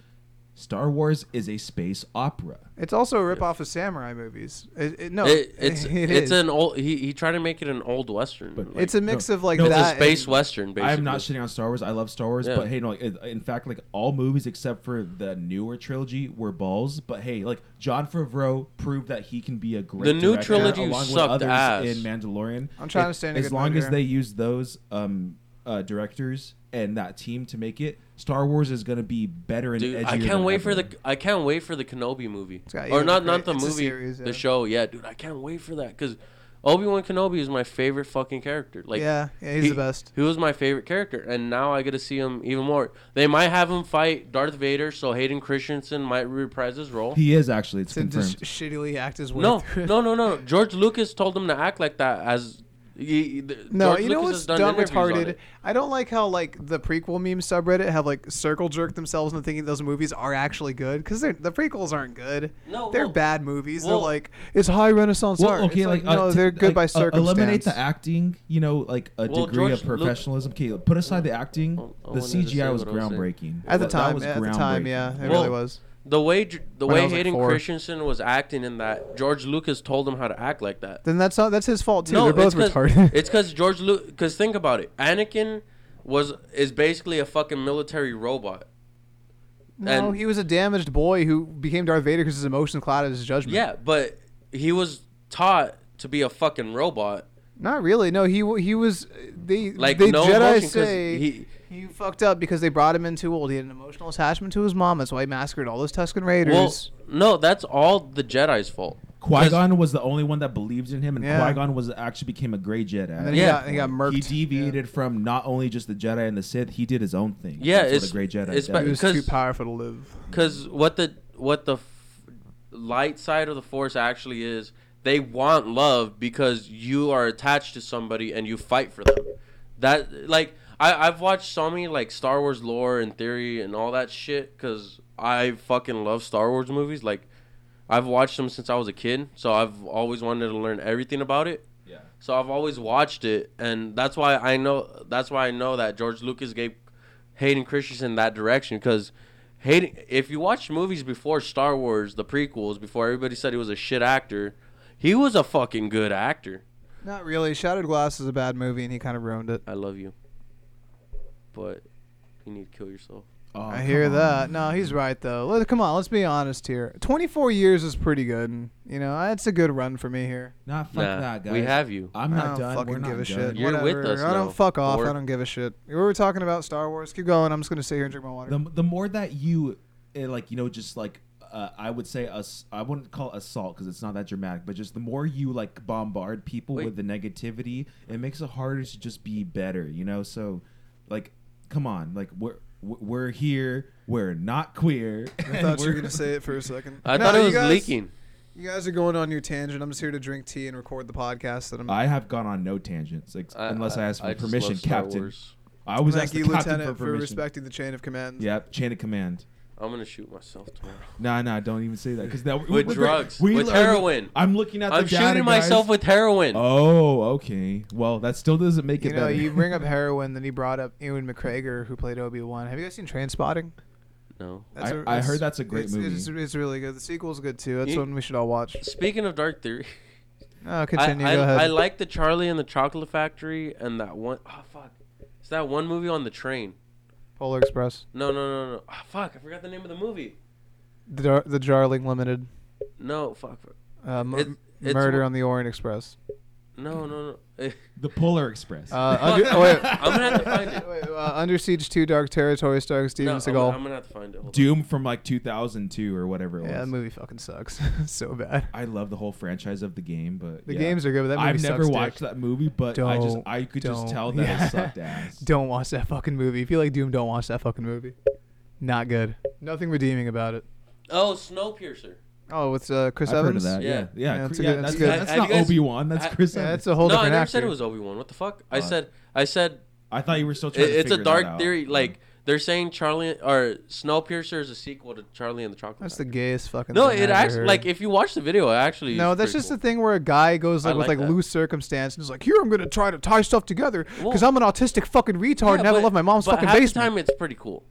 Speaker 2: Star Wars is a space opera.
Speaker 1: it's also a rip off of samurai movies. It, it- no,
Speaker 3: It, it's
Speaker 1: it
Speaker 3: it's
Speaker 1: is.
Speaker 3: an old. He, he tried to make it an old western.
Speaker 2: But-
Speaker 3: like,
Speaker 1: it's a mix
Speaker 2: no,
Speaker 1: of like
Speaker 2: no, it's a
Speaker 1: that. and-
Speaker 3: space western. Basically,
Speaker 2: I'm not shitting on Star Wars. I love Star Wars,
Speaker 3: Yeah.
Speaker 2: but hey, no, like, in- in fact, like all movies except for the newer trilogy were balls. But hey, like John Favreau proved that he can be a great.
Speaker 3: The new
Speaker 2: director,
Speaker 3: trilogy
Speaker 2: along with
Speaker 3: sucked
Speaker 2: others
Speaker 3: ass.
Speaker 2: in Mandalorian.
Speaker 1: I'm trying to
Speaker 2: If-
Speaker 1: stay in a
Speaker 2: As
Speaker 1: good
Speaker 2: long
Speaker 1: mood
Speaker 2: as
Speaker 1: here.
Speaker 2: they use those um, uh, directors and that team to make it, Star Wars is going to be better and
Speaker 3: Dude,
Speaker 2: edgier
Speaker 3: I
Speaker 2: than
Speaker 3: can't wait for
Speaker 2: ever.
Speaker 3: the I can't wait for the Kenobi movie,
Speaker 1: got
Speaker 3: or
Speaker 1: even
Speaker 3: not
Speaker 1: cra-
Speaker 3: not the
Speaker 1: it's a
Speaker 3: movie,
Speaker 1: series, yeah.
Speaker 3: the show. Yeah, dude, I can't wait for that because Obi Wan Kenobi is my favorite fucking character. Like,
Speaker 1: yeah, yeah, he's
Speaker 3: he,
Speaker 1: the best.
Speaker 3: He was my favorite character, and now I get to see him even more. They might have him fight Darth Vader, so Hayden Christensen might reprise his role.
Speaker 2: He is actually. It's
Speaker 1: To
Speaker 2: confirmed.
Speaker 1: just shittily act his way.
Speaker 3: No,
Speaker 1: through it.
Speaker 3: no, no, no. George Lucas told him to act like that as. He, the-
Speaker 1: No,
Speaker 3: George
Speaker 1: you know
Speaker 3: Lucas
Speaker 1: what's
Speaker 3: has done
Speaker 1: dumb
Speaker 3: interviews on
Speaker 1: retarded?
Speaker 3: it.
Speaker 1: I don't like how like the prequel meme subreddit have like circle jerked themselves into thinking those movies are actually good because the prequels aren't good.
Speaker 3: No,
Speaker 1: they're
Speaker 3: well-
Speaker 1: bad movies.
Speaker 3: well-
Speaker 1: they're like it's high Renaissance
Speaker 2: Well,
Speaker 1: art.
Speaker 2: okay,
Speaker 1: It's
Speaker 2: like,
Speaker 1: no,
Speaker 2: uh, t-
Speaker 1: they're good
Speaker 2: like,
Speaker 1: by
Speaker 2: uh,
Speaker 1: circumstance.
Speaker 2: Eliminate the acting, you know, like a
Speaker 3: Well,
Speaker 2: degree
Speaker 3: George
Speaker 2: of
Speaker 3: Luke-
Speaker 2: professionalism. Okay, put aside the acting.
Speaker 3: Oh, I
Speaker 2: the
Speaker 3: wanted to say
Speaker 2: CGI was
Speaker 3: what I was saying.
Speaker 2: groundbreaking.
Speaker 1: at the
Speaker 2: That
Speaker 1: time,
Speaker 2: was
Speaker 1: at the time,
Speaker 2: groundbreaking.
Speaker 1: yeah, it
Speaker 3: Well,
Speaker 1: really was.
Speaker 3: The way J- the
Speaker 1: When I
Speaker 3: way
Speaker 1: was, like,
Speaker 3: Hayden
Speaker 1: four.
Speaker 3: Christensen was acting in that, George Lucas told him how to act like that.
Speaker 1: Then that's not that's his fault too.
Speaker 3: no,
Speaker 1: they're both
Speaker 3: it's 'cause-
Speaker 1: retarded.
Speaker 3: It's because George Lucas. Because think about it, Anakin was is basically a fucking military robot.
Speaker 1: no,
Speaker 3: and-
Speaker 1: he was a damaged boy who became Darth Vader because his emotions clouded his judgment.
Speaker 3: Yeah, but he was taught to be a fucking robot.
Speaker 1: Not really. No, he w- he was they
Speaker 3: Like
Speaker 1: they
Speaker 3: no
Speaker 1: Jedi
Speaker 3: emotion 'cause
Speaker 1: say he,
Speaker 3: he-
Speaker 1: fucked up because they brought him in too old. He had an emotional attachment to his mom. That's why he massacred all those Tusken Raiders.
Speaker 3: Well, uh, no, that's all the Jedi's fault. 'Cause-
Speaker 2: Qui Gon was the only one that believed in him, and
Speaker 1: Yeah.
Speaker 2: Qui Gon was actually became a gray Jedi.
Speaker 1: and then he
Speaker 3: yeah.
Speaker 1: got he got murked.
Speaker 2: He deviated from not only just the Jedi and the Sith. He did his own thing.
Speaker 3: Yeah,
Speaker 2: That's
Speaker 3: it's-
Speaker 2: what a great Jedi.
Speaker 3: it's
Speaker 2: does.
Speaker 1: Yeah. He was too
Speaker 3: because-
Speaker 1: powerful to live.
Speaker 3: Because what the what the f- light side of the force actually is, they want love because you are attached to somebody and you fight for them. That like I I've watched so many like Star Wars lore and theory and all that shit because I fucking love Star Wars movies. Like I've watched them since I was a kid, so I've always wanted to learn everything about it.
Speaker 2: Yeah.
Speaker 3: So I've always watched it, and that's why I know. That's why I know that George Lucas gave Hayden Christensen that direction because Hayden. If you watched movies before Star Wars, the prequels, before everybody said he was a shit actor, he was a fucking good actor.
Speaker 1: Not really. Shattered Glass is a bad movie, and he kind of ruined it.
Speaker 3: I love you, but you need to kill yourself.
Speaker 2: Oh,
Speaker 1: I hear
Speaker 2: come on.
Speaker 1: that. No, he's right though. Let, come on, let's be honest here. Twenty-four years is pretty good. and, You know, that's a good run for me here.
Speaker 2: Nah, fuck
Speaker 3: Nah,
Speaker 2: that, guys.
Speaker 3: we have you.
Speaker 2: I'm
Speaker 1: I
Speaker 2: not
Speaker 1: don't
Speaker 2: done.
Speaker 1: fucking
Speaker 2: We're not
Speaker 1: give a
Speaker 2: done.
Speaker 1: shit.
Speaker 3: You're with
Speaker 1: Whatever.
Speaker 3: us
Speaker 1: I
Speaker 3: now,
Speaker 1: don't fuck off.
Speaker 3: Borg.
Speaker 1: I don't give a shit. We were talking about Star Wars. Keep going. I'm just gonna sit here and drink my water.
Speaker 2: the, the more that you eh, like you know just like uh, i would say us i wouldn't call it assault because it's not that dramatic but just the more you like bombard people
Speaker 3: Wait.
Speaker 2: with the negativity it makes it harder to just be better you know so like come on like we're w- we're here we're not queer
Speaker 1: I thought you were gonna say it for a second.
Speaker 3: I
Speaker 1: No,
Speaker 3: thought it
Speaker 1: you
Speaker 3: was
Speaker 1: guys-
Speaker 3: leaking.
Speaker 1: You guys are going on your tangent. I'm just here to drink tea and record the podcast. That I'm.
Speaker 2: i have gone on no tangents like, unless i, ask for
Speaker 3: I just love
Speaker 2: permission
Speaker 3: Star
Speaker 2: captain
Speaker 3: Wars.
Speaker 2: i was
Speaker 1: Thank
Speaker 2: asked
Speaker 1: you,
Speaker 2: the captain
Speaker 1: Lieutenant,
Speaker 2: for
Speaker 1: for,
Speaker 2: permission
Speaker 1: respecting the chain of command.
Speaker 2: yep chain of command
Speaker 3: I'm gonna shoot myself tomorrow.
Speaker 2: Nah, nah, don't even say that. Because that
Speaker 3: With drugs. With
Speaker 2: are-
Speaker 3: heroin.
Speaker 2: I'm looking at the
Speaker 3: I'm
Speaker 2: data,
Speaker 3: shooting myself
Speaker 2: guys.
Speaker 3: with heroin.
Speaker 2: Oh, okay. Well, that still doesn't make it
Speaker 1: You know,
Speaker 2: better.
Speaker 1: you bring up heroin, then he brought up Ewan McGregor, who played Obi Wan. Have you guys seen Train Spotting?
Speaker 3: No.
Speaker 2: I- I heard that's a great
Speaker 1: it's,
Speaker 2: movie.
Speaker 1: It's, it's really good. The sequel's good too. That's
Speaker 3: You-
Speaker 1: one we should all watch.
Speaker 3: Speaking of Dark Theory,
Speaker 1: No,
Speaker 3: I,
Speaker 1: continue.
Speaker 3: I,
Speaker 1: Go ahead.
Speaker 3: I like the Charlie and the Chocolate Factory and that one oh fuck, it's that one movie on the train.
Speaker 1: Polar Express.
Speaker 3: No, no, no, no. Oh, fuck, I forgot the name of the movie.
Speaker 1: The Jar- the Jarling Limited.
Speaker 3: No, fuck.
Speaker 1: Uh, mu-
Speaker 3: It's- it's
Speaker 1: Murder
Speaker 3: wh-
Speaker 1: on the Orient Express.
Speaker 3: No, no, no.
Speaker 2: the Polar Express.
Speaker 1: Uh, under, oh, wait,
Speaker 3: I'm gonna have to find it.
Speaker 1: wait, uh, Under Siege Two, Dark Territory, starring
Speaker 3: no,
Speaker 1: Steven
Speaker 3: I'm,
Speaker 1: Seagal.
Speaker 3: gonna- I'm gonna have to find it. Hold on.
Speaker 2: Doom from like 2002 or whatever it
Speaker 1: yeah, that
Speaker 2: was.
Speaker 1: movie fucking sucks. so bad.
Speaker 2: I love the whole franchise of the game, but
Speaker 1: The
Speaker 2: yeah.
Speaker 1: games are good, but that movie
Speaker 2: I've
Speaker 1: sucks
Speaker 2: never
Speaker 1: dick.
Speaker 2: watched that movie, but I just
Speaker 1: Don't-
Speaker 2: I could just
Speaker 1: don't.
Speaker 2: tell that
Speaker 1: Yeah.
Speaker 2: it sucked ass.
Speaker 1: Don't watch that fucking movie. If you like Doom, don't watch that fucking movie. Not good. Nothing redeeming about it.
Speaker 3: Oh, Snowpiercer.
Speaker 1: Oh, it's uh, Chris
Speaker 2: I've heard
Speaker 1: Evans.
Speaker 2: of that. Yeah,
Speaker 3: Yeah.
Speaker 2: yeah,
Speaker 1: Yeah,
Speaker 2: Chris-
Speaker 1: that's a
Speaker 2: yeah,
Speaker 1: good-
Speaker 2: that's,
Speaker 1: that's good.
Speaker 2: that's,
Speaker 3: Have you
Speaker 2: not
Speaker 3: guys-
Speaker 2: Obi Wan. That's
Speaker 3: I-
Speaker 2: Chris.
Speaker 1: Yeah,
Speaker 2: Evans.
Speaker 1: that's a whole
Speaker 3: no, I
Speaker 1: different
Speaker 3: never
Speaker 1: actor.
Speaker 3: said it was Obi Wan. What the fuck? I
Speaker 2: Oh.
Speaker 3: said, I said
Speaker 2: I thought you were still
Speaker 3: it,
Speaker 2: trying to
Speaker 3: it's a
Speaker 2: figure that
Speaker 3: Dark
Speaker 2: out.
Speaker 3: Theory. Like they're saying Charlie or Snowpiercer is a sequel to Charlie and the Chocolate.
Speaker 1: That's the
Speaker 3: Factory.
Speaker 1: gayest fucking.
Speaker 3: no,
Speaker 1: thing
Speaker 3: it
Speaker 1: I've ever
Speaker 3: actually
Speaker 1: heard.
Speaker 3: like if you watch the video, it actually.
Speaker 1: No,
Speaker 3: is
Speaker 1: that's
Speaker 3: pretty
Speaker 1: just
Speaker 3: cool.
Speaker 1: the thing where a guy goes
Speaker 3: I
Speaker 1: like with
Speaker 3: like
Speaker 1: like
Speaker 3: that.
Speaker 1: loose circumstance and is like, "Here, I'm gonna try to tie stuff together because
Speaker 3: Well-
Speaker 1: I'm an autistic fucking retard and
Speaker 3: Yeah,
Speaker 1: have to
Speaker 3: but-
Speaker 1: love my mom's
Speaker 3: but
Speaker 1: fucking
Speaker 3: half the
Speaker 1: basement."
Speaker 3: time it's pretty cool.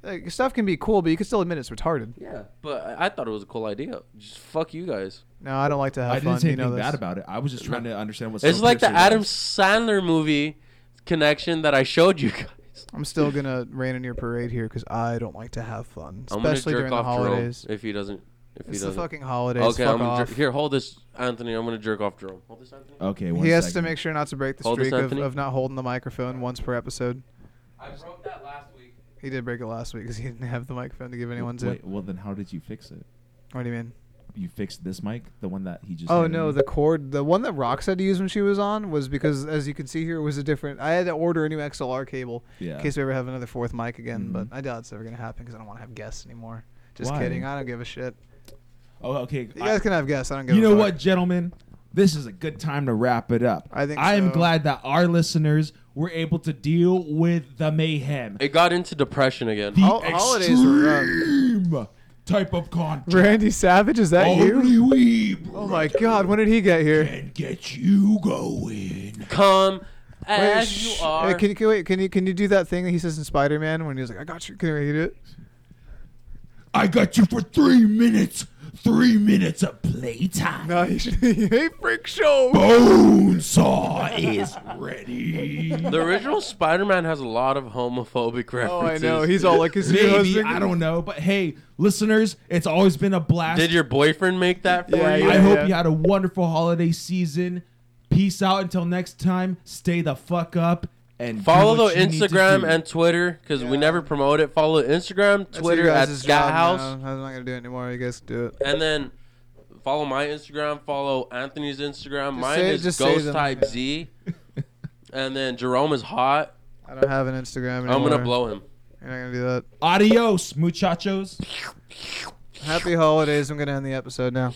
Speaker 1: Like, stuff can be cool, but you can still admit it's retarded.
Speaker 3: Yeah, but I I thought it was a cool idea. Just fuck you guys.
Speaker 1: No, I don't like to have
Speaker 2: I
Speaker 1: fun.
Speaker 2: didn't say
Speaker 1: you know
Speaker 2: anything
Speaker 1: this.
Speaker 2: bad about it. I was just trying to understand what's.
Speaker 3: it's like the Adam Sandler movie connection that I showed you guys.
Speaker 1: I'm still gonna rain in your parade here because I don't like to have fun,
Speaker 3: I'm gonna
Speaker 1: especially
Speaker 3: jerk
Speaker 1: during the
Speaker 3: off Jerome
Speaker 1: holidays.
Speaker 3: if he doesn't. If he
Speaker 1: It's the
Speaker 3: doesn't.
Speaker 1: fucking holidays.
Speaker 3: okay,
Speaker 1: Fuck
Speaker 3: I'm gonna jer-
Speaker 1: off.
Speaker 3: here. Hold this, Anthony. I'm gonna jerk off Jerome. Hold this, Anthony.
Speaker 2: Okay, one
Speaker 1: He has to
Speaker 2: second.
Speaker 1: make sure not to break the
Speaker 3: Hold this,
Speaker 1: streak of,
Speaker 3: Anthony.
Speaker 1: of not holding the microphone once per episode.
Speaker 3: I broke that last week.
Speaker 1: He did break it last week because he didn't have the microphone to give anyone to.
Speaker 2: Wait, well then, how did you fix it?
Speaker 1: What do you mean?
Speaker 2: You fixed this mic, the one that he just.
Speaker 1: Oh
Speaker 2: handed
Speaker 1: no,
Speaker 2: me?
Speaker 1: the cord, the one that Rox had to use when she was on was because, as you can see here, it was a different. I had to order a new XLR cable
Speaker 2: yeah.
Speaker 1: in case we ever have another fourth mic again, but
Speaker 2: Mhm.
Speaker 1: I doubt it's ever gonna happen because I don't want to have guests anymore. Just
Speaker 2: Why?
Speaker 1: kidding. I don't give a shit.
Speaker 2: oh, okay.
Speaker 1: You
Speaker 2: I-
Speaker 1: guys can have guests. I don't give.
Speaker 2: you
Speaker 1: a
Speaker 2: know
Speaker 1: fuck.
Speaker 2: what, gentlemen? This is a good time to wrap it up.
Speaker 1: I think
Speaker 2: I am
Speaker 1: so.
Speaker 2: glad that our listeners were able to deal with the mayhem,
Speaker 3: It got into depression again.
Speaker 2: the
Speaker 1: Hol- holidays are rough.
Speaker 2: extreme type of content.
Speaker 1: Randy Savage, is that
Speaker 2: Only
Speaker 1: you?
Speaker 2: we,
Speaker 1: Oh my God, when did he get here?
Speaker 2: and get you going.
Speaker 3: Come as
Speaker 1: shh.
Speaker 3: you
Speaker 1: Uh,
Speaker 3: are.
Speaker 1: Can you can, wait? Can you can you do that thing that he says in Spider Man when he was like, "I got you"? Can you do it?
Speaker 2: I got you for three minutes. Three minutes of playtime.
Speaker 1: No, he should. hey, freak show.
Speaker 2: Bone saw is ready.
Speaker 3: the original Spider-Man has a lot of homophobic references.
Speaker 1: Oh, I know. He's all like, "Is your
Speaker 2: Maybe
Speaker 1: husband?"
Speaker 2: I don't know, but hey, listeners, it's always been a blast.
Speaker 3: Did your boyfriend make that for
Speaker 1: Yeah,
Speaker 3: you?
Speaker 2: I hope
Speaker 1: yeah.
Speaker 2: you had a wonderful holiday season. Peace out until next time. Stay the fuck up and do
Speaker 3: Follow
Speaker 2: what
Speaker 3: the
Speaker 2: you need to do.
Speaker 3: Instagram and Twitter because we never promote it. Follow Instagram,
Speaker 1: That's
Speaker 3: Twitter
Speaker 1: your
Speaker 3: at
Speaker 1: guys'
Speaker 3: Scat
Speaker 1: job
Speaker 3: House,
Speaker 1: now. I'm not gonna do it anymore. You guys can do it.
Speaker 3: and then follow my Instagram. Follow Anthony's Instagram. Mine
Speaker 1: say-
Speaker 3: is
Speaker 1: just say
Speaker 3: Ghost
Speaker 1: them,
Speaker 3: Type
Speaker 1: yeah.
Speaker 3: Z, and then Jerome is hot.
Speaker 1: I don't have an Instagram anymore.
Speaker 3: I'm gonna blow him.
Speaker 1: You're not gonna do that.
Speaker 2: Adios, muchachos.
Speaker 1: Happy holidays. I'm gonna end the episode now.